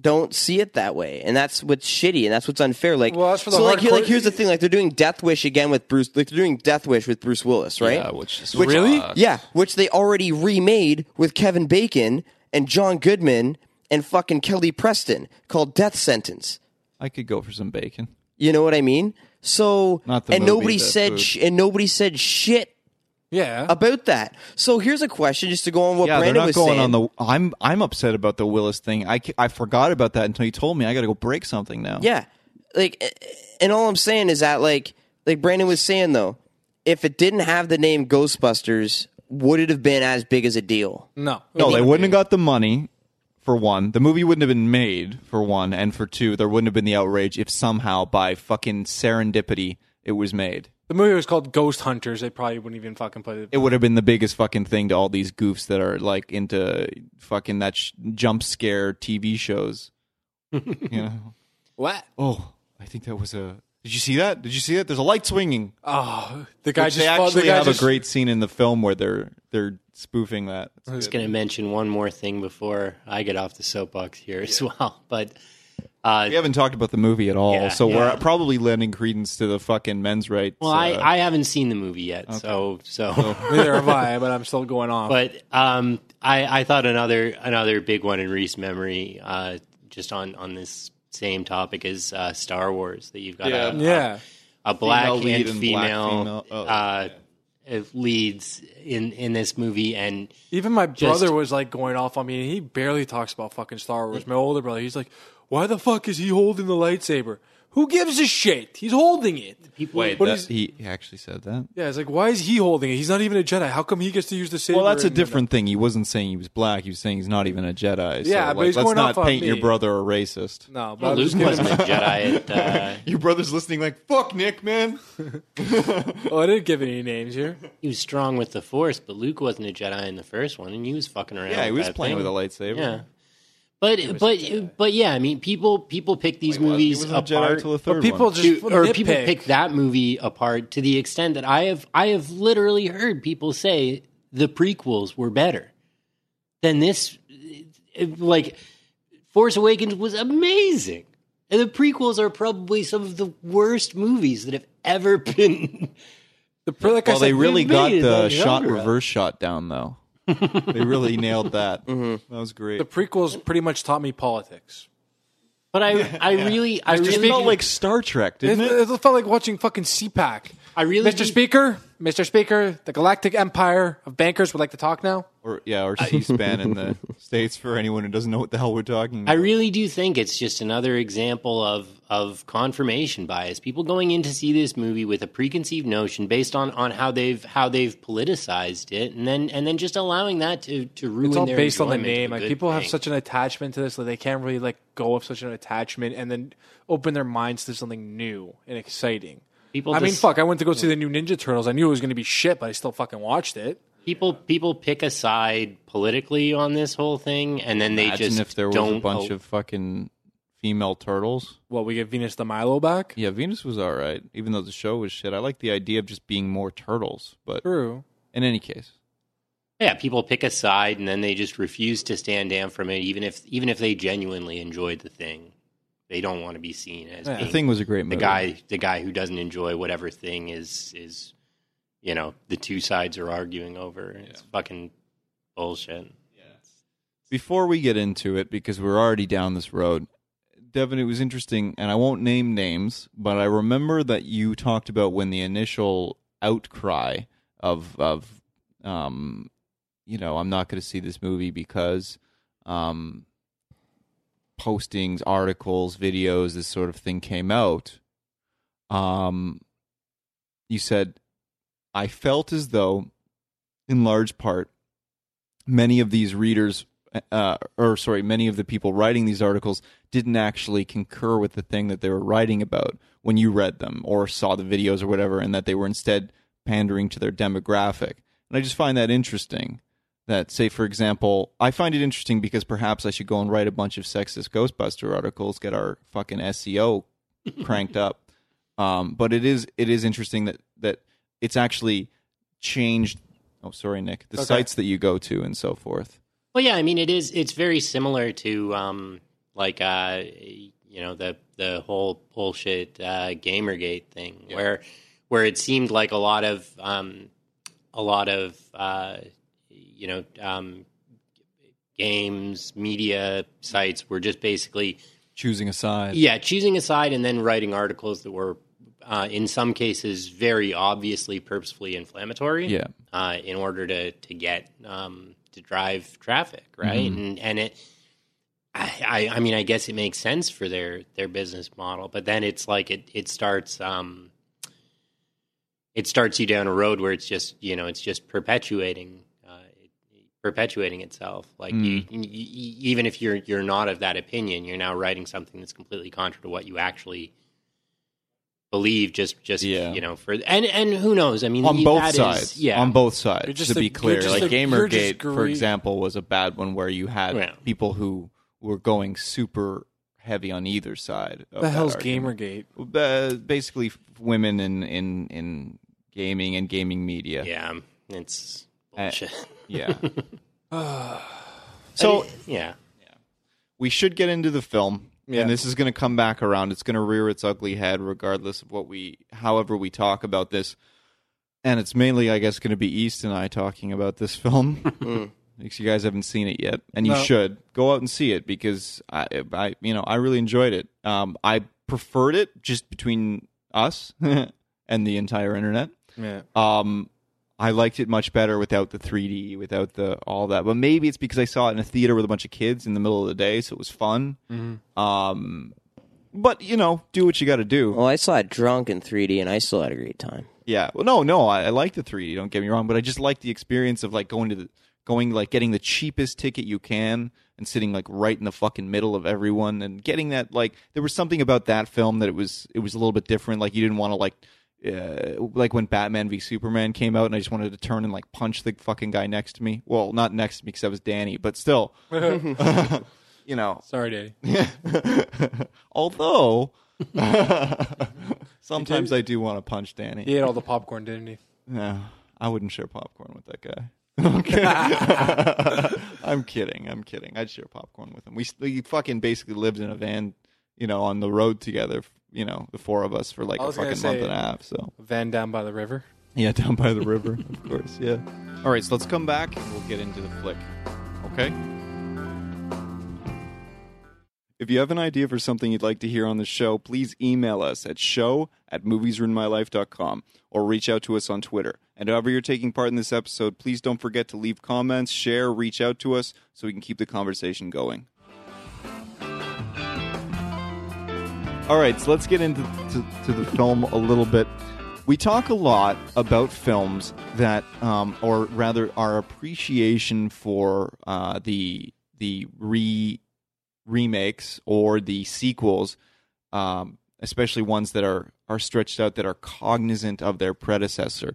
don't see it that way, and that's what's shitty, and that's what's unfair. Like,
Well, that's for the
so like, here-
hardcore-
like here's the thing: like they're doing Death Wish again with Bruce. Like they're doing Death Wish with Bruce Willis, right?
Yeah, Uh, which is
Really?
Yeah, which they already remade with Kevin Bacon and John Goodman and fucking Kelly Preston called Death Sentence.
I could go for some bacon.
You know what I mean? So
Not the
and
movie,
nobody
the
said
food.
sh- and nobody said shit
Yeah.
about that. So here's a question just to go on what
Yeah,
Brandon
they're not
was
going
saying.
on the. I'm I'm upset about the Willis thing. I, ca- I forgot about that until you told me. I got to go break something now.
yeah, like, eh, eh, and all I'm saying is that like like Brandon was saying though, if it didn't have the name Ghostbusters, would it have been as big as a deal?
No.
No, they wouldn't have got the money for one. The movie wouldn't have been made for one, and for two, there wouldn't have been the outrage if somehow by fucking serendipity it was made.
The movie was called Ghost Hunters. They probably wouldn't even fucking put it.
It would have been the biggest fucking thing to all these goofs that are like into fucking that sh- jump scare TV shows. you know?
What?
Oh, I think that was a. Did you see that? Did you see that? There's a light swinging.
Oh, the guy
Which
just.
they
fought-
actually
the guy
have
just,
a great scene in the film where they're they're spoofing that.
I was going to mention one more thing before I get off the soapbox here as well, but uh,
We haven't talked about the movie at all,
Yeah.
so we're
Yeah.
probably lending credence to the fucking men's rights. uh,
well, I, I haven't seen the movie yet, so so.
Neither have I, but I'm still going
uh,
off.
But um, I I thought another another big one in Reese memory, uh, just on on this same topic is uh, Star Wars that you've got
Yeah.
a,
yeah.
a black
Female lead
and
and
female,
black female- oh,
uh, leads in in this movie and.
Even my brother was like going off on me, and he barely talks about fucking Star Wars. My older brother, he's like, "Why the fuck is he holding the lightsaber? Who gives a shit? He's holding it."
wait,
What
that-
is-
he, he actually said that.
Yeah, it's like, why is he holding it? He's not even a Jedi. How come he gets to use the saber?
Well, that's a
and-
different thing. He wasn't saying he was black. He was saying he's not even a Jedi. So,
Yeah,
like,
but he's
let's
going
not
off on
paint your
me.
brother a racist.
No, but
Well,
I'm
Luke
just kidding.
wasn't a Jedi. At, uh,
Your brother's listening, like fuck, Nick, man.
Oh, I didn't give any names here.
he was strong with the Force, but Luke wasn't a Jedi in the first one, and he was fucking around.
Yeah, he
with
was
that
playing
thing.
with a lightsaber.
Yeah. But but but yeah, I mean, people people pick these
he
movies
wasn't a Jedi
apart,
till the third
But people
one.
just
to- or
nitpick.
people pick that movie apart to the extent that I have I have literally heard people say the prequels were better than this. It- Like, Force Awakens was amazing, and the prequels are probably some of the worst movies that have ever been.
The pre- like I
well, they
said,
really
"Dude,
got
made it
the
on
shot
genre."
reverse shot down though. they really nailed that.
Mm-hmm.
That was great.
the prequels pretty much taught me politics.
But I I really I
It
really
felt like Star Trek,
It,
didn't it?
it felt like watching fucking CPAC.
I really
Mr.
think-
Speaker, Mr. Speaker, the galactic empire of bankers would like to talk now.
or yeah, or C-SPAN in the states for anyone who doesn't know what the hell we're talking.
I
about.
really do think it's just another example of of confirmation bias. People going in to see this movie with a preconceived notion based on, on how they've how they've politicized it, and then and then just allowing that to to ruin
It's all
their
based on the
enjoyment of a
name. Like
good
people have
thing.
such an attachment to this that they can't really like go of such an attachment and then open their minds to something new and exciting.
people.
I mean,
just-
fuck! I went to go see the new Ninja Turtles. I knew it was going to be shit, but I still fucking watched it.
People people pick a side politically on this whole thing, and then they
Imagine
just
if there was
don't
a bunch
al-
of fucking female turtles.
Well, we get Venus the Milo back.
Yeah, Venus was all right, even though the show was shit. I like the idea of just being more turtles, but
True.
in any case,
yeah people pick a side and then they just refuse to stand down from it, even if even if they genuinely enjoyed the thing. They don't want to be seen as
Yeah.
the
being
thing was a great movie.
the guy the guy who doesn't enjoy whatever thing is is you know the two sides are arguing over it's fucking bullshit
Before we get into it, because we're already down this road, Devin, it was interesting, and I won't name names, but I remember that you talked about when the initial outcry of of um, you know, I'm not going to see this movie because um, postings, articles, videos, this sort of thing came out. Um, you said, I felt as though, in large part, many of these readers, uh, or sorry, many of the people writing these articles didn't actually concur with the thing that they were writing about when you read them or saw the videos or whatever, and that they were instead pandering to their demographic. And I just find that interesting. That, say, for example, I find it interesting because perhaps I should go and write a bunch of sexist Ghostbuster articles, get our fucking SEO cranked up. Um, but it is it is interesting that that it's actually changed. Oh, sorry, Nick. The sites that you go to and so forth.
well yeah i mean it is it's very similar to um like uh you know the the whole bullshit uh gamergate thing where where it seemed like a lot of um a lot of uh you know um games media sites were just basically
Choosing a side.
Yeah, choosing a side and then writing articles that were, uh, in some cases, very obviously purposefully inflammatory.
Yeah.
Uh, in order to to get um, to drive traffic, right?
Mm-hmm.
And and it, I, I I mean, I guess it makes sense for their their business model, but then it's like it it starts. Um, it starts you down a road where it's just you know it's just perpetuating uh, perpetuating itself like you,
Mm.
you, you- even if you're you're not of that opinion you're now writing something that's completely contrary to what you actually believe just just
Yeah.
you know for and and who knows i mean
On
that
both
is-
sides,
yeah
on both sides.
You're just
to
a-
be
you're
clear,
just
like
a- you're just
GamerGate, for
gre-
example, was a bad one where you had
Yeah.
people who were going super heavy on either side. Of
The
that
hell's
argument.
Gamergate?
Uh, basically, f- women in in in gaming and gaming media.
yeah um, it's bullshit.
Yeah. so
yeah
we should get into the film and this is going to come back around it's going to rear its ugly head regardless of what we however we talk about this and it's mainly i guess going to be east and i talking about this film because you guys haven't seen it yet and you
No.
should go out and see it because i, I you know i really enjoyed it um, i preferred it just between us and the entire internet
Yeah.
um, I liked it much better without the 3D, without the all that. But maybe it's because I saw it in a theater with a bunch of kids in the middle of the day, so it was fun. Um, but you know, do what you got to do.
Well, I saw it drunk in 3D, and I still had a great time.
Yeah. Well, no, no, I, I like the 3D. Don't get me wrong, but I just like the experience of like going to the going like getting the cheapest ticket you can and sitting like right in the fucking middle of everyone and getting that like there was something about that film that it was it was a little bit different. Like you didn't want to like. Uh, like when Batman v Superman came out, and I just wanted to turn and like punch the fucking guy next to me. Well, not next to me because that was Danny, but still, you know.
Sorry, Daddy.
Although sometimes I do want to punch Danny.
He ate all the popcorn, didn't he?
No, I wouldn't share popcorn with that guy. Okay. I'm kidding. I'm kidding. I'd share popcorn with him. We, we fucking basically lived in a van, you know, on the road together, you know, the four of us for like
I
a
was gonna
fucking
say-
month and a half. So,
Van down by the river.
yeah, down by the river, of course. Yeah. All right, so let's come back and we'll get into the flick. Okay? If you have an idea for something you'd like to hear on the show, please email us at show at moviesruinmylife.com or reach out to us on Twitter. And however you're taking part in this episode, please don't forget to leave comments, share, reach out to us so we can keep the conversation going. All right, so let's get into to, to the film a little bit. We talk a lot about films that, um, or rather, our appreciation for uh, the the re remakes or the sequels, um, especially ones that are are stretched out that are cognizant of their predecessor.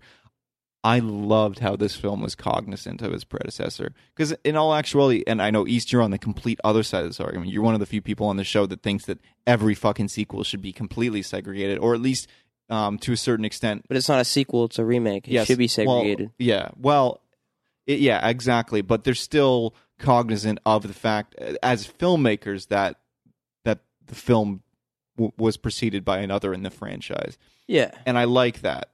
I loved how this film was cognizant of its predecessor. Because in all actuality, and I know East, you're on the complete other side of this argument. You're one of the few people on the show that thinks that every fucking sequel should be completely segregated, or at least um, to a certain extent.
But it's not a sequel; it's a remake. It
Yes,
should be
well,
segregated.
yeah. Well, it, yeah, exactly. But they're still cognizant of the fact, uh, as filmmakers, that that the film w- was preceded by another in the franchise
yeah,
and I like that.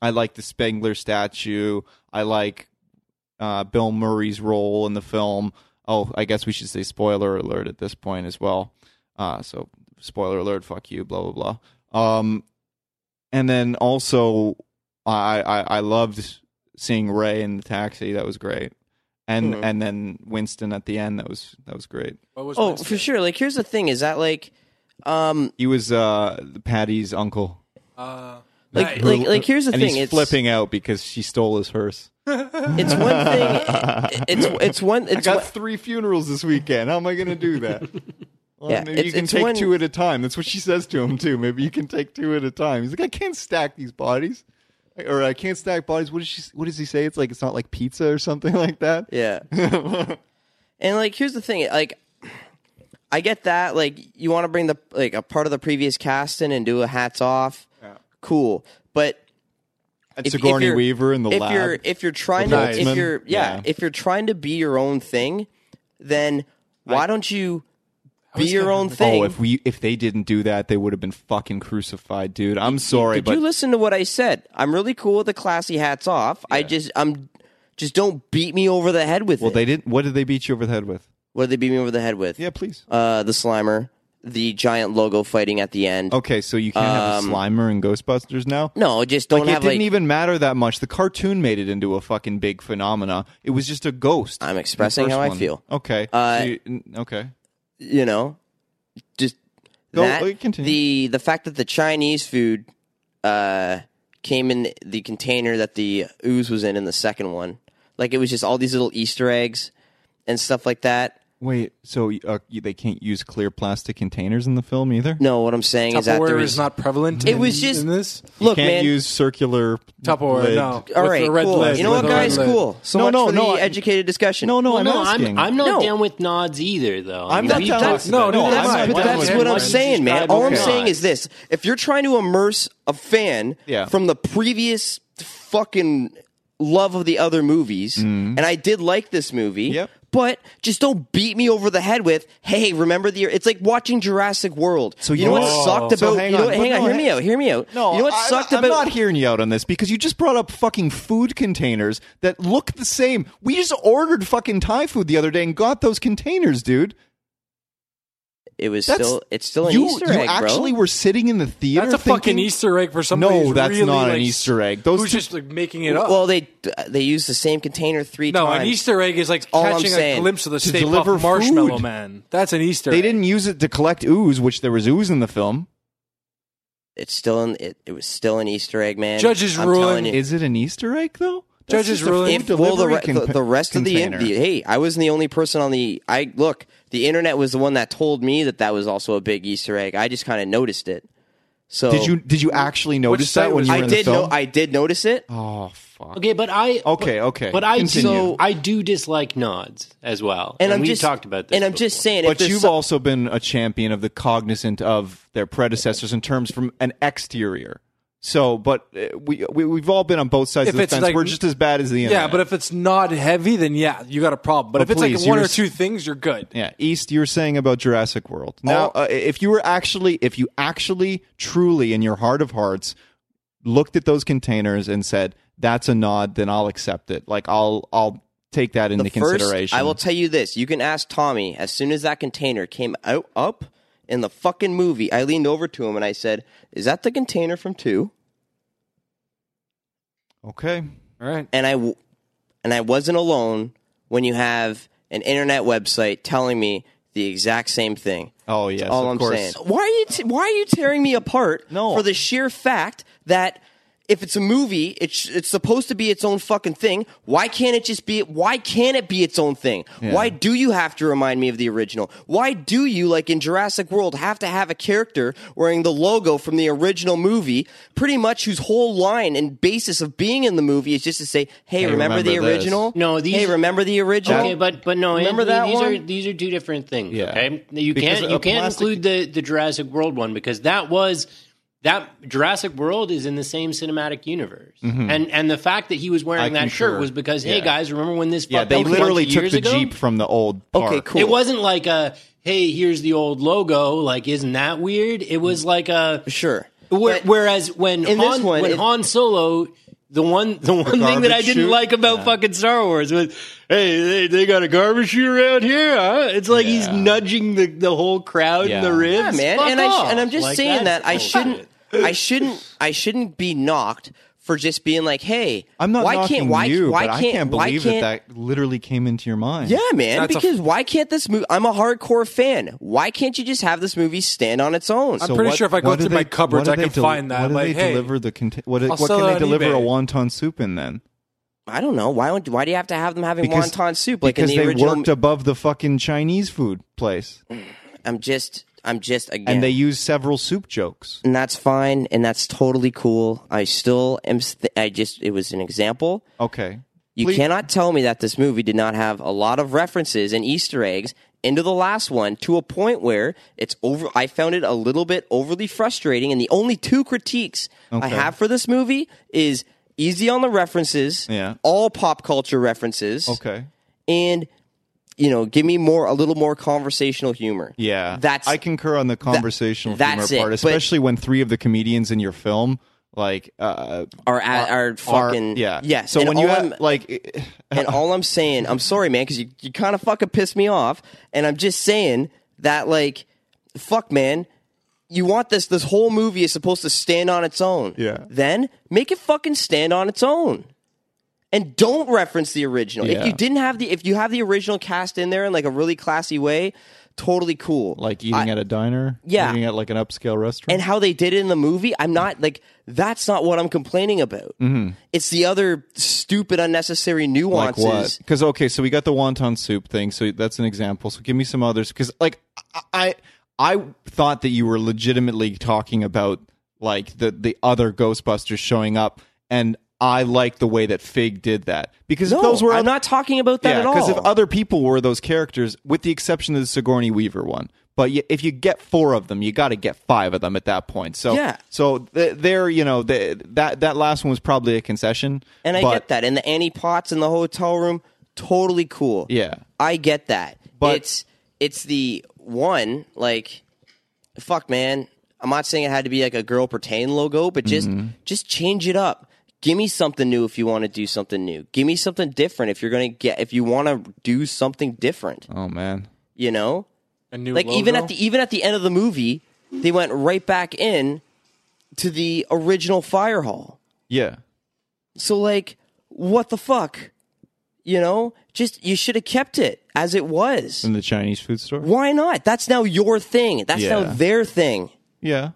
I like the Spengler statue. I like uh, Bill Murray's role in the film. Oh, I guess we should say spoiler alert at this point as well. Uh, so spoiler alert, fuck you, blah blah blah. Um, and then also, I I, I loved seeing Ray in the taxi. That was great. And
Mhm.
and then Winston at the end. That was that was great.
What was
Oh,
Winston?
for sure. Like, here's the thing: is that like, um,
He was uh, Patty's uncle.
Uh,
like,
nice.
like, like, here's the
and
thing:
he's
it's
flipping out because she stole his hearse.
It's one thing. It's it's one. It's
I
one,
got three funerals this weekend. How am I going to do that? Well,
Yeah,
maybe you
it's-
can
it's
take
one-
two at a time. That's what she says to him too. Maybe you can take two at a time. He's like, I can't stack these bodies, or I can't stack bodies. What does she? What does he say? It's like it's not like pizza or something like that.
yeah. And like, here's the thing: like, I get that. Like, you want to bring the like a part of the previous cast in and do a hats off. Cool, but
And
if- if
Sigourney
you're-
Weaver in the
if
lab.
you're if you're trying
The
to
Huntsman.
if you're yeah,
Yeah.
if you're trying to be your own thing, then why don't you be
was
your
gonna-
own
oh,
thing?
if we if they didn't do that, they would have been fucking crucified, dude. I'm sorry,
Did
but
you listen to what I said? I'm really cool with the classy hats off. I just I'm just don't beat me over the head with
well,
it.
they didn't. What did they beat you over the head with?
what did they beat me over the head with?
Yeah, please.
Uh, the Slimer, the giant logo fighting at the end.
Okay, so you can't have a
Um,
Slimer and Ghostbusters now.
No, just don't
Like, it
have
didn't
like
even matter that much. The cartoon made it into a fucking big phenomena. It was just a ghost.
I'm
in the
expressing
first
how I
one.
feel.
Okay.
Uh,
So you- n- okay.
you know, just
Go-
that
uh, continue.
the the fact that the Chinese food uh came in the container that the ooze was in in the second one. Like it was just all these little Easter eggs and stuff like that.
Wait. So uh, you- they can't use clear plastic containers in the film either.
No, what I'm saying is that there
Tupperware
was
is not prevalent.
It
in-
was just-
in this
look,
can't
man.
use circular
Tupperware.
lid.
No,
all
With
right,
the red
cool.
lid,
you know
with
what,
the red
guys?
lid.
Cool. So
No,
much
no,
for
no,
the
I-
educated discussion.
No, no, I'm
no,
asking.
I'm, I'm not
No.
down with nods either, though.
I'm not
We've
down
talked
with-
no,
about
no,
it.
I'm
that's,
not
but
down
that's
with
what
it.
I'm
Why did
saying,
you
man.
describe
All I'm
it as
saying
not?
is this: if you're trying to immerse a fan
Yeah.
from the previous fucking love of the other movies, and I did like this movie,
Mm-hmm. Yep.
but just don't beat me over the head with, "Hey, remember the?" It's like watching Jurassic World. So you know what
you-
sucked about?
So hang
you
on,
know what,
but
hang on,
no,
hear me
hang-
out. Hear me out.
No,
you know what
I'm,
sucked
I'm
about?
not hearing you out on this because you just brought up fucking food containers that look the same. We just ordered fucking Thai food the other day and got those containers, dude.
it was
That's
still, it's still an
you,
Easter
you
egg,
actually
bro.
were sitting in the theater.
That's a fucking
thinking-
Easter egg for somebody.
No,
who's
that's
really,
not an
like,
Easter egg. Those
who's
two-
just like making it up.
Well, they they used the same container three
no,
times.
an Easter egg is like
all I'm
catching a
saying.
glimpse of the Stay
deliver
Puft Marshmallow
food.
Man. That's an Easter.
They
egg.
didn't use it to collect ooze, which there was ooze in the film.
it's still an it, it was still an Easter egg, man.
Judge's
I'm
ruling
telling you.
Is it an Easter egg though? That's
Judges
just a
ruling-
food
if well, the,
delivery
re-
con-
the, the rest
container.
of the, in- the hey, I wasn't the only person on the I look. The internet was the one that told me that that was also a big Easter egg. I just kind of noticed it. So
did you did you actually notice
site
that when
was
you
it
were
I
in the
did
film?
know. I did notice it.
oh fuck.
Okay, but I
Okay,
but-
okay.
But I
Continue.
do, I do dislike nods as well,
And, I'm
we've
just
talked about this.
And I'm
before.
just saying, if
But
there's
you've
some-
also been a champion of the cognizant of their predecessors in terms from an exterior. So, but uh, we, we we've all been on both sides
If
of the
it's
fence.
like-
we're just as bad as the
Yeah,
internet.
but if it's not heavy, then yeah, you got a problem. But
Oh,
if it's
please,
like one
you're
or
s-
two things, you're good.
Yeah, East, you were saying about Jurassic World. Now,
Oh.
uh, if you were actually, if you actually, truly, in your heart of hearts, looked at those containers and said, "That's a nod," then I'll accept it. Like I'll, I'll take that into
first,
consideration.
I will tell you this: you can ask Tommy as soon as that container came out up in the fucking movie, I leaned over to him and I said, "Is that the container from two?
Okay.
All right.
and I w- and I wasn't alone when you have an internet website telling me the exact same thing.
Oh yes,
all
of
I'm
course.
saying. Why are you t- why are you tearing me apart?
No.
for the sheer fact that if it's a movie, it's it's supposed to be its own fucking thing. Why can't it just be? Why can't it be its own thing? Why do you have to remind me of the original? Why do you, like in Jurassic World, have to have a character wearing the logo from the original movie, pretty much whose whole line and basis of being in the movie is just to say, "Hey, remember,
remember
the
this."
original?
No, these-
Hey, remember the original?
Okay, but but no,
Remember
Anthony,
that
these are
one?
these are two different things.
Yeah.
Okay, you
Because
can't
a
you can't
plastic-
include the the Jurassic World one because that was that Jurassic World is in the same cinematic universe, and and the fact that he was wearing
Mm-hmm. I
that
concur.
shirt was because hey
Yeah.
guys, remember when this
Yeah,
fucked
they
up a
literally
bunch of
took
years
the
ago?
jeep from the old park.
Okay, cool.
It wasn't like a hey, here's the old logo. Like, isn't that weird? It
Mm.
was like a
Sure.
Where,
But-
whereas when
in this
Han,
one,
when
it-
Han Solo, the one the one thing that I
garbage
didn't
chute?
like about fucking Star Wars was, hey, they, they got a garbage chute around here. Huh? It's like he's
Yeah.
nudging the, the whole crowd in the
Yeah.
ribs.
Yeah, man.
Fuck
and I
off.
sh- and I'm just
Like,
saying
that's
that I
bullshit.
shouldn't I shouldn't I shouldn't be knocked for just being like, hey,
I'm not
why
knocking
can't why
you,
why
but
can't
I can't
why
believe
can't-
that that literally came into your mind.
yeah, man.
That's a-
Because why can't this movie? I'm a hardcore fan. Why can't you just have this movie stand on its own?
I'm pretty sure if I go
what do
through my
they-
cupboards,
what do
I
they
can find that.
What do
Like,
they
hey,
deliver the contain? What, what
sell
can
it
they
on
deliver
eBay.
a wonton soup in then?
I don't know. Why don't, why do you have to have them having
Because-
wonton soup like in
because
the
they
original?
worked above the fucking Chinese food place,
I'm just I'm just again.
and they used several soup jokes.
and that's fine, and that's totally cool. I still am. St- I just it was an example.
Okay,
You
Please-
cannot tell me that this movie did not have a lot of references and Easter eggs into the last one to a point where it's over. I found it a little bit overly frustrating, and the only two critiques I
Okay.
have for this movie is easy on the references,
Yeah.
all pop culture references,
okay,
and you know, give me more a little more conversational humor.
yeah.
that's
I concur on the conversational
that's
humor
it,
part,
but-
especially when three of the comedians in your film like uh,
our our
are
fucking
yeah.
yes.
So
and
when you
all
have,
I'm-
like,
and all I'm saying, I'm sorry, man, because you, you kind of fucking pissed me off. And I'm just saying that, like, fuck, man, you want this? This whole movie is supposed to stand on its own.
Yeah.
Then make it fucking stand on its own, and don't reference the original. If
Yeah.
you didn't have the, if you have the original cast in there in like a really classy way, totally cool.
like eating at a diner,
Yeah.
eating at like an upscale restaurant,
and how they did it in the movie, I'm not like that's not what I'm complaining about.
Mm-hmm.
It's the other stupid, unnecessary nuances.
Because okay, so we got the wonton soup thing. So that's an example. So give me some others. Because like I, I I thought that you were legitimately talking about like the the other Ghostbusters showing up, and I like the way that Fig did that because if
No,
those were
I'm not talking about that
yeah,
at all.
if other people were those characters, with the exception of the Sigourney Weaver one, but y if you get four of them, you got to get five of them at that point. So
Yeah.
so th- there, you know, th that that last one was probably a concession,
and I
but-
get that. And the Annie Potts in the hotel room, totally cool.
Yeah.
I get that.
But-
it's it's the one like, fuck, man. I'm not saying it had to be like a girl pertain logo, but just
Mm-hmm.
just change it up. Give me something new if you want to do something new. Give me something different if you're gonna get if you want to do something different.
Oh man.
You know,
A new
like even
logo?
at the even at the end of the movie, they went right back in to the original fire hall.
Yeah.
So like, what the fuck? You know, just you should have kept it as it was.
In the Chinese food store?
Why not? That's now your thing. That's now
Yeah.
their thing.
Yeah.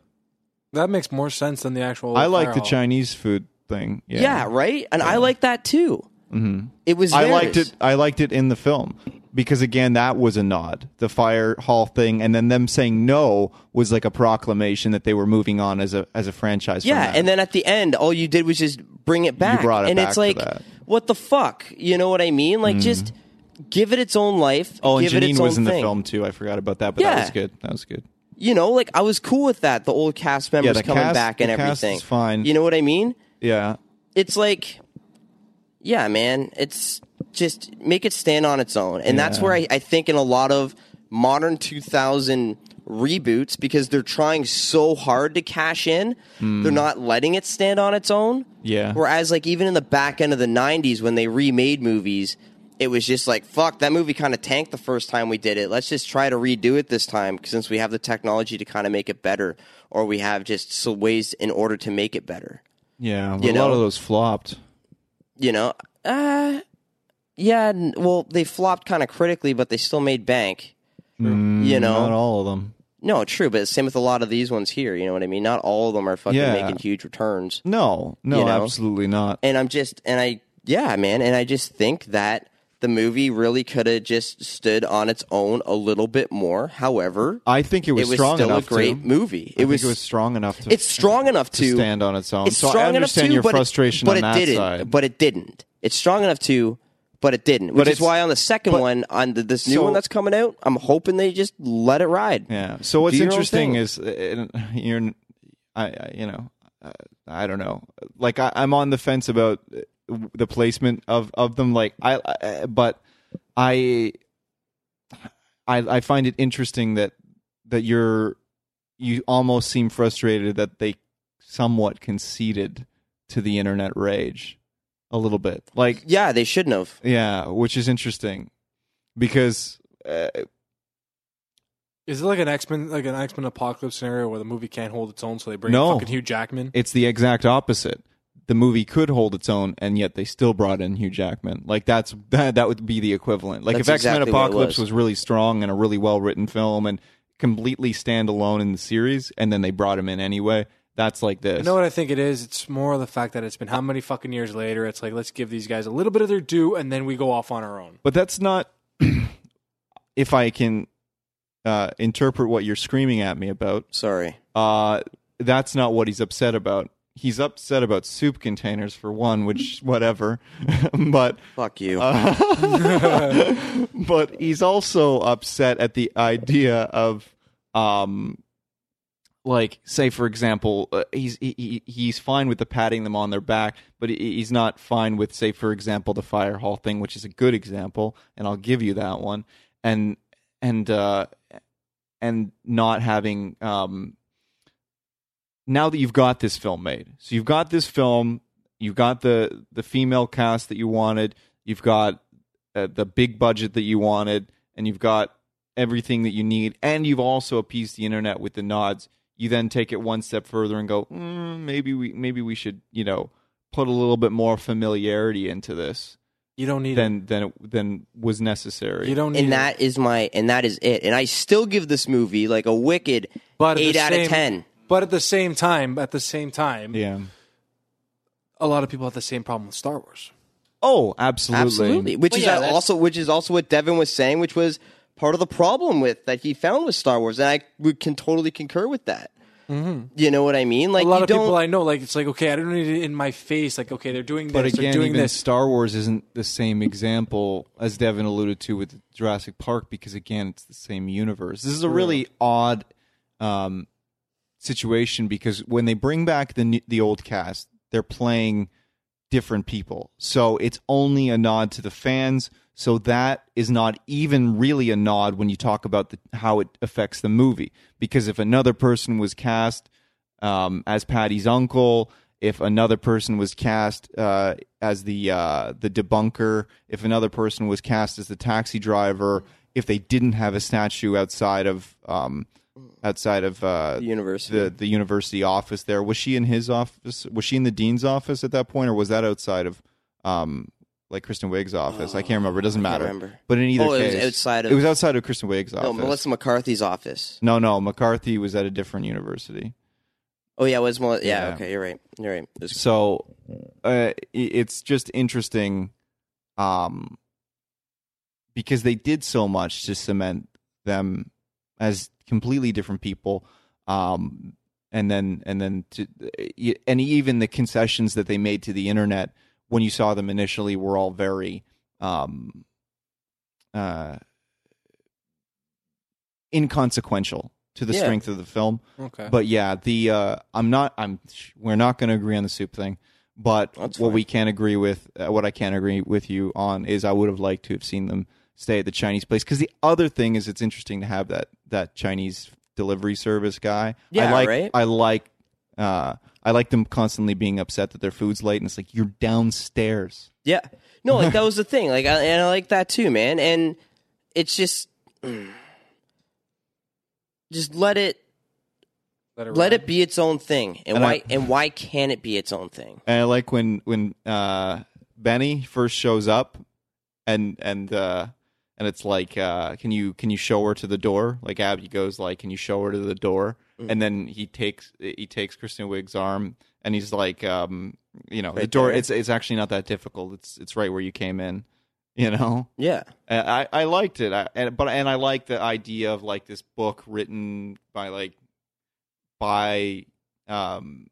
that makes more sense than the actual.
I like the
firewall.
Chinese food thing. Yeah.
Yeah, right. And I like that too. Mm-hmm. It was.
I liked
theirs.
it I liked it in the film because again that was a nod. The fire hall thing and then them saying no was like a proclamation that they were moving on as a as a franchise. from
Yeah,
that.
and then at the end, all you did was just bring it back.
brought it
and
back
it's
for
like,
that. Mm-hmm.
what the fuck? You know what I mean? Like, just give it its own life.
Oh, and
give it
Janine
its
was
own
in the
thing.
film too. I forgot about that, but
Yeah.
that was good. That was good.
You know, like I was cool with that. The old cast members
the
coming
cast-
back and
the cast
everything.
is fine.
You know what I mean?
Yeah.
it's like yeah man it's just make it stand on its own and that's
Yeah.
where I, I think in a lot of modern 2000 reboots because they're trying so hard to cash in they're not letting it stand on its own
Hmm. Yeah.
whereas like even in the back end of the 90s when they remade movies it was just like, fuck, that movie kind of tanked the first time we did it. Let's just try to redo it this time since we have the technology to kind of make it better, or we have just some ways in order to make it better.
Yeah, a
You
lot
know?
of those flopped.
You know? Uh, yeah, n- well, they flopped kind of critically, but they still made bank. you know?
Mm, Not all of them.
No, true, but same with a lot of these ones here. You know what I mean? Not all of them are fucking
Yeah.
making huge returns.
No, no,
You know?
absolutely not.
and I'm just and I yeah, man, and I just think that the movie really could have just stood on its own a little bit more. However,
I think it was,
it was
strong
still a
enough.
great
to,
movie.
I
It
think
was,
it was strong enough to.
it's strong enough to,
to stand on its own.
It's
Um, so
strong
I understand
enough to,
your
but it-
frustration
but
on
it
that
didn't,
side.
but it didn't. It's strong enough to, but it didn't. Which is
it's-
why on the second one, on the, this new
So-
one that's coming out, I'm hoping they just let it ride.
Yeah. So what's
your own
interesting
thing.
is uh, uh, you're, n- I, I you know, uh, I don't know. Like I, I'm on the fence about uh, w- the placement of of them. Like I, I but I, I, I find it interesting that that you're you almost seem frustrated that they somewhat conceded to the internet rage a little bit. Like
Yeah, they shouldn't have.
yeah, which is interesting because uh,
Is it like an X Men, like an X Men apocalypse scenario where the movie can't hold its own, so they bring
No.
fucking Hugh Jackman?
it's the exact opposite. The movie could hold its own, and yet they still brought in Hugh Jackman. Like that's that, that would be the equivalent. Like
That's
if X Men
exactly what it
Apocalypse
was.
was. really strong and a really well written film and completely standalone in the series, and then they brought him in anyway. That's like this.
You know what I think it is? It's more the fact that it's been how many fucking years later. It's like let's give these guys a little bit of their due, and then we go off on our own.
But that's not. if I can uh, interpret what you're screaming at me about,
Sorry.
uh, that's not what he's upset about. He's upset about soup containers for one, which whatever. but
Fuck you.
Um, Uh, but he's also upset at the idea of um like say for example uh, he's he, he- he's fine with the patting them on their back but he, he's not fine with say for example the fire hall thing which is a good example and I'll give you that one and and uh and not having um now that you've got this film made so you've got this film you've got the the female cast that you wanted you've got uh, the big budget that you wanted and you've got everything that you need and you've also appeased the internet with the nods you then take it one step further and go mm, maybe we maybe we should you know put a little bit more familiarity into this
You don't need
than than it, than was necessary
it. You don't need
and
it.
that is my and that is it. And I still give this movie like a wicked
But at the
eight out
same-
of ten.
But at the same time, at the same time,
yeah
a lot of people have the same problem with Star Wars.
oh absolutely
Absolutely. Which
Well,
is
yeah,
that
that's-
also which is also what Devin was saying, which was part of the problem with that he found with Star Wars, and I would, can totally concur with that. You know what I mean? Like
a lot
you
of people
don't-
I know, like it's like okay, I don't need it in my face. Like okay, they're doing this,
but again
they're doing
even
this.
star wars isn't the same example as devin alluded to with jurassic park because again it's the same universe this is a really odd um, situation because when they bring back the new- the old cast they're playing different people so it's only a nod to the fans so that is not even really a nod when you talk about the, how it affects the movie because if another person was cast um, as Patty's uncle, if another person was cast uh, as the uh, the debunker, if another person was cast as the taxi driver, if they didn't have a statue outside of um, outside of uh,
The university.
the the university office, there was she in his office? Was she in the dean's office at that point, or was that outside of? Um, like Kristen Wiig's office, I can't remember. It doesn't matter.
remember.
But in either
Oh, it was
case,
outside of-
it was outside of Kristen Wiig's
no,
office.
Melissa McCarthy's office.
no, no, McCarthy was at a different university.
Oh yeah, it was Melissa yeah,
Yeah.
okay, you're right. You're right. It was-
So uh, i- it's just interesting um, because they did so much to cement them as completely different people. Um, and then and then to, uh, y- and even the concessions that they made to the internet when you saw them initially were all very um, uh, inconsequential to the
Yeah.
strength of the film.
Okay,
But yeah, the uh, I'm not. I'm. We're not going to agree on the soup thing. But
That's
what
fine.
we can agree with, uh, what I can agree with you on, is I would have liked to have seen them stay at the Chinese place. Because the other thing is, it's interesting to have that that Chinese delivery service guy. I
Yeah,
like.
right?
I like. Uh, I like them constantly being upset that their food's late, and it's like you're downstairs.
Yeah. No, like that was the thing. Like, I, and I like that too, man. And it's just, mm, just let it let it be its own thing. And,
And I-
why and why can't it be its own thing?
And I like when when uh, Benny first shows up, and and uh, and it's like, uh, can you can you show her to the door? Like Abby goes, like, can you show her to the door? And then he takes he takes Kristen Wiig's arm, and he's like, um, you know, the door.
there.
It's it's actually not that difficult. It's it's right where you came in. You know,
Yeah.
And I I liked it. I, and but and I like the idea of like this book written by like by um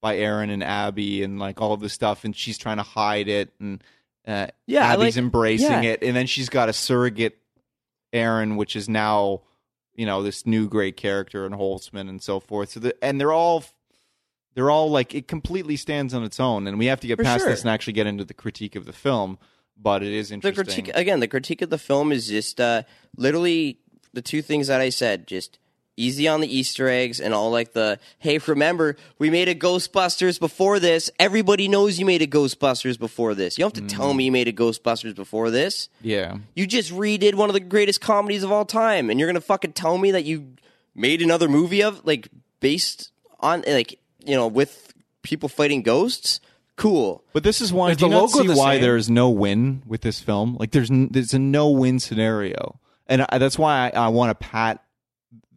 by Aaron and Abby and like all of this stuff, and she's trying to hide it, and uh,
Yeah, I
Abby's
like-
embracing
yeah.
it, and then she's got a surrogate Aaron, which is now you know this new great character and Holtzman and so forth. So the, and they're all. They're all like it completely stands on its own, and we have to get
For
past
sure.
this and actually get into the critique of the film. But it is
The
interesting.
critique again, the critique of the film is just uh, literally the two things that I said, just easy on the Easter eggs and all like the hey, remember we made a Ghostbusters before this. Everybody knows you made a Ghostbusters before this. You don't have to tell me you made a Ghostbusters before this.
Yeah.
You just redid one of the greatest comedies of all time, and you're gonna fucking tell me that you made another movie of like based on like you know with people fighting ghosts. Cool.
But this is why
Is
do you
the
not
logo
see
the
why
same?
there is no win with this film? Like there's n- there's a no win scenario, and I, that's why I, I want to pat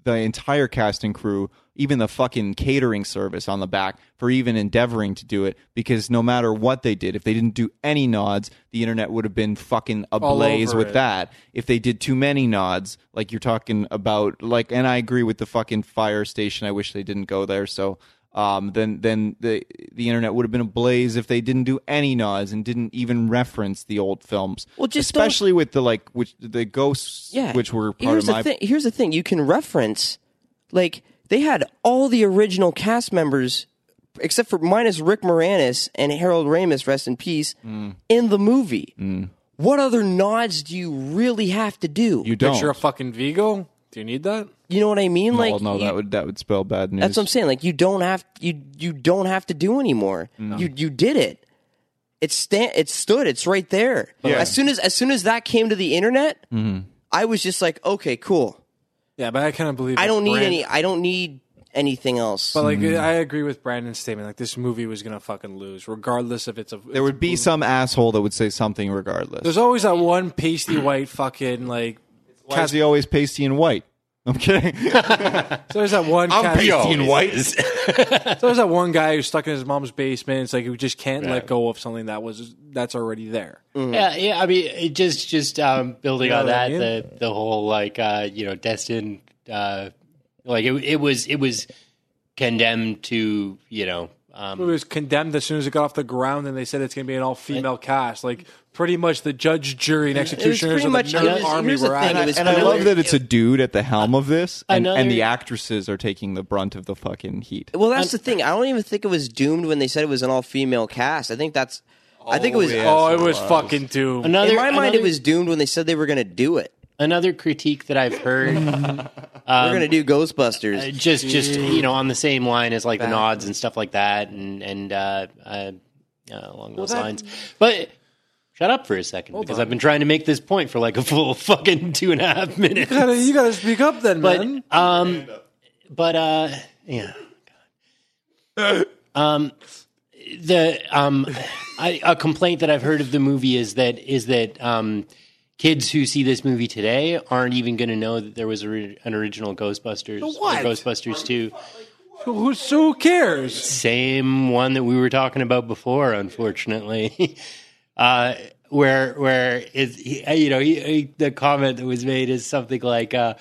the entire casting crew, even the fucking catering service on the back for even endeavoring to do it. Because no matter what they did, if they didn't do any nods, the internet would have been fucking ablaze
over
with
it.
that. If they did too many nods, like you're talking about, like, and I agree with the fucking fire station. I wish they didn't go there. So. Um, then, then the the internet would have been ablaze if they didn't do any nods and didn't even reference the old films.
Well, just don't-
especially with the like, which the ghosts,
Yeah,
which were part
here's
of my
the thing. Here's the thing: you can reference, like they had all the original cast members, except for minus Rick Moranis and Harold Ramis, rest in peace,
Mm.
in the movie. What other nods do you really have to do?
You
You,
don't.
You're a fucking Vigo. Do you need that?
know what I mean?
No,
like,
no,
you-
that would that would spell bad news.
that's what I'm saying. Like, you don't have you you don't have to do anymore.
Mm.
You you did it. It stand. It stood. It's right there.
Yeah. Mm-hmm.
As soon as as soon as that came to the internet, I was just like, okay, cool.
Yeah, but I kind of believe
I
that
don't need
Brand-
any. Mm. I don't need anything else.
But like, I agree with Brandon's statement. Like, this movie was gonna fucking lose, regardless if it's a.
there would be some asshole that would say something regardless.
There's always that one pasty white fucking like.
Why is he always pasty and white? I'm kidding.
So there's that one. cat-
White.
so there's that one guy who's stuck in his mom's basement. It's like who just can't let go of something that was that's already there.
Yeah, yeah. I mean, it just just um, building
You know
on
what I
that,
mean?
the the whole like uh, you know destined, uh, like it, it was it was condemned to you know um,
It was condemned as soon as it got off the ground, and they said it's gonna be an all female cast. Like pretty much the judge, jury, and executioners
pretty
of the
much-
nerd
here's-
army
here's the
were
thing,
at
it
it.
was-
and I
Another-
love that it's a dude at the helm of this, and, and
Another-
the actresses are taking the brunt of the fucking heat.
Well, that's the thing. I don't even think it was doomed when they said it was an all female cast. I think that's. I think it was.
yeah.
Oh, it was fucking doomed.
another.
in my mind,
another,
it was doomed when they said they were going to do it.
another critique that I've heard.
Um,
We're going to do
uh,
Ghostbusters.
just just you know on the same line as like the nods and stuff like that and and uh, uh, uh, along those
that-
lines but shut up for a second because
on.
i've been trying to make this point for like a full fucking two and a half minutes
You gotta- you gotta speak up then,
but
man.
um but uh yeah um the um I, a complaint that i've heard of the movie is that is that um kids who see this movie today aren't even going to know that there was a, ri- an original ghostbusters
what?
or ghostbusters 2
Who, who cares?
same one that we were talking about before, unfortunately. uh, where where is he, uh, you know he, he, the comment that was made is something like, uh,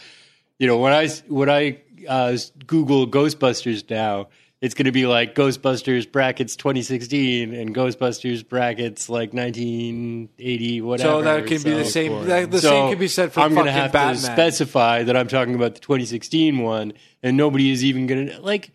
you know, when I s- when I uh, Google Ghostbusters now, it's going to be like Ghostbusters brackets 2016 and Ghostbusters brackets like 1980 whatever.
So that can be the
So-
same. That, the
so
same can be said for
I'm gonna
fucking
have
Batman.
to specify that I'm talking about the 2016 one, and nobody is even going to like.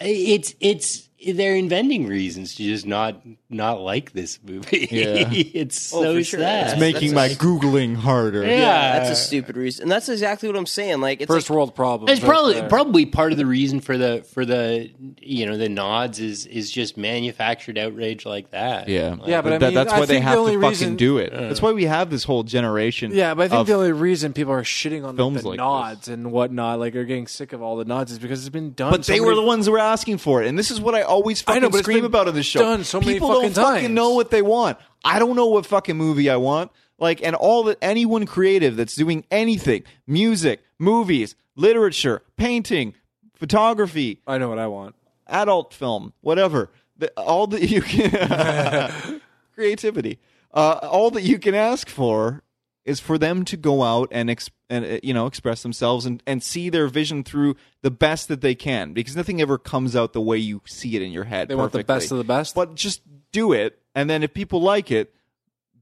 It's it's they're inventing reasons to just not not like this movie.
Yeah.
it's
Oh,
so
for sure.
sad.
It's
Making my Googling harder.
Yeah.
that's a stupid reason, and that's exactly what I'm saying. Like, it's
First
like,
world problem.
It's probably probably part of the reason for the for the you know the nods is is just manufactured outrage like that.
Yeah,
Yeah, but I mean,
that's
I
why they
think the
have
only
to fucking
reason-
do it. That's why we have this whole generation.
Yeah, but I think
of-
the only reason people are shitting on
films
like, the
like this.
nods and whatnot, like they're getting sick of all the nods, is because it's been done.
But
so
they
many-
were the ones who were asking for it, and this is what I always
I
fucking
know, but it's
scream
been
about on this show.
done so many
People
fucking
don't fucking
times.
know what they want. I don't know what fucking movie I want. Like, and all that anyone creative that's doing anything, music, movies, literature, painting, photography,
I know what I want.
adult film, whatever. The, all that you can creativity, uh, all that you can ask for is for them to go out and ex- and uh, you know express themselves and, and see their vision through the best that they can because nothing ever comes out the way you see it in your head.
They want the best of the best.
but just do it, and then if people like it,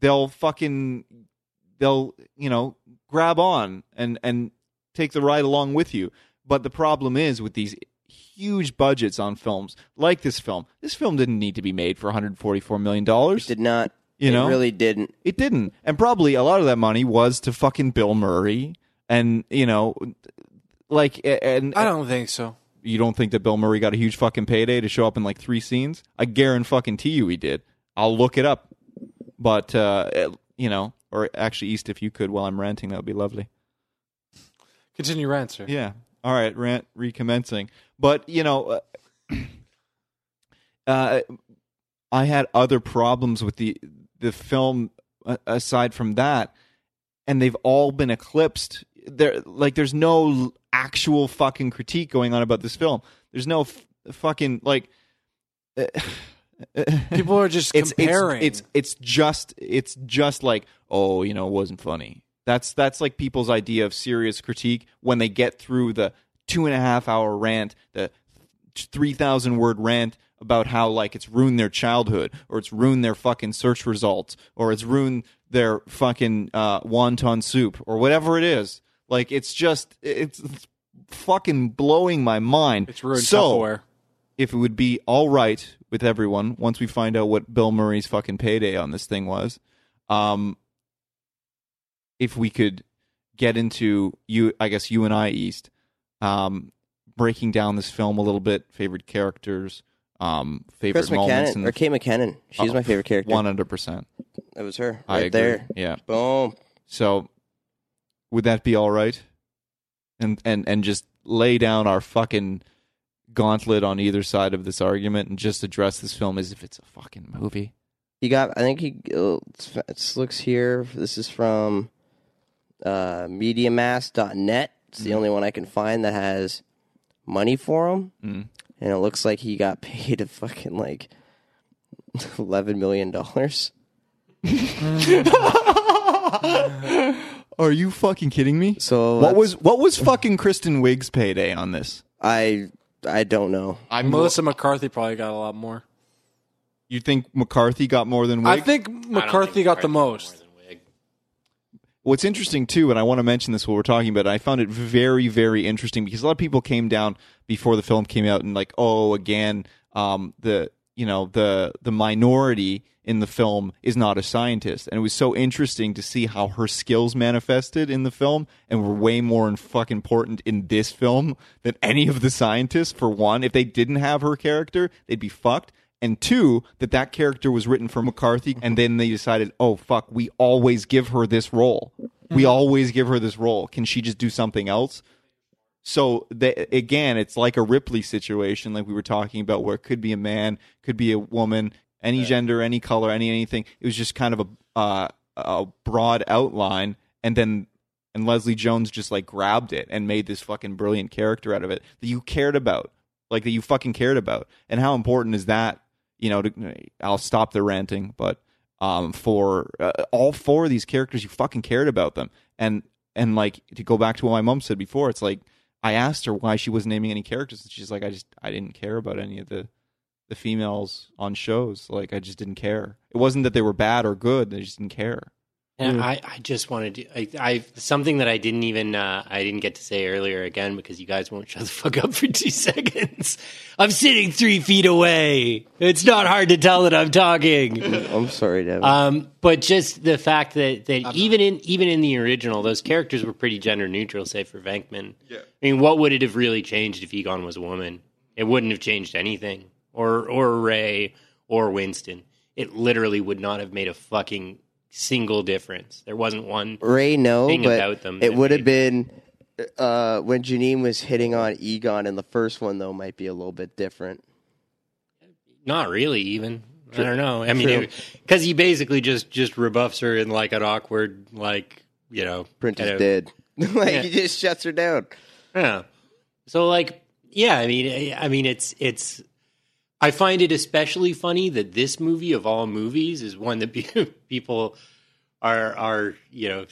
they'll fucking they'll you know grab on and and take the ride along with you but the problem is with these huge budgets on films like this film this film didn't need to be made for 144 million dollars
did not.
You
it
know?
really didn't.
it didn't and probably a lot of that money was to fucking bill murray and you know like a- and
I don't think so.
you don't think that bill murray got a huge fucking payday to show up in like three scenes i guarantee fucking to you he did i'll look it up but uh you know or actually east if you could while i'm ranting that would be lovely
Continue your answer.
Yeah. All right, rant recommencing. But, you know, uh, uh, I had other problems with the the film uh, aside from that, and they've all been eclipsed. There like there's no l- actual fucking critique going on about this film. There's no f- fucking like
People are just comparing.
it's it's just it's just like oh you know it wasn't funny. That's that's like people's idea of serious critique when they get through the two and a half hour rant, the three thousand word rant about how like it's ruined their childhood or it's ruined their fucking search results or it's ruined their fucking uh, wonton soup or whatever it is. Like it's just it's, it's fucking blowing my mind.
It's ruined
so,
Tupperware.
if it would be all right with everyone once we find out what Bill Murray's fucking payday on this thing was. Um, if we could get into you, I guess you and I, East, um, breaking down this film a little bit, favorite characters, um, favorite
Chris
moments, Uh,
McKinnon or Kay McKinnon. She's my favorite character.
one hundred percent.
It was her
I
right
agree.
there.
Yeah.
Boom.
So, would that be all right? And and and just lay down our fucking gauntlet on either side of this argument and just address this film as if it's a fucking movie.
You got. I think he. uh, it's- It looks here. This is from uh, MediaMass.net. It's the only one I can find that has money for him,
Mm.
and it looks like he got paid a fucking like eleven million dollars.
Are you fucking kidding me?
So
what
that's-
was what was fucking Kristen Wiig's payday on this?
I? I don't know.
I'm
Melissa McCarthy probably got a lot more.
You think McCarthy got more than Wiig?
I think McCarthy got the most.
What's interesting too, and I want to mention this while we're talking about it, I found it very, very interesting because a lot of people came down before the film came out and like, oh, again, um, the you know the the minority in the film is not a scientist, and it was so interesting to see how her skills manifested in the film and were way more and fucking important in this film than any of the scientists. For one, if they didn't have her character, they'd be fucked and two that that character was written for McCarthy, and then they decided, oh fuck, we always give her this role. We always give her this role. Can she just do something else? So they, again, it's like a Ripley situation, like we were talking about, where it could be a man, could be a woman, any gender, any color, any anything. It was just kind of a uh, a broad outline, and then and Leslie Jones just like grabbed it and made this fucking brilliant character out of it that you cared about, like that you fucking cared about. And how important is that? You know, to, I'll stop the ranting, but um, for uh, all four of these characters, you fucking cared about them, and and like to go back to what my mom said before, it's like I asked her why she wasn't naming any characters, and she's like, I just I didn't care about any of the the females on shows, like I just didn't care. It wasn't that they were bad or good; I just didn't care.
And I, I just want to do I, I something that I didn't even uh, I didn't get to say earlier again because you guys won't shut the fuck up for two seconds. I'm sitting three feet away. It's not hard to tell that I'm talking.
I'm sorry, Devin.
Um, but just the fact that that even in even in the original, those characters were pretty gender neutral, save for Venkman. Yeah. I mean, what would it have really changed if Egon was a woman? It wouldn't have changed anything, or or Ray or Winston. It literally would not have made a fucking single difference. There wasn't one.
Ray, no,
thing
but
about them
it
that
would have
made-
been uh, when Janine was hitting on Egon in the first one, though, might be a little bit different.
Not really, even. I don't know. I
True.
mean, because he basically just just rebuffs her in like an awkward, like you know,
Prentice
kind of-
did. like
Yeah.
he just shuts her down.
Yeah. So like, yeah. I mean, I I mean, it's it's. I find it especially funny that this movie of all movies is one that pe- people are are you know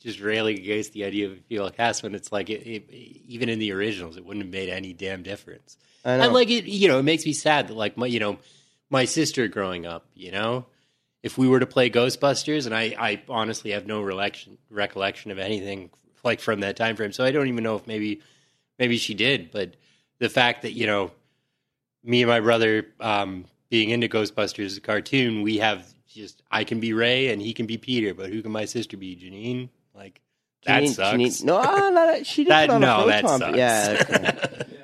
just railing against the idea of a female cast when it's like it, it, even in the originals it wouldn't have made any damn difference.
I know.
And like it, you know, it makes me sad that like my, you know, my sister growing up, you know, if we were to play Ghostbusters, and I, I honestly have no recollection recollection of anything like from that time frame, so I don't even know if maybe maybe she did, but the fact that you know, me and my brother um, being into Ghostbusters the cartoon, we have just I can be Ray and he can be Peter, but who can my sister be? Janine, like that
Janine-
sucks.
Janine- no, ah, no, she didn't
That-
put on a
no, that
proton.
sucks.
Yeah, okay.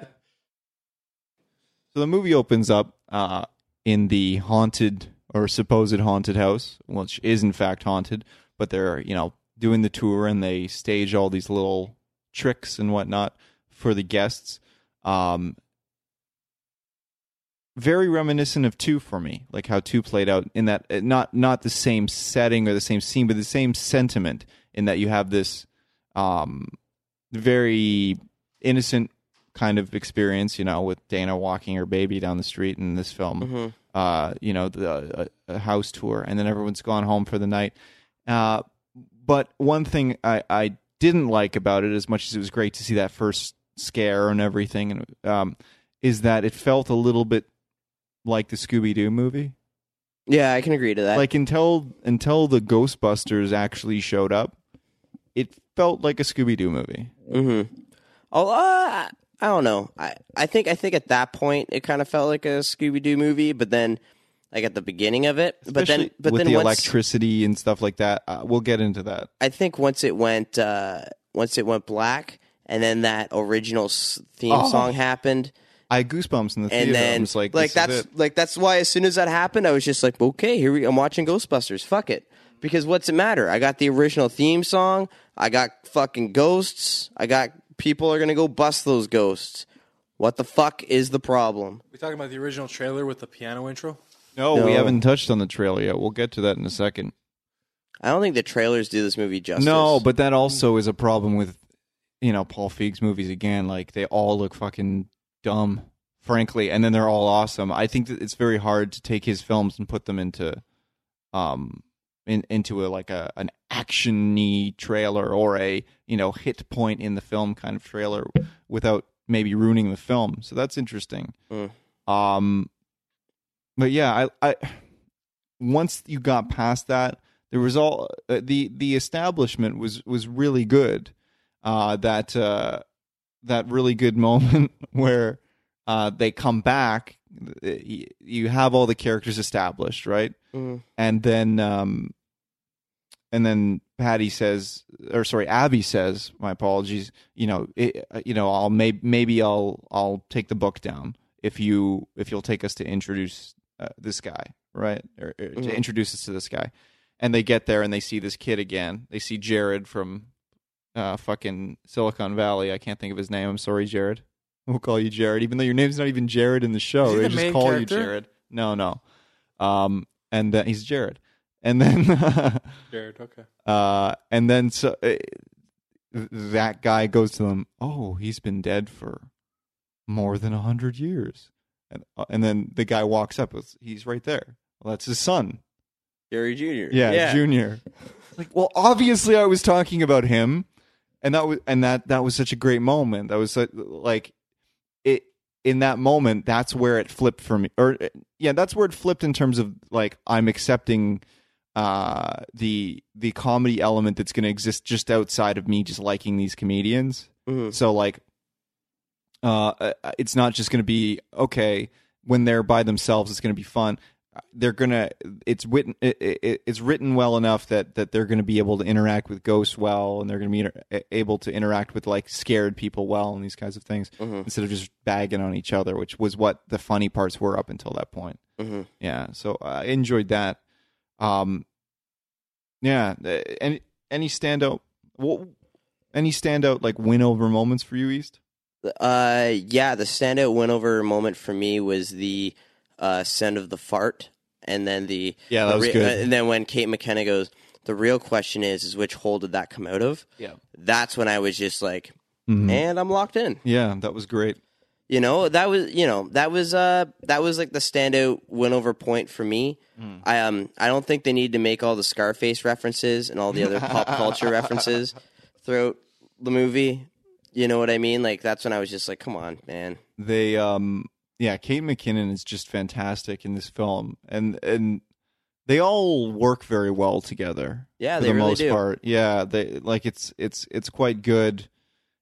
So the movie opens up uh, in the haunted or supposed haunted house, which is in fact haunted, but they're, you know, doing the tour and they stage all these little tricks and whatnot for the guests. Um, very reminiscent of two for me, like how two played out in that uh, not not the same setting or the same scene, but the same sentiment in that you have this um, very innocent kind of experience, you know, with Dana walking her baby down the street in this
Mm-hmm.
film, uh, you know, the uh, a house tour, and then everyone's gone home for the night. Uh, but one thing I, I didn't like about it, as much as it was great to see that first scare and everything, and um, is that it felt a little bit like the Scooby Doo movie
yeah, I can agree to that.
like until until the Ghostbusters actually showed up, it felt like a Scooby Doo movie.
Mm-hmm. Oh, uh, I don't know. I, I think I think at that point it kind of felt like a Scooby Doo movie, but then like at the beginning of it, but then
Especially
but
with
then
the
once
electricity and stuff like that, uh, we'll get into that.
I think once it went uh, once it went black, and then that original s- theme
Oh.
song happened,
I had goosebumps in the
and
theater. I
then
was like, this is
that's
it.
like that's why as soon as that happened, I was just like, okay, here we. I'm watching Ghostbusters. Fuck it, because what's it matter? I got the original theme song. I got fucking ghosts. I got people are gonna go bust those ghosts. What the fuck is the problem?
We talking about the original trailer with the piano intro?
no, we
No.
haven't touched on the trailer yet. We'll get to that in a second.
I don't think the trailers do this movie justice.
No, but that also is a problem with you know Paul Feig's movies again. Like they all look fucking dumb, frankly, and then they're all awesome. I think that it's very hard to take his films and put them into um in, into a like a an actiony trailer or a you know hit point in the film kind of trailer without maybe ruining the film. So that's interesting.
Mm.
Um, but yeah, I, I once you got past that, there was all uh, the the establishment was was really good. Uh, that uh, that really good moment where uh, they come back. uh, y- You have all the characters established, right?
Mhm.
And then um, and then Patty says, or sorry, Abby says, my apologies. You know, it, uh, you know, I'll may, maybe I'll I'll take the book down if you if you'll take us to introduce uh, this guy, right? Or, or
Mhm.
Mm-hmm.
to introduce us to this guy. And they get there and they see this kid again. They see Jared from uh, fucking Silicon Valley. I can't think of his name. I'm sorry, Jared. We'll call you Jared, even though your name's not even Jared in the show.
Is he
they
the
just
main
call
character?
you Jared. No, no. Um, and then he's Jared. And then
Jared, okay.
Uh, and then so uh, that guy goes to them. Oh, he's been dead for more than a hundred years. And uh, and then the guy walks up. it's- He's right there. Well, that's his son.
Gary Jr.
Yeah, Junior. Like, well, obviously, I was talking about him, and that was and that that was such a great moment. That was such, like it in that moment. That's where it flipped for me, or yeah, that's where it flipped in terms of like I'm accepting uh, the the comedy element that's going to exist just outside of me just liking these comedians.
Mhm.
So like, uh, uh, it's not just going to be okay when they're by themselves. It's going to be fun. They're gonna. It's written. It, it, it's written well enough that that they're going to be able to interact with ghosts well, and they're going to be inter- able to interact with like scared people well, and these kinds of things
Mhm.
instead of just bagging on each other, which was what the funny parts were up until that point.
Mhm.
Yeah, so I enjoyed that. Um, yeah, uh, any any standout, wha- any standout like win over moments for you, East?
Uh, yeah, the standout win over moment for me was the uh, send of the fart, and then the
Yeah,
the re- uh, and then when Kate McKenna goes, the real question is, is which hole did that come out of?
Yeah.
that's when I was just like,
Hmm.
and I'm locked in.
Mm-hmm. Yeah, that was great.
You know, that was you know that was uh that was like the standout win over point for me. I um I don't think they need to make all the Scarface references and all the other pop culture references throughout the movie. You know what I mean? Like that's when I was just like, come on, man.
They, um, yeah, Kate McKinnon is just fantastic in this film, and and they all work very well together.
Yeah,
for
they
the
really
most
do.
part. Yeah, they like it's it's it's quite good.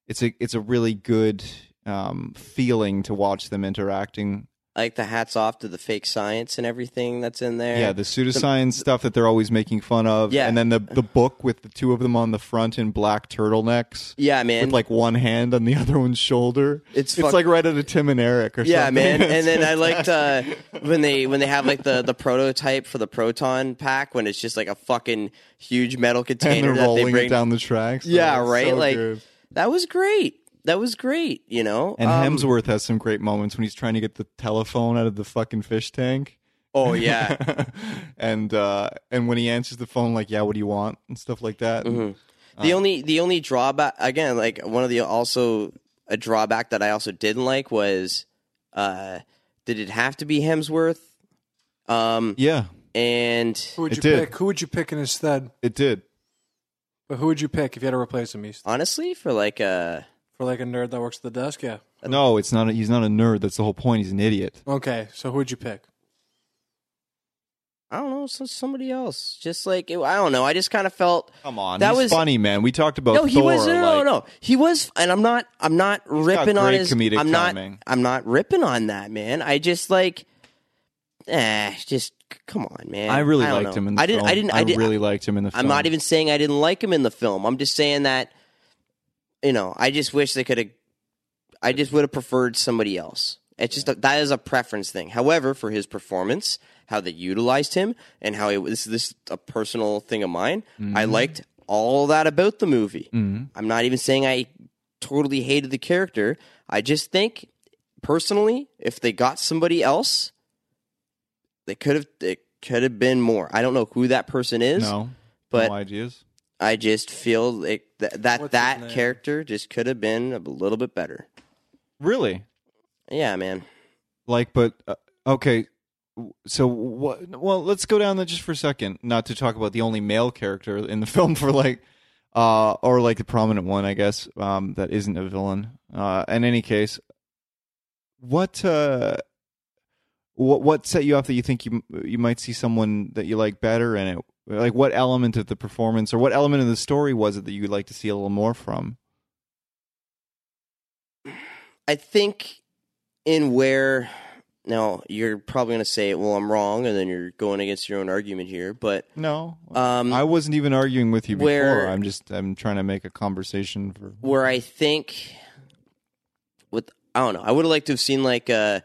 It's a it's a really good um, feeling to watch them interacting.
Like the hats off to the fake science and everything that's in there.
Yeah, the pseudoscience stuff that they're always making fun of.
Yeah.
and then the the book with the two of them on the front in black turtlenecks.
yeah, man.
With like one hand on the other one's shoulder,
It's
it's
fuck-
like right out of Tim and Eric or
yeah,
something.
man. And then I liked uh, when they when they have like the, the prototype for the proton pack when it's just like a fucking huge metal
and
container
they're
that they
rolling
bring
it down the tracks. Oh,
Yeah,
It's
right.
so
like um,
good.
that was great. That was great. You know.
and
Um,
Hemsworth has some great moments when he's trying to get the telephone out of the fucking fish tank.
Oh yeah.
and uh and when he answers the phone like yeah what do you want and stuff like that
Mm-hmm. the only the only drawback again, like one of the also a drawback that I also didn't like was, uh, did it have to be Hemsworth? Um,
yeah
and
Who would
It
you
did.
pick? Who would you pick in instead?
it did
But who would you pick if you had to replace him? East?
honestly, for like uh
For like a nerd that works at the desk? Yeah.
no it's not a, he's not a nerd that's the whole point he's an idiot
Okay, so who would you pick?
I don't know, some, somebody else. Just like it, I don't know. I just kind of felt
come on
That
that was
was-
funny man we talked about
no, he
Oh, Thor,
was no, no,
like-
no, he was, and I'm not, I'm not ripping on
great
his
comedic
I'm not,
timing.
I'm not ripping on that man. I just like, eh, just c- come on, man.
I really
don't
liked
know.
him in the
I didn't,
film.
I didn't, I didn't.
really liked him in the film
I'm not even saying I didn't like him in the film. I'm just saying that, you know, I just wish they could have. I just would have preferred somebody else. It's just a, that is a preference thing. However, for his performance, how they utilized him, and how it was this is a personal thing of mine.
Mm-hmm.
I liked all that about the movie.
Mhm.
I'm not even saying I totally hated the character. I just think personally, if they got somebody else, they could have it could have been more. I don't know who that person is,
no
but
no ideas
I just feel like th- that
What's his
that
name?
character just could have been a little bit better.
really
Yeah, man.
like but uh, okay w- so what well let's go down that just for a second not to talk about the only male character in the film for like uh or like the prominent one i guess um that isn't a villain uh in any case what uh what what set you off that you think you you might see someone that you like better in it like what element of the performance or what element of the story was it that you'd like to see a little more from
I think in where now you're probably gonna say, "Well, I'm wrong," and then you're going against your own argument here. But
no
um,
I wasn't even arguing with you before.
Where-
I'm just I'm trying to make a conversation for
where I think with I don't know. I would have liked to have seen like a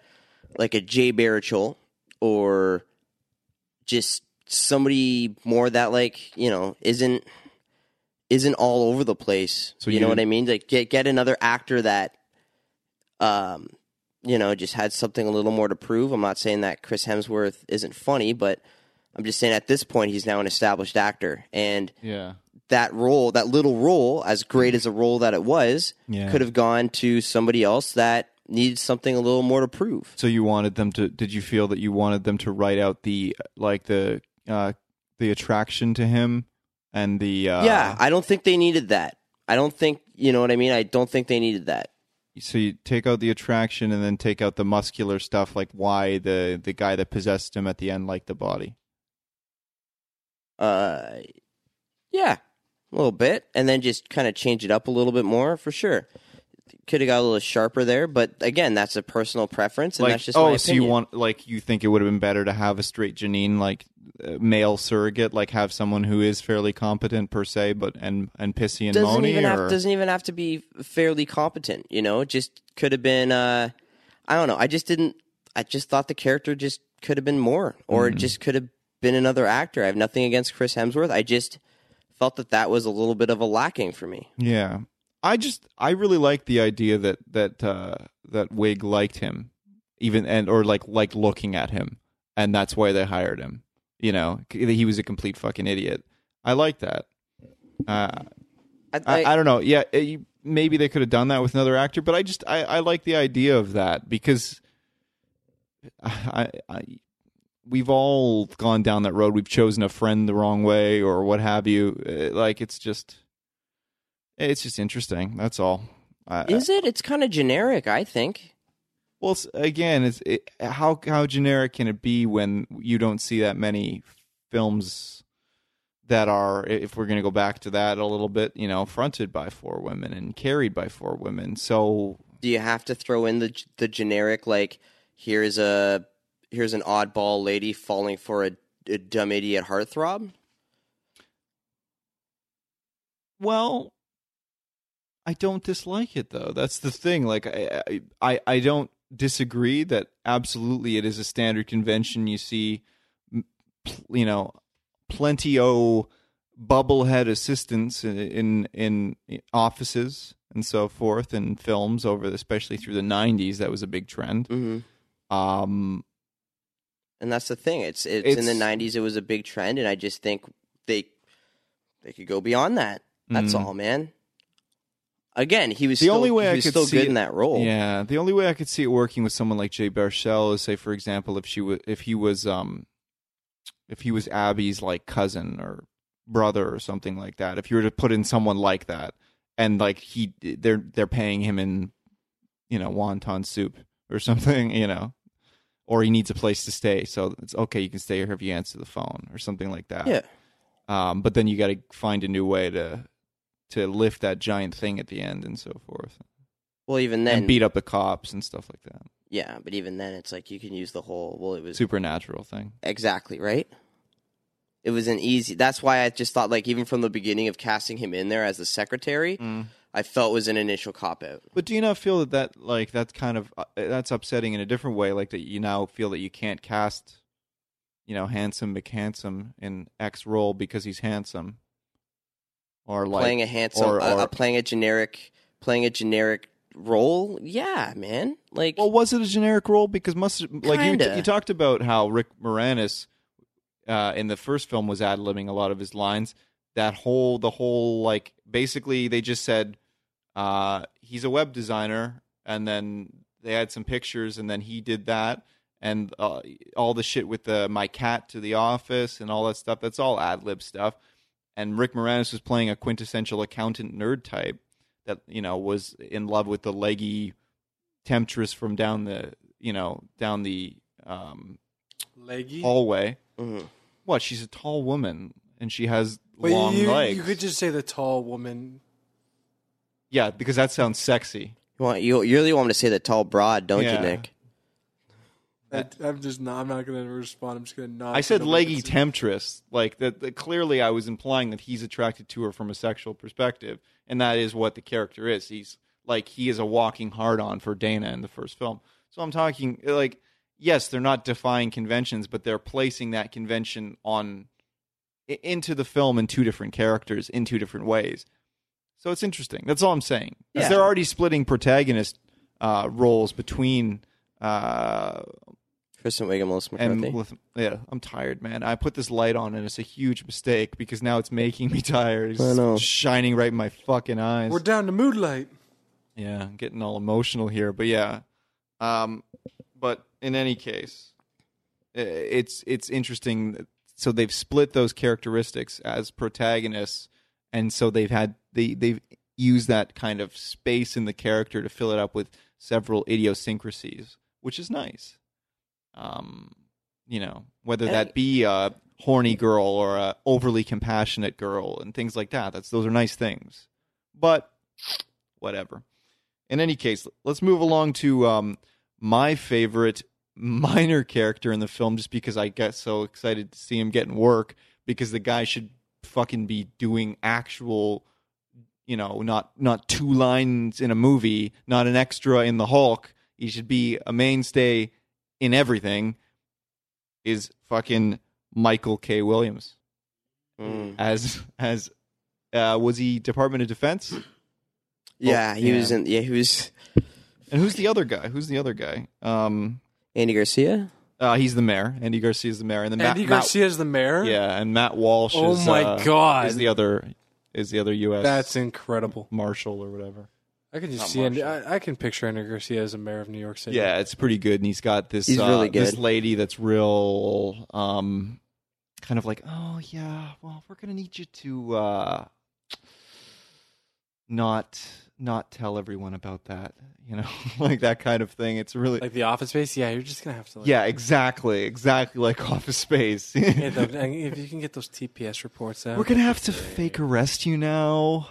like a Jay Baruchel or just somebody more that like you know isn't isn't all over the place.
So
you,
you
know what I
didn't-
mean? Like get get another actor that um you know just had something a little more to prove. I'm not saying that Chris Hemsworth isn't funny, but I'm just saying at this point he's now an established actor and
yeah.
that role, that little role, as great as a role that it was,
Mm-hmm. Yeah.
could have gone to somebody else that needs something a little more to prove.
So you wanted them to? Did you feel that you wanted them to write out the like the uh the attraction to him and the uh,
yeah, I don't think they needed that. I don't think you know what I mean. I don't think they needed that.
So you take out the attraction and then take out the muscular stuff, like why the the guy that possessed him at the end liked the body.
uh, yeah, a little bit, and then just kind of change it up a little bit more for sure. Could have got a little sharper there, but again, that's a personal preference, and
like,
that's just
oh,
my
so you
opinion.
want like you think it would have been better to have a straight Janine like uh, male surrogate, like have someone who is fairly competent per se, but and and pissy and
doesn't
moany,
even
or
have, doesn't even have to be fairly competent. You know, It just could have been. Uh, I don't know. I just didn't. I just thought the character just could have been more, or
Mm-hmm.
it just could have been another actor. I have nothing against Chris Hemsworth. I just felt that that was a little bit of a lacking for me.
yeah. I just I really like the idea that that uh, that Wig liked him, even and or like liked looking at him, and that's why they hired him. You know, c- he was a complete fucking idiot. I like that. Uh, I, I don't know. Yeah, it, you- maybe they could have done that with another actor, but I just I, I like the idea of that because I, I we've all gone down that road. We've chosen a friend the wrong way or what have you. Uh, Like it's just it's just interesting. That's all. I,
is it? It's kind of generic. I think.
well, s- again, it's it, how how generic can it be when you don't see that many films that are, i- if we're going to go back to that a little bit, you know, fronted by four women and carried by four women. So
do you have to throw in the the generic like here's a here's an oddball lady falling for a, a dumb idiot heartthrob?
Well, I don't dislike it though. That's the thing. Like I, I- I, I don't disagree that absolutely it is a standard convention. You see, m- pl- you know, plenty o bubblehead assistants in, in in offices and so forth and films over, especially through the '90s. That was a big trend.
Mm-hmm.
Um,
And that's the thing. It's, it's in the
It's-
'90s. It was a big trend, and I just think they they could go beyond that. That's
Mm.
all, man. Again, he was
The
still,
only way
he
I
was
could
still
see
good
it-
in that role.
Yeah, the only way I could see it working with someone like Jay Baruchel is, say, for example, if she was, if he was, um, if he was Abby's like cousin or brother or something like that. If you were to put in someone like that, and like he, they're they're paying him in, you know, wonton soup or something, you know, or he needs a place to stay, so it's okay. You can stay here if you answer the phone or something like that.
yeah.
Um, but then you got to find a new way to to lift that giant thing at the end and so forth
Well, even then,
and beat up the cops and stuff like that.
yeah. But even then, it's like you can use the whole. Well, it was
Supernatural thing.
Exactly, right? It was an easy. That's why I just thought, like, even from the beginning of casting him in there as the secretary,
Mm.
I felt was an initial cop out.
But do you not feel that that like that's kind of uh, that's upsetting in a different way? Like that you now feel that you can't cast, you know, handsome McHandsome in X role because he's handsome, or like
playing a handsome,
or-
uh,
or-
uh, playing a generic, playing a generic role. Yeah, man. Like,
Well, was it a generic role? Because must like you
Kinda.
you talked about how Rick Moranis uh, in the first film was ad libbing a lot of his lines. That whole the whole like basically they just said uh, he's a web designer, and then they had some pictures, and then he did that, and uh, all the shit with the my cat to the office and all that stuff. That's all ad lib stuff. And Rick Moranis was playing a quintessential accountant nerd type that you know was in love with the leggy temptress from down the you know down the um,
Leggy.
hallway.
mhm.
What? She's a tall woman and she has
But
long
you,
legs.
you could just say the tall woman.
yeah, because that sounds sexy.
you want you, you really want me to say the tall broad, don't
Yeah.
you, Nick?
I, I'm just not. I'm not going to respond. I'm just going to nod.
I
so
said
nobody
leggy
can see.
temptress, like that, that. Clearly, I was implying that he's attracted to her from a sexual perspective, and that is what the character is. He's like he is a walking hard on for Dana in the first film. So I'm talking like, yes, they're not defying conventions, but they're placing that convention on i- into the film in two different characters in two different ways. So it's interesting. That's all I'm saying. 'Cause
Yeah.
They're already splitting protagonist uh, roles between. Uh,
Kristen Wiig and Melissa
and
McCarthy.
with- yeah, I'm tired, man. I put this light on and it's a huge mistake because now it's making me tired. It's
I know.
shining right in my fucking eyes.
We're down to mood light.
yeah, I'm getting all emotional here, but yeah. Um, but in any case, i- Uh, it's it's interesting. that- So they've split those characteristics as protagonists, and so they've had they they've used that kind of space in the character to fill it up with several idiosyncrasies, which is nice. Um, you know, whether
And-
that be uh, horny girl or a overly compassionate girl and things like that. That's those are nice things, but whatever. In any case, let's move along to um, my favorite minor character in the film, just because I get so excited to see him getting work because the guy should fucking be doing actual you know, not not two lines in a movie, not an extra in the Hulk. He should be a mainstay in everything. Is fucking Michael K. Williams
Mm.
as as uh, was he Department of Defense?
Yeah, he
yeah.
was in. Yeah, he was
And who's the other guy? Who's the other guy? Um,
Andy Garcia.
uh, he's the mayor. Andy Garcia's the mayor, and then
Andy
Matt, Matt-
Garcia's the mayor.
yeah, and Matt Walsh.
Oh
is,
my
uh,
God.
is the other is the other U.S.
That's incredible.
marshal or whatever.
I can just
Not
see. Andy,
Marshall.
I, I can picture Andy Garcia as a mayor of New York City.
Yeah, it's pretty good, and he's got this
He's
uh,
really good.
this lady that's real, um, kind of like, oh yeah, well we're gonna need you to uh, not not tell everyone about that, you know, like that kind of thing. It's really
like the Office Space. Yeah, you're just gonna have to. Like,
yeah, exactly, exactly like Office Space.
get the- and if you can get those TPS reports out,
we're gonna have to fake arrest you now,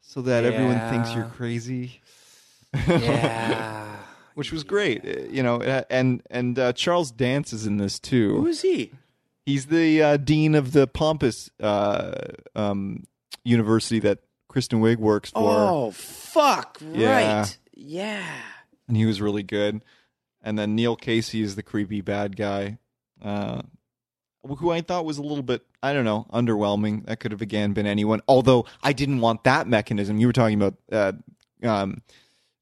so that everyone thinks you're
Yeah.
crazy.
yeah.
Which was great, uh, you know, uh, and and uh, Charles Dance is in this too.
Who is he?
He's the uh, dean of the pompous uh, um, university that Kristen Wiig works for,
Oh fuck!
Yeah.
Right? Yeah.
and he was really good. And then Neil Casey is the creepy bad guy, uh, who I thought was a little bit, I don't know, underwhelming. That could have again been anyone. Although I didn't want that mechanism. You were talking about uh, um,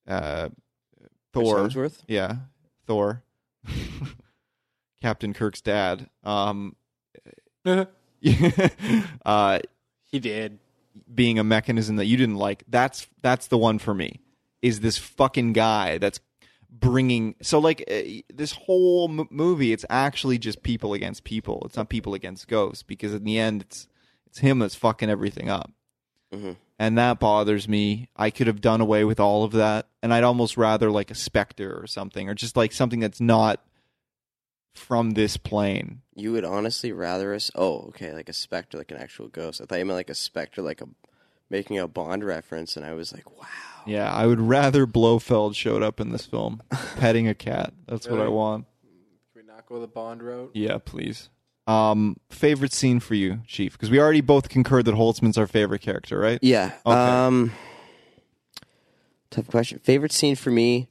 uh,
Chris
Thor,
Hemsworth.
yeah, Thor, Captain Kirk's dad. Um, uh,
He did.
being a mechanism that you didn't like that's that's the one for me is this fucking guy that's bringing so like uh, this whole m- movie it's actually just people against people it's not people against ghosts because in the end it's it's him that's fucking everything up
Mhm.
and that bothers me i could have done away with all of that and i'd almost rather like a specter or something or just like something that's not from this plane
You would honestly rather us? Oh, okay, like a specter, like an actual ghost. I thought you meant like a specter, like a making a Bond reference, and I was like, wow.
Yeah, I would rather Blofeld showed up in this film petting a cat. That's what I
Really?
want.
we not go the Bond route?
Yeah, please. Um, favorite scene for you, Chief? Because we already both concurred that Holtzman's our favorite character, right?
Yeah.
Okay.
Um. Tough question. Favorite scene for me?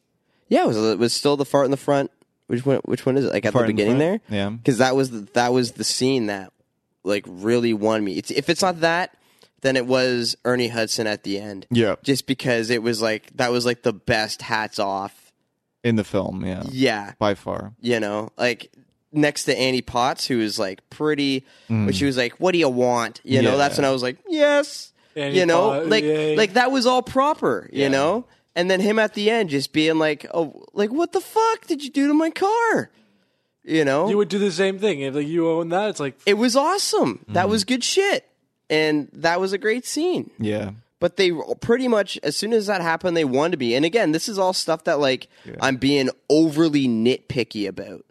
Yeah, it was it was still the fart in the front. Which one? Which one is it? Like at
Fart
the
in the
beginning there.
front? Yeah.
because that was the, that was the scene that like really won me. It's, if it's not that, then it was Ernie Hudson at the end.
Yeah.
just because it was like that was like the best hats off.
In the film, yeah.
Yeah,
By far.
you know, like next to Annie Potts, who was like pretty, but she was like, "What do you want?" You know, that's
Yeah.
when I was like, "Yes,"
Annie
you know,
Potts,
like
yay.
like that was all proper, you know. And then him at the end just being like, "Oh, like what the fuck did you do to my car?" You know,
You would do the same thing if like you own that. It's like
it was awesome. That was good shit. And that was a great scene.
Yeah.
But they pretty much, as soon as that happened, they wanted to be. And again, this is all stuff that, like, I'm being overly nitpicky about.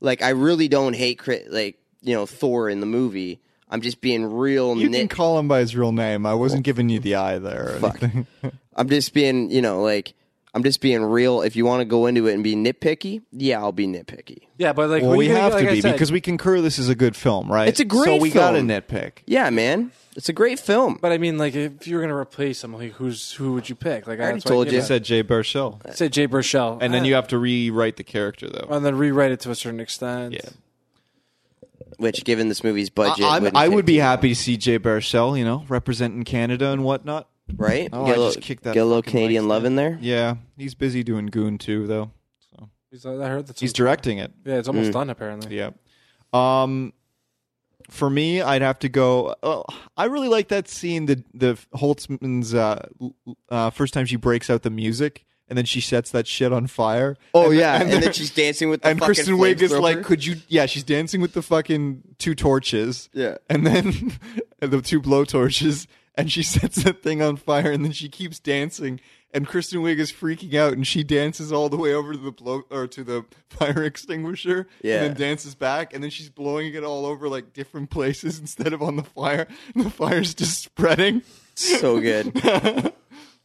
like, I really don't hate, cri- like, you know, Thor in the movie. I'm just being real
You can
nit.
call him by his real name. I wasn't giving you the eye there. Or
Fuck.
anything.
I'm just being, you know, like, I'm just being real. If you want to go into it and be nitpicky, yeah, I'll be nitpicky.
yeah, but like
Well,
when
we
you get-
have
like
to
I
be
said,
because we concur this is a good film, right?
It's a
So
great
we got to
film.
nitpick.
Yeah, man. It's a great film.
But I mean, like if you were gonna replace him, like who's who would you pick? Like I
already
that's why
told
gave
you.
You said Jay Burchell.
it- said Jay Burchell,
And then
Ah.
you have to rewrite the character, though.
and then rewrite it to a certain extent.
Yeah.
Which, given this movie's budget,
I, I'm,
wouldn't
I
fit
would be
too well.
happy to see Jay Baruchel, you know, representing Canada and whatnot.
right?
Oh,
get
I
a little,
just kicked that
get a little
fucking
Canadian
lights
love
down.
in there.
Yeah, he's busy doing Goon too, though.
He's- I heard that's
He's directing it.
yeah, it's
Mm.
almost done apparently.
Yeah. Um, for me, I'd have to go. Oh, I really like that scene. The the Holtzman's uh, l- uh, first time she breaks out the music, and then she sets that shit on fire.
Oh
And-
yeah, and, then
they're-
she's dancing with the
and
fucking
Kristen Wiig is like,
flamethrower.
"Could you?" Yeah, she's dancing with the fucking two torches.
Yeah.
and then and the two blowtorches, and she sets that thing on fire, and then she keeps dancing, and Kristen Wiig is freaking out, and she dances all the way over to the blow or to the fire extinguisher,
Yeah.
and then dances back, and then she's blowing it all over like different places instead of on the fire, and the fire's just spreading.
so good.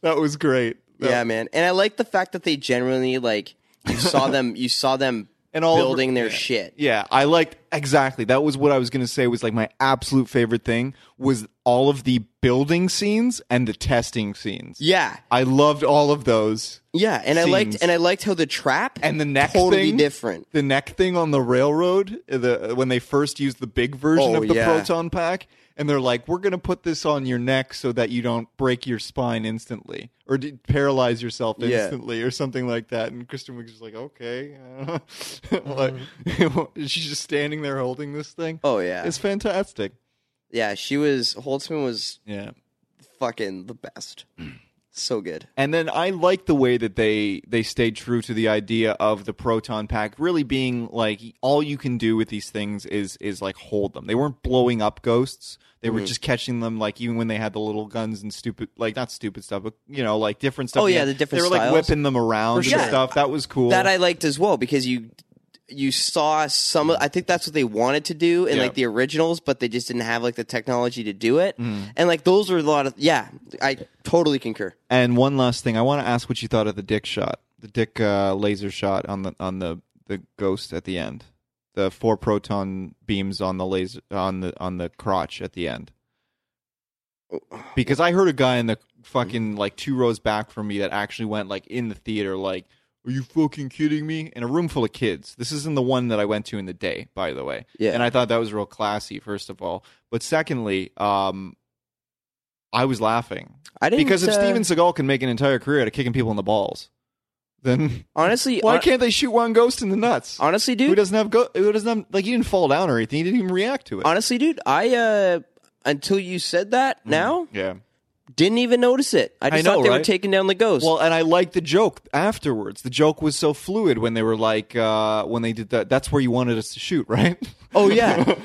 That was great. That-
Yeah, man. And I like the fact that they generally like you saw them you saw them
And all over-
building their
yeah.
shit.
Yeah, I liked exactly. That was what I was going to say was like my absolute favorite thing was all of the building scenes and the testing scenes.
Yeah.
I loved all of those.
Yeah, and I liked
Scenes.
and I liked how the trap
And the neck
totally
thing?
different.
The neck thing on the railroad, the when they first used the big version
Oh,
of the
yeah.
proton pack and they're like, "We're going to put this on your neck so that you don't break your spine instantly or d- paralyze yourself
Yeah.
instantly or something like that." And Kristen Wiig is like, "Okay." like, she's just standing there holding this thing.
Mm-hmm. Oh yeah.
It's fantastic.
yeah, she was Holtzman was
Yeah.
fucking the best.
Mm.
so good.
And then I like the way that they they stayed true to the idea of the proton pack really being like all you can do with these things is is like hold them. They weren't blowing up ghosts. They
Mm-hmm.
were just catching them like even when they had the little guns and stupid like not stupid stuff, but you know, like different stuff.
Oh,
They
yeah,
had-
the different
They were like
styles.
whipping them around and
sure.
stuff. That was cool.
That I liked as well because you you saw some of I think that's what they wanted to do in
Yeah.
like the originals, but they just didn't have like the technology to do it.
Mm.
And like those were a lot of yeah, I totally concur.
and one last thing, I want to ask what you thought of the dick shot. The dick uh, laser shot on the on the the ghost at the end. The four proton beams on the laser on the on the crotch at the end. because I heard a guy in the fucking like two rows back from me that actually went like in the theater like are you fucking kidding me in a room full of kids this isn't the one that I went to in the day by the way
Yeah.
and I thought that was real classy first of all but secondly um I was laughing
I didn't
because if
uh,
Steven Seagal can make an entire career out of kicking people in the balls then
honestly
why
hon-
can't they shoot one ghost in the nuts
honestly dude
who doesn't have go- who doesn't have, like he didn't fall down or anything he didn't even react to it
honestly dude i uh until you said that now
yeah
didn't even notice it i just
Mm. know,
thought they were
right?
taking down the ghost
Well, and I liked the joke afterwards. The joke was so fluid when they were like, uh, when they did that. That's where you wanted us to shoot, right?
oh yeah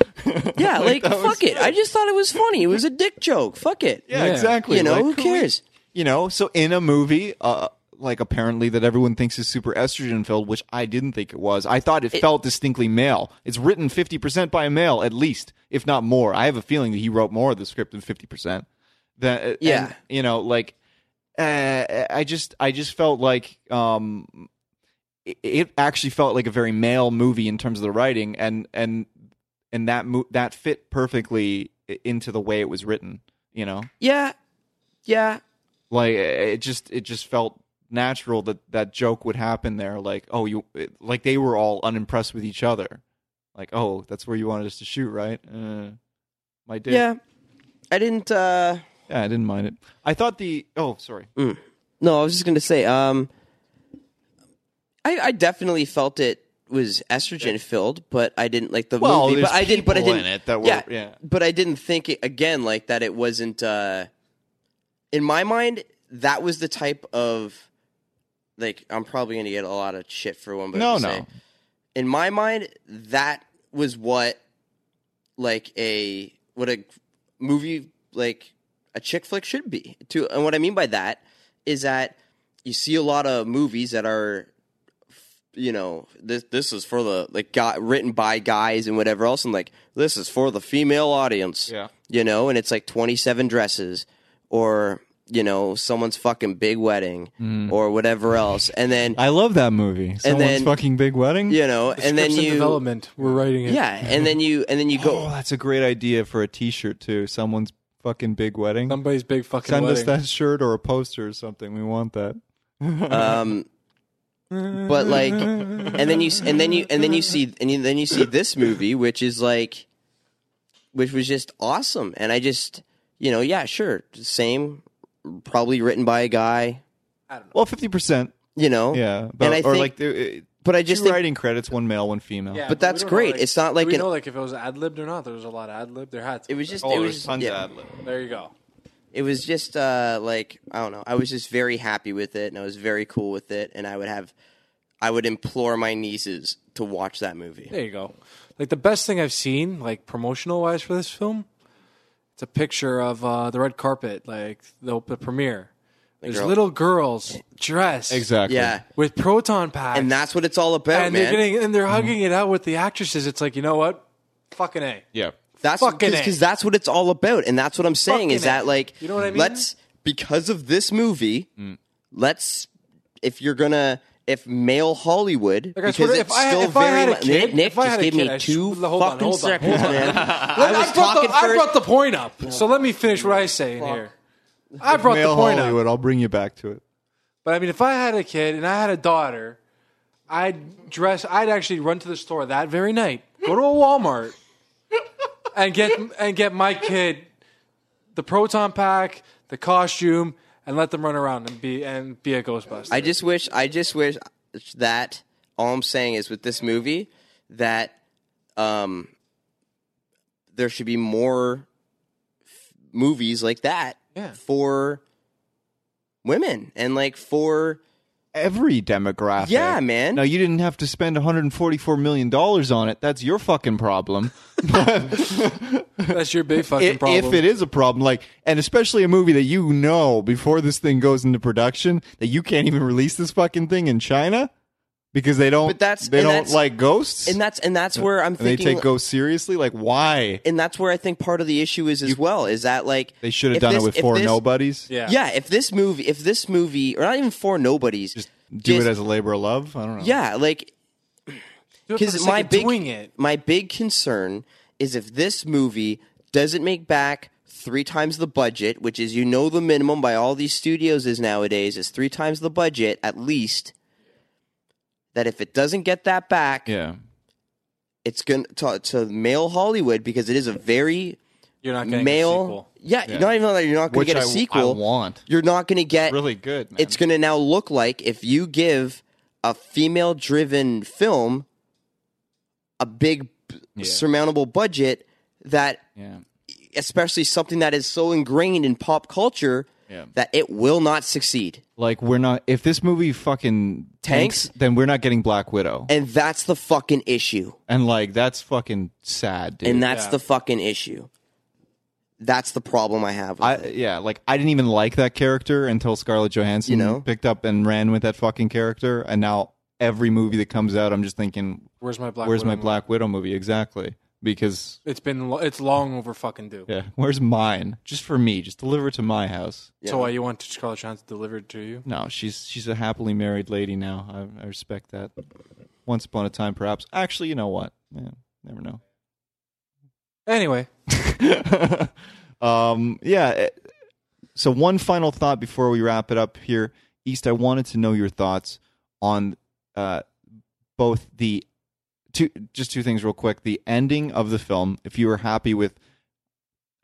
yeah like
that
fuck
was
it i just thought it was funny it was a dick joke fuck it
yeah,
Yeah.
exactly.
you know
Like,
who
can
cares
we- you know, so in a movie, uh, like apparently that everyone thinks is super estrogen filled, which I didn't think it was. I thought it, felt distinctly male. It's written fifty percent by a male, at least, if not more. I have a feeling that he wrote more of the script than fifty percent. That and,
Yeah.
you know, like uh, I just I just felt like um, it, it actually felt like a very male movie in terms of the writing, and and and that mo- that fit perfectly i- into the way it was written. You know,
yeah yeah
like it just it just felt natural that that joke would happen there. Like oh you it- like they were all unimpressed with each other. Like oh that's where you wanted us to shoot right? Uh, my dick.
yeah i didn't uh
yeah, I didn't mind it. I thought the oh sorry
Mm. no i was just gonna say um i i definitely felt it was estrogen filled, but I didn't like the
Well,
movie. But
there's
I didn't. But I
people
didn't.
in it that were-
yeah,
yeah.
But I didn't think it, again like that. It wasn't. uh In my mind, that was the type of like I'm probably gonna get a lot of shit for one. But
no
I'll say-
no
in my mind, that was what like a what a movie like a chick flick should be. To and what I mean by that is that you see a lot of movies that are you know this this is for the like got written by guys and whatever else and like this is for the female audience
Yeah.
you know and it's like 27 dresses or you know someone's fucking big wedding
Mm.
or whatever else and then
I love that movie. Someone's
then-
fucking big wedding.
you know and then
Scripts in
you
development. We're writing it.
yeah, and then you and then you
Oh,
go.
that's a great idea for a T-shirt too. Someone's fucking big wedding.
Somebody's big fucking
Send us
wedding.
that shirt or a poster or something. We want that.
Um, but like, and then you and then you and then you see and you, then you see this movie, which is like, which was just awesome. And I just, you know, yeah, sure, same, probably written by a guy,
Well, fifty percent.
you know,
Yeah,
and I
but, or
think,
like the,
but I
two
just think,
writing credits, one male, one female.
Yeah,
but
we
that's
don't
great. It's not
do
like
we
an-
know like if it was ad libbed or not. There was a lot of ad lib. There had to.
it
be.
was just,
Oh,
it was
there's
just,
tons
yeah.
of ad lib.
There you go.
it was just uh like I don't know. I was just very happy with it, and I was very cool with it, and I would have, I would implore my nieces to watch that movie.
There you go. Like the best thing I've seen, like promotional wise for this film, it's a picture of uh, the red carpet, like the, the premiere.
The
There's
girl-
little girls dressed
Exactly.
Yeah,
with proton packs,
and that's what it's all about,
and
man.
they're getting and they're hugging it out with the actresses. It's like you know what, fucking a.
Yeah.
That's
Fucking A.
because that's what it's all about, and that's what I'm saying is
Fucking A.
that like
You know what I mean?
Let's because of this movie, let's if you're gonna if male Hollywood
Like, I
because
swear to-
it's
if I-
still
if I
very
had a
li-
kid-
Nick, Nick,
if I
just
had a
give
kid, I
me
sh-
two
hold on,
fucking
hold on,
seconds,
hold on.
man.
I,
I was
brought
talking
the, I
first.
brought the point up, so let me finish what I say in here. I brought
Male
the point up.
Hollywood. I'll bring you back to it.
But I mean, if I had a kid and I had a daughter, I'd dress. I'd actually run to the store that very night, go to a Walmart, and get and get my kid the proton pack, the costume, and let them run around and be and be a Ghostbuster.
I just wish I just wish that all I'm saying is with this movie that um there should be more f- movies like that
Yeah.
for women and like for
Every demographic.
Yeah, man.
Now you didn't have to spend 144 million dollars on it. That's your fucking problem.
That's your big fucking
if,
problem.
if it is a problem, like, and especially a movie that you know before this thing goes into production that you can't even release this fucking thing in China because they don't.
But that's-
they
and
don't
that's-
like ghosts,
and that's and that's where I'm
and they
thinking
take ghosts seriously. Like, why
and that's where I think part of the issue is as well is that like
they should have
if
done
this-
it with
if
four
this-
nobodies?
yeah,
Yeah, if this movie if this movie or not even four nobodies
just do
just-
it as a labor of love. I don't know.
Yeah, like because my big
doing it.
my big concern is if this movie doesn't make back three times the budget, which is you know the minimum by all these studios is nowadays is three times the budget at least. That if it doesn't get that back,
yeah.
it's gonna to, to male Hollywood because it is a very
You're not getting a
male.
sequel.
Yeah, not even that you're not gonna
Which
get a
I- I
sequel.
want.
You're not gonna get
really good. Man.
it's going to now look like if you give a female driven film a big surmountable budget that
yeah.
especially something that is so ingrained in pop culture
Yeah.
that it will not succeed
Like we're not. If this movie fucking
Tanks?
tanks, then we're not getting Black Widow,
and that's the fucking issue
and like that's fucking sad, dude.
and that's
Yeah.
the fucking issue that's the problem i have with
I
it.
yeah, like I didn't even like that character until Scarlett Johansson
You know?
picked up and ran with that fucking character, and now every movie that comes out, I'm just thinking,
Where's my black?
where's my
Widow movie?
Black Widow movie exactly? Because
It's been lo- it's long over fucking due.
yeah, where's mine? Just for me, just deliver it to my house.
So why you want Scarlett Johansson delivered to you?
No, she's she's a happily married lady now. I, I respect that. Once upon a time, perhaps. Actually, you know what? Yeah, never know.
Anyway,
um, yeah. it- So one final thought before we wrap it up here, East. I wanted to know your thoughts on uh, both the two, just two things real quick. The ending of the film, if you were happy with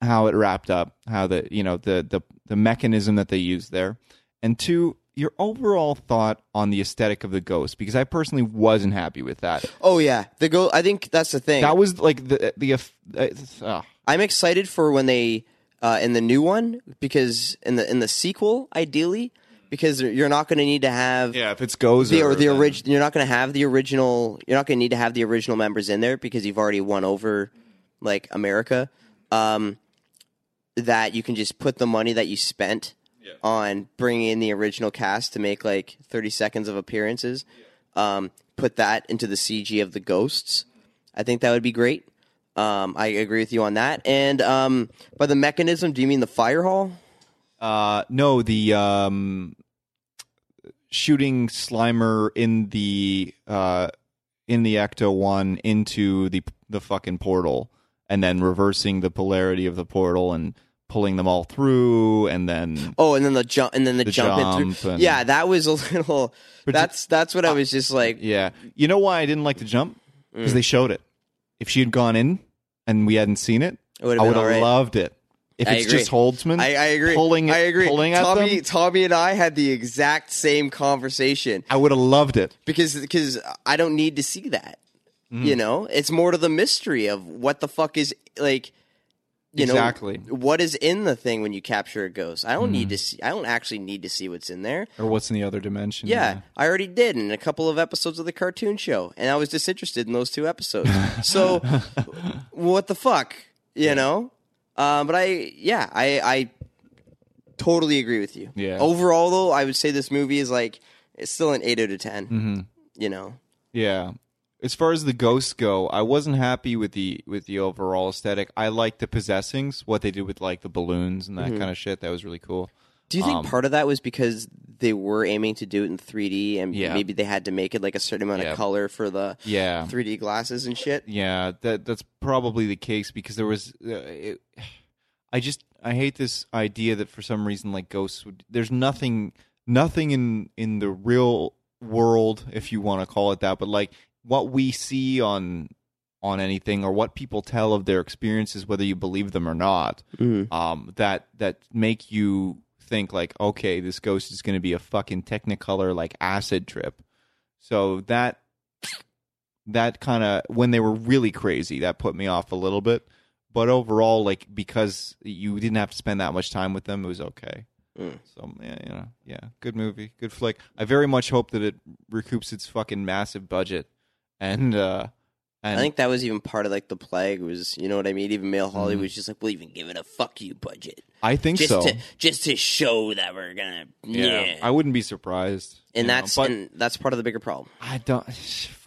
how it wrapped up, how the you know the the the mechanism that they used there, and two, your overall thought on the aesthetic of the ghost, because I personally wasn't happy with that.
oh yeah the go i think that's the thing
That was like the the. eff- Uh, uh,
I'm excited for when they uh, in the new one because in the in the sequel ideally because you're not going to need to have
yeah, if it's goes
the or the original you're not going to have the original you're not going to need to have the original members in there because you've already won over like America um that you can just put the money that you spent on bringing in the original cast to make like 30 seconds of appearances um put that into the CG of the ghosts I think that would be great um I agree with you on that and um by the mechanism do you mean the fire hall
Uh, no, the um, shooting Slimer in the uh, in the Ecto One into the the fucking portal, and then reversing the polarity of the portal and pulling them all through, and then
Oh, and then the jump, and then the,
The
jump, in
jump
through.
and-
yeah, that was a little. That's that's what I was just like.
yeah, you know why I didn't like the jump
Mm.
because they showed it. If she had gone in and we hadn't seen it,
It would've
I
been
would have
all right.
loved it. If
I
it's
agree.
just Holdsman,
I, I agree.
Pulling,
I agree.
pulling at
Tommy,
them,
Tommy and I had the exact same conversation
I would have loved it.
because because I don't need to see that.
Mm.
You know, it's more to the mystery of what the fuck is like. You
Exactly. Mm.
know, what is in the thing when you capture a ghost? I don't need to see. I don't actually need to see what's in there.
Or what's in the other dimension?
Yeah, I already did in a couple of episodes of the cartoon show, and I was disinterested in those two episodes. so, Uh, what the fuck, you know? Um, but I, yeah, I, I Totally agree with you.
Yeah.
Overall, though, I would say this movie is like it's still an eight out of 10
Mm-hmm.
You know,
Yeah. As far as the ghosts go, I wasn't happy with the with the overall aesthetic. I liked the possessings, what they did with like the balloons and that kind of shit. That was really cool.
do you think
Um,
part of that was because they were aiming to do it in 3D and
Yeah.
maybe they had to make it like a certain amount
Yeah.
of color for the
Yeah.
3D glasses and shit?
Yeah, that that's probably the case because there was. Uh, it, I just I hate this idea that for some reason like ghosts would. There's nothing nothing in in the real world if you want to call it that, but like what we see on on anything or what people tell of their experiences, whether you believe them or not, um, that that make you think like, okay, this ghost is going to be a fucking Technicolor like acid trip. So that that kind of when they were really crazy, that put me off a little bit. But overall, like because you didn't have to spend that much time with them, it was okay.
Mm.
So yeah, you know, yeah, good movie, good flick. I very much hope that it recoups its fucking massive budget, and uh, and
I think that was even part of like the plague was, you know what I mean? Even male Hollywood's just like, we'll even give it a fuck you budget
Mm-hmm. I think
just
so.
to just to show that we're gonna yeah.
I wouldn't be surprised.
and
you know,
that's
but
and that's part of the bigger problem.
I don't.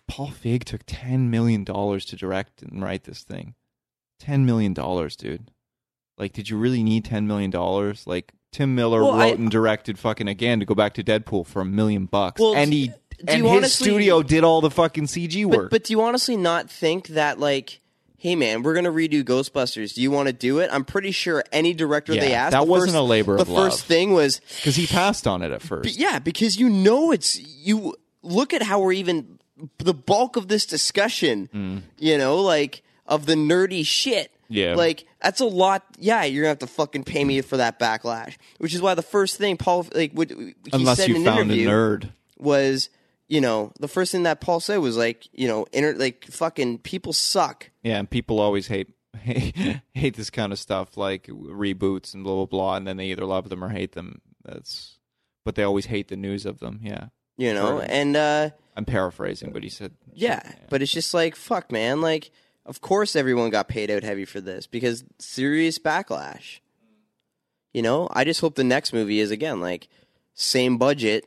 Paul Feig took ten million dollars to direct and write this thing. Ten million dollars, dude. Like, did you really need ten million dollars? Like, Tim Miller
Well,
wrote
I-
and directed fucking again to go back to Deadpool for a million bucks,
Well,
and he
do
and
you
his
honestly-
studio did all the fucking CG
But
work.
but do you honestly not think that like, hey man, we're gonna redo Ghostbusters? Do you want to do it? I'm pretty sure any director they
Yeah,
asked
that
the
wasn't
first-
a labor
The
of love.
first thing was
because he passed on it at first.
But yeah, because you know it's you look at how we're even the bulk of this discussion, you know, like of the nerdy shit.
Mm. Yeah.
Like that's a lot. Yeah, you're gonna have to fucking pay me for that backlash, which is why the first thing Paul like would he
Unless
said in
you
an
found a
interview
nerd.
was you know the first thing that Paul said was like you know inter- like fucking people suck.
Yeah, and people always hate hate, this kind of stuff, like reboots and blah blah blah, and then they either love them or hate them. That's but they always hate the news of them. Yeah,
You know,
Sure.
and uh,
I'm paraphrasing, but he said,
Yeah, but it's just like fuck, man. Like, of course everyone got paid out heavy for this because serious backlash. You know, I just hope the next movie is again like same budget,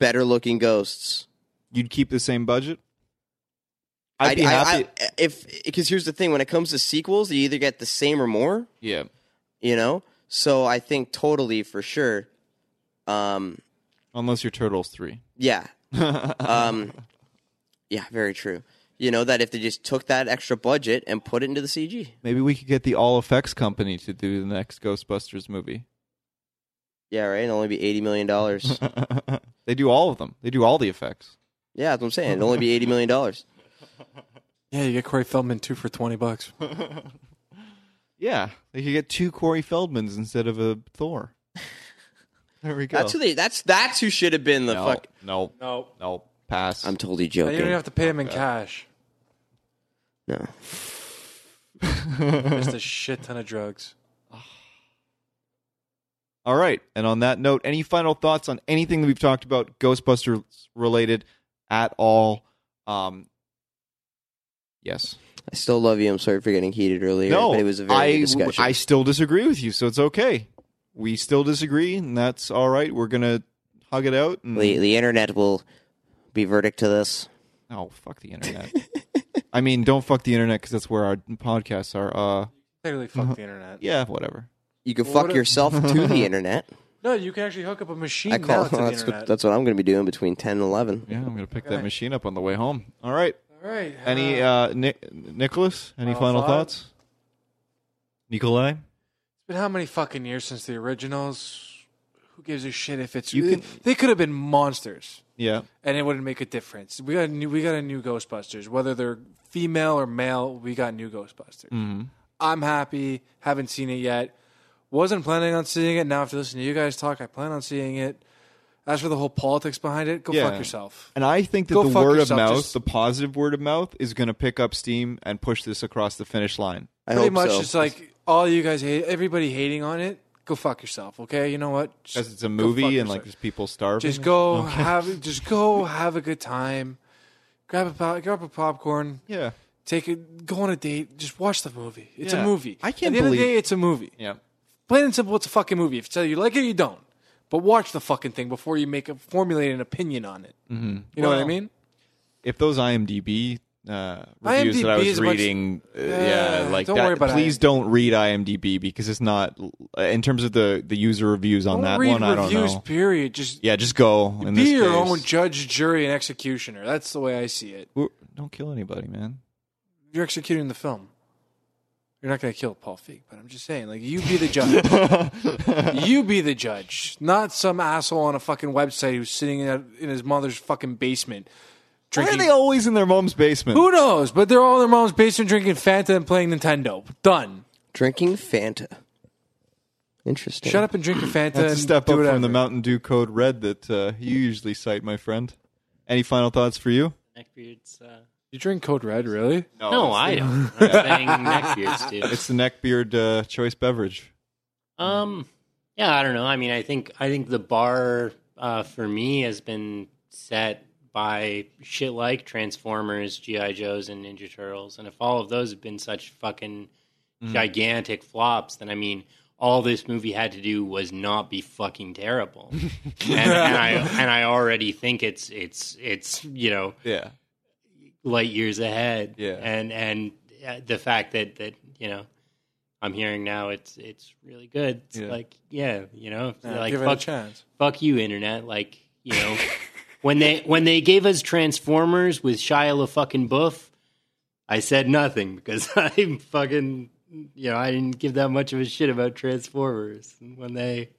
better looking ghosts.
"You'd keep the same budget."
I-
I'd be
I-
happy.
I- if because here's the thing: when it comes to sequels, you either get the same or more.
yeah,
You know, so I think totally for sure. Um,
unless you're Turtles three.
yeah, um, yeah, very true. You know that if they just took that extra budget and put it into the CG,
Maybe we could get the All Effects Company to do the next Ghostbusters movie.
Yeah, right. It'd only be eighty million dollars.
they do all of them. They do all the effects.
yeah, that's what I'm saying. It'd only be eighty million dollars.
Yeah, you get Corey Feldman two for twenty bucks.
Yeah, they could get two Corey Feldmans instead of a Thor. There we go.
That's who they. That's that's who should have been the
no,
fuck.
no,
No,
no, pass.
I'm totally
Oh, you don't even
joking.
have to pay him in cash.
No,
Just a shit ton of drugs.
All right. And on that note, any final thoughts on anything that we've talked about Ghostbusters related at all? Um, yes.
I still love you. I'm sorry for getting heated earlier.
no,
but it was a very
I,
good discussion.
I still disagree with you, so it's okay. We still disagree, and that's all right. We're going to hug it out. And,
the, the internet will be verdict to this.
oh, fuck the internet. I mean, don't fuck the internet because that's where our podcasts are. Uh,
Technically, fuck the internet.
yeah, whatever.
You can
Well,
fuck
what if-
yourself to the internet.
No, you can actually hook up a machine
I call
now to the
that's
internet.
what, that's what I'm going to be doing between ten and eleven.
Yeah, I'm going to pick that machine up on the way home. All right.
All right.
Any
uh,
uh, Ni- Nicholas? Any
final
final
thoughts?
thoughts? Nikolai?
it's been how many fucking years since the originals? Who gives a shit if it's
You
you?
can-
they could have been monsters.
Yeah.
and it wouldn't make a difference. We got a new, we got a new Ghostbusters, whether they're female or male. We got new Ghostbusters.
Mm-hmm.
I'm happy. Haven't seen it yet. Wasn't planning on seeing it. Now after listening to you guys talk, I plan on seeing it. As for the whole politics behind it, go
Yeah.
fuck yourself.
And I think that
Go
the
fuck
word
yourself,
of mouth,
just-
the positive word of mouth, is going to pick up steam and push this across the finish line.
I
Pretty
hope
much,
so.
it's like all you guys hate, everybody hating on it. Go fuck yourself. Okay, you know what? Just
Because it's a
go fuck
movie and like
yourself.
there's people starving.
just go have just go have a good time. Grab a pop, grab a popcorn.
Yeah.
take it, go on a date, just watch the movie. It's
Yeah.
a movie.
I can't
At the end of
believe-
the day, it's a movie.
Yeah.
Plain and simple, it's a fucking movie. If it's you like it, you don't. But watch the fucking thing before you make a formulate an opinion on it. Mm-hmm. You know what I mean?
if those IMDb uh, reviews that I
IMDb
was
is a bunch-
reading, uh, yeah,
Yeah,
like
don't
that,
worry about
please
IMDb.
don't read IMDb because it's not uh, in terms of the the user reviews on
Don't
that
read
one. I don't
reviews.
know.
Period. Just
Yeah, just go. In
be
this
your
case.
own judge, jury, and executioner. That's the way I see it.
We're- Don't kill anybody, man.
You're executing the film. You're not going to kill Paul Feig, but I'm just saying, like, you be the judge. you be the judge, not some asshole on a fucking website who's sitting in, a, in his mother's fucking basement
Why are
drinking.
they always in their mom's basement?
Who knows? But they're all in their mom's basement drinking Fanta and playing Nintendo. Done.
Drinking Fanta. Interesting.
Shut up and drink your Fanta.
That's a
and
step
do
up
whatever.
from the Mountain Dew Code Red that uh, you usually cite, my friend. Any final thoughts for you?
Neckbeards. Uh...
You drink Code Red, really?
No, I don't. I'm saying neckbeards do.
It's the neckbeard uh, choice beverage.
Um, yeah, I don't know. I mean, I think I think the bar uh, for me has been set by shit like Transformers, GI Joes, and Ninja Turtles, and if all of those have been such fucking Mm. gigantic flops, then I mean. All this movie had to do was not be fucking terrible, and, and I and I already think it's it's it's you know
Yeah.
light years ahead.
Yeah.
and and uh, the fact that that you know, I'm hearing now it's it's really good. It's
Yeah.
Like yeah, you know,
Yeah,
like
give it a
fuck,
chance.
fuck you, internet. Like you know, when they when they gave us Transformers with Shia fucking Buff, I said nothing because I'm fucking. You know, I didn't give that much of a shit about Transformers And when they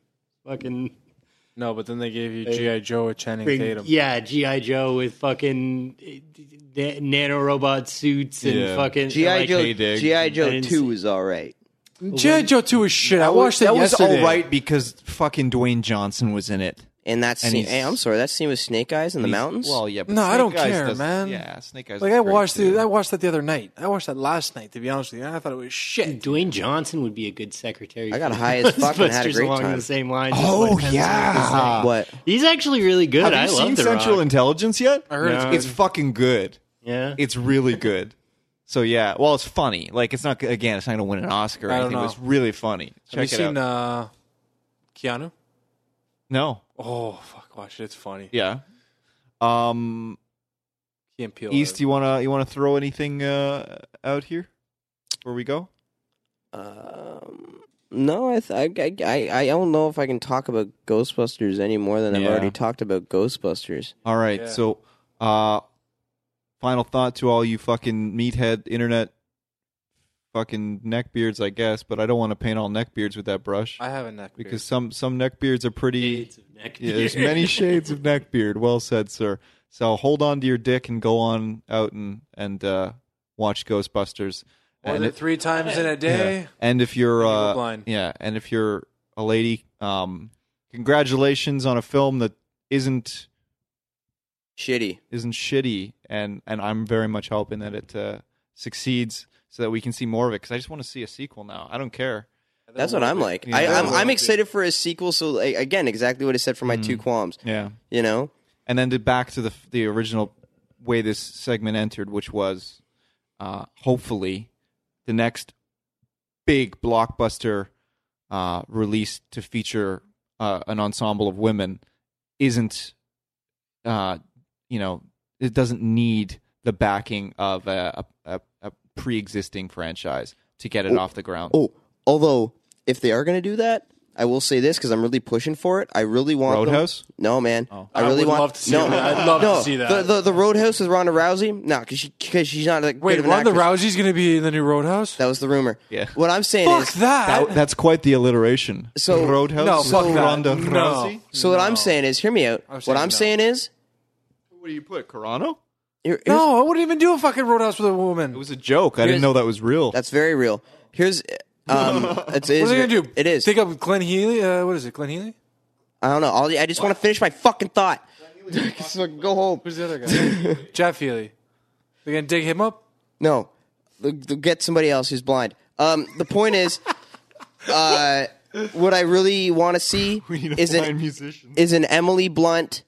fucking
No, but then they gave you G.I. Joe with Channing
Big-
Tatum.
Yeah, GI Joe with fucking uh, na- nanorobot suits and
Yeah.
fucking
GI
like,
Joe.
Hey, Dig.
GI
I
Joe
didn't
Two
see-
is all right.
G.I. Joe 2 is shit. I watched
that
it
was
yesterday.
all right because fucking Dwayne Johnson was in it.
And that
And
scene.
he's-
Hey, I'm sorry. That scene with Snake Eyes in the mountains.
yeah. But
No, I
Snake
don't
Eyes
care,
does-
man.
Yeah, Snake Eyes.
Like
is
I
great,
watched
too.
it. I watched that the other night. I watched that last night. To be honest with you, and I thought it was shit.
Dwayne Johnson would be a good secretary.
I got
for
high as fuck and had a
Ghostbusters
great
along
time.
the same lines. as
Oh,
what Hemsworth is
yeah.
saying.
What?
he's actually really good.
Have you
I love
seen
The
Central
Rock.
Intelligence yet?
I heard
No.
It's fucking good.
yeah,
It's really good. So yeah, well, it's funny. Like it's not again, it's not going to win an Oscar. or
I don't
anything, but
know.
It's really funny. Check
Have you
it
seen
out.
uh, Keanu?
no,
Oh fuck, watch it. It's funny.
yeah. Um,
He and Peele.
East, you wanna you wanna throw anything uh, out here? Where we go?
Um, no, I, th- I, I I don't know if I can talk about Ghostbusters any more than
Yeah.
I've already talked about Ghostbusters.
All right.
Yeah.
So, uh, final thought to all you fucking meathead internet fucking neckbeards, I guess. But I don't want to paint all neckbeards with that brush
I haven't that
because some some neckbeards are pretty.
Shades of neck
Yeah, there's
beard.
many shades of neckbeard. Well said, sir. So hold on to your dick and go on out and and uh, watch Ghostbusters.
Was
and
it three times in a day?
yeah. And if you're
You go
uh,
blind.
yeah, and if you're a lady, um, congratulations on a film that isn't
Shitty.
isn't shitty, and and I'm very much hoping that it uh, succeeds so that we can see more of it because I just want to see a sequel now. I don't care.
That's what I'm like. I,
Yeah.
I'm, I'm excited for a sequel. So like, again, exactly what I said for my
Mm.
two qualms.
Yeah,
You know,
and then to back to the the original way this segment entered, which was uh, hopefully the next big blockbuster uh, release to feature uh, an ensemble of women isn't, uh, you know, it doesn't need the backing of a, a, a, a pre-existing franchise to get it off the ground.
Oh, although if they are going to do that, I will say this because I'm really pushing for it. I really want them-
Roadhouse?
No, man. I
Oh. I
really
would
want.
love to see
no,
that. I'd love to
no,
see that.
The, the the Roadhouse with Ronda Rousey. No, because she because she's not like
Wait,
of an
Ronda
actress.
Rousey's gonna be in the new Roadhouse?
That was the rumor.
Yeah.
What I'm saying
fuck
is
that.
That- that's quite the alliteration.
So-
Roadhouse,
no,
with
fuck that.
Ronda
No.
Rousey.
So what I'm saying is, hear me out. what
saying
I'm
no.
saying is,
What do you put, Carano?
here- here's-
no, I wouldn't even do a fucking Roadhouse with a woman.
It was a joke. I didn't know that was real.
that's very real. Here's, um, it's, it
what
is,
are they gonna do?
It is.
Take up Glenn Healy? Uh, what is it? Glenn Healy?
I don't know. I'll, I just want to finish my fucking thought. so go home.
Who's the other guy? Jeff Healy. They're gonna dig him up?
No, They'll- they'll get somebody else who's blind. Um, the point is, uh, what I really want to see is an
musician.
is an Emily Blunt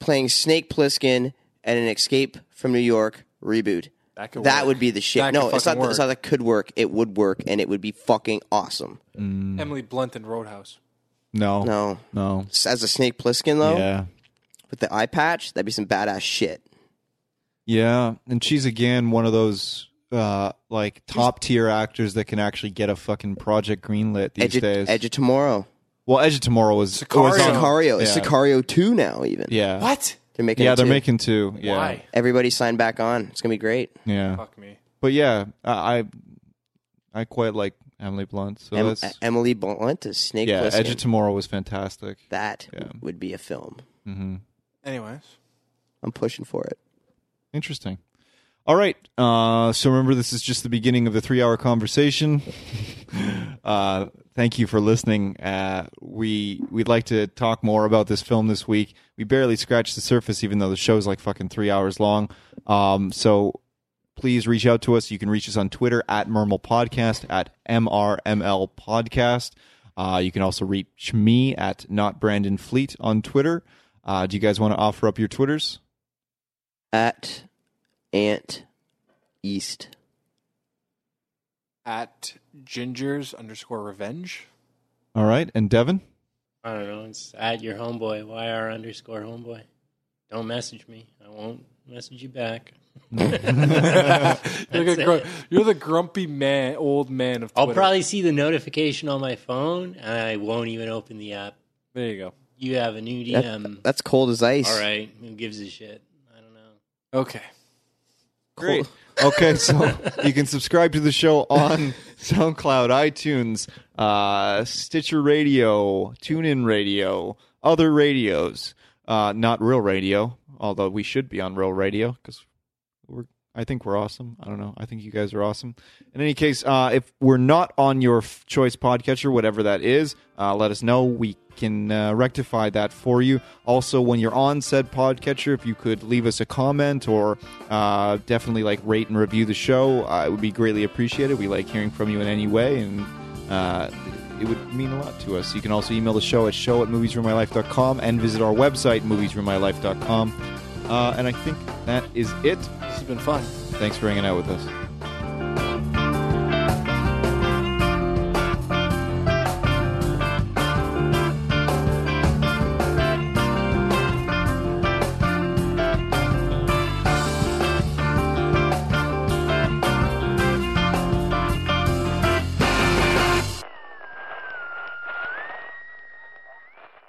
playing Snake Plissken at an Escape from New York reboot.
That could
That
work.
would be the shit.
That
no,
could
it's not,
fucking
that- it's not that could work. It would work, and it would be fucking awesome.
Emily Blunt in Roadhouse.
No.
No,
No.
S- as a Snake Plissken though,
Yeah.
with the eye patch, that'd be some badass shit.
Yeah, and she's again one of those uh like top tier actors that can actually get a fucking project greenlit these
Edge of,
days.
Edge of Tomorrow,
well, Edge of Tomorrow was
Sicario.
was on-
Sicario, it's
Yeah.
Sicario two now even.
Yeah.
What?
they're making.
Yeah,
it
they're
two.
making two. Yeah.
Why?
Everybody signed back on. It's gonna be great.
Yeah.
Fuck me.
But yeah, I I, I quite like Emily Blunt. So
Em-
that's
uh, Emily Blunt is Snake
yeah,
Plissken.
Edge of Tomorrow was fantastic.
that
Yeah.
would be a film.
Mm-hmm.
Anyways,
I'm pushing for it.
Interesting. All right. Uh, so remember, this is just the beginning of the three hour conversation. uh, thank you for listening. Uh, we, we'd like to talk more about this film this week. We barely scratched the surface, even though the show's like fucking three hours long. Um, so please reach out to us. You can reach us on Twitter at Mermal Podcast, at MRML Podcast. Uh, you can also reach me at Not Brandon Fleet on Twitter. Uh, do you guys want to offer up your Twitters?
At Ant East.
at gingers underscore revenge.
All right. And Devin?
I don't know. It's at your homeboy, YR underscore homeboy. Don't message me. I won't message you back.
You're, like a
it.
gr- you're the grumpy man, old man of
I'll
Twitter.
probably see the notification on my phone and I won't even open the app.
There you go.
You have a new
That-
DM.
That's cold as ice.
All right. Who gives a shit? I don't know.
Okay.
Great. Okay, so you can subscribe to the show on SoundCloud, iTunes, uh, Stitcher Radio, TuneIn Radio, other radios, uh, not real radio, although we should be on real radio because we're. I think we're awesome. I don't know. I think you guys are awesome. In any case, uh, if we're not on your f- choice podcatcher, whatever that is, uh, let us know. We can uh, rectify that for you. Also, when you're on said podcatcher, if you could leave us a comment or uh, definitely like rate and review the show, uh, it would be greatly appreciated. We like hearing from you in any way, and uh, it would mean a lot to us. You can also email the show at show at moviesroommylife.com and visit our website, moviesroommylife.com. Uh, and I think that is it.
This has been fun.
Thanks for hanging out with us.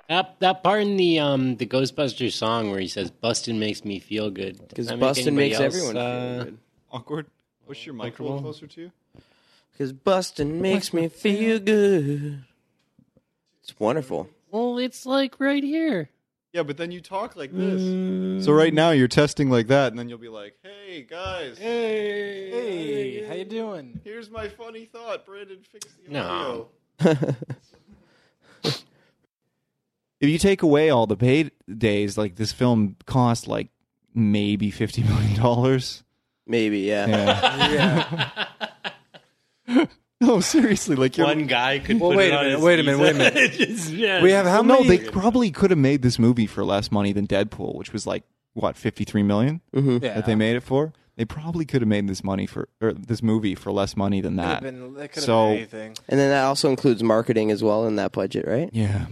That that part in the um the Ghostbusters song where he says "Bustin' makes me feel good" Does
Because
that make
Bustin
anybody
makes
else,
everyone
uh,
feel good.
Awkward. Push your mic a little closer to you.
Because Bustin makes me feel good. It's wonderful.
Well, it's like right here.
Yeah, but then you talk like this. So right now you're testing like that, and then you'll be like, "Hey guys,
Hey, how you doing?
here's my funny thought. Brandon, fix the
No.
audio."
audio."
if you take away all the paid days, like this film cost like maybe fifty million dollars.
Maybe, yeah.
Yeah. no, seriously, like you're,
One guy could.
Well,
put
wait
it
a
on
minute,
his
wait a minute, wait a
pizza. Just- yeah.
We have how
no,
many?
they probably could have made this movie for less money than Deadpool, which was like what fifty three million
yeah.
that they made it for. They probably could have made this money for or this movie for less money than
Could've
that.
been- that could've
So-
been anything.
And then that also includes marketing as well in that budget, right?
Yeah.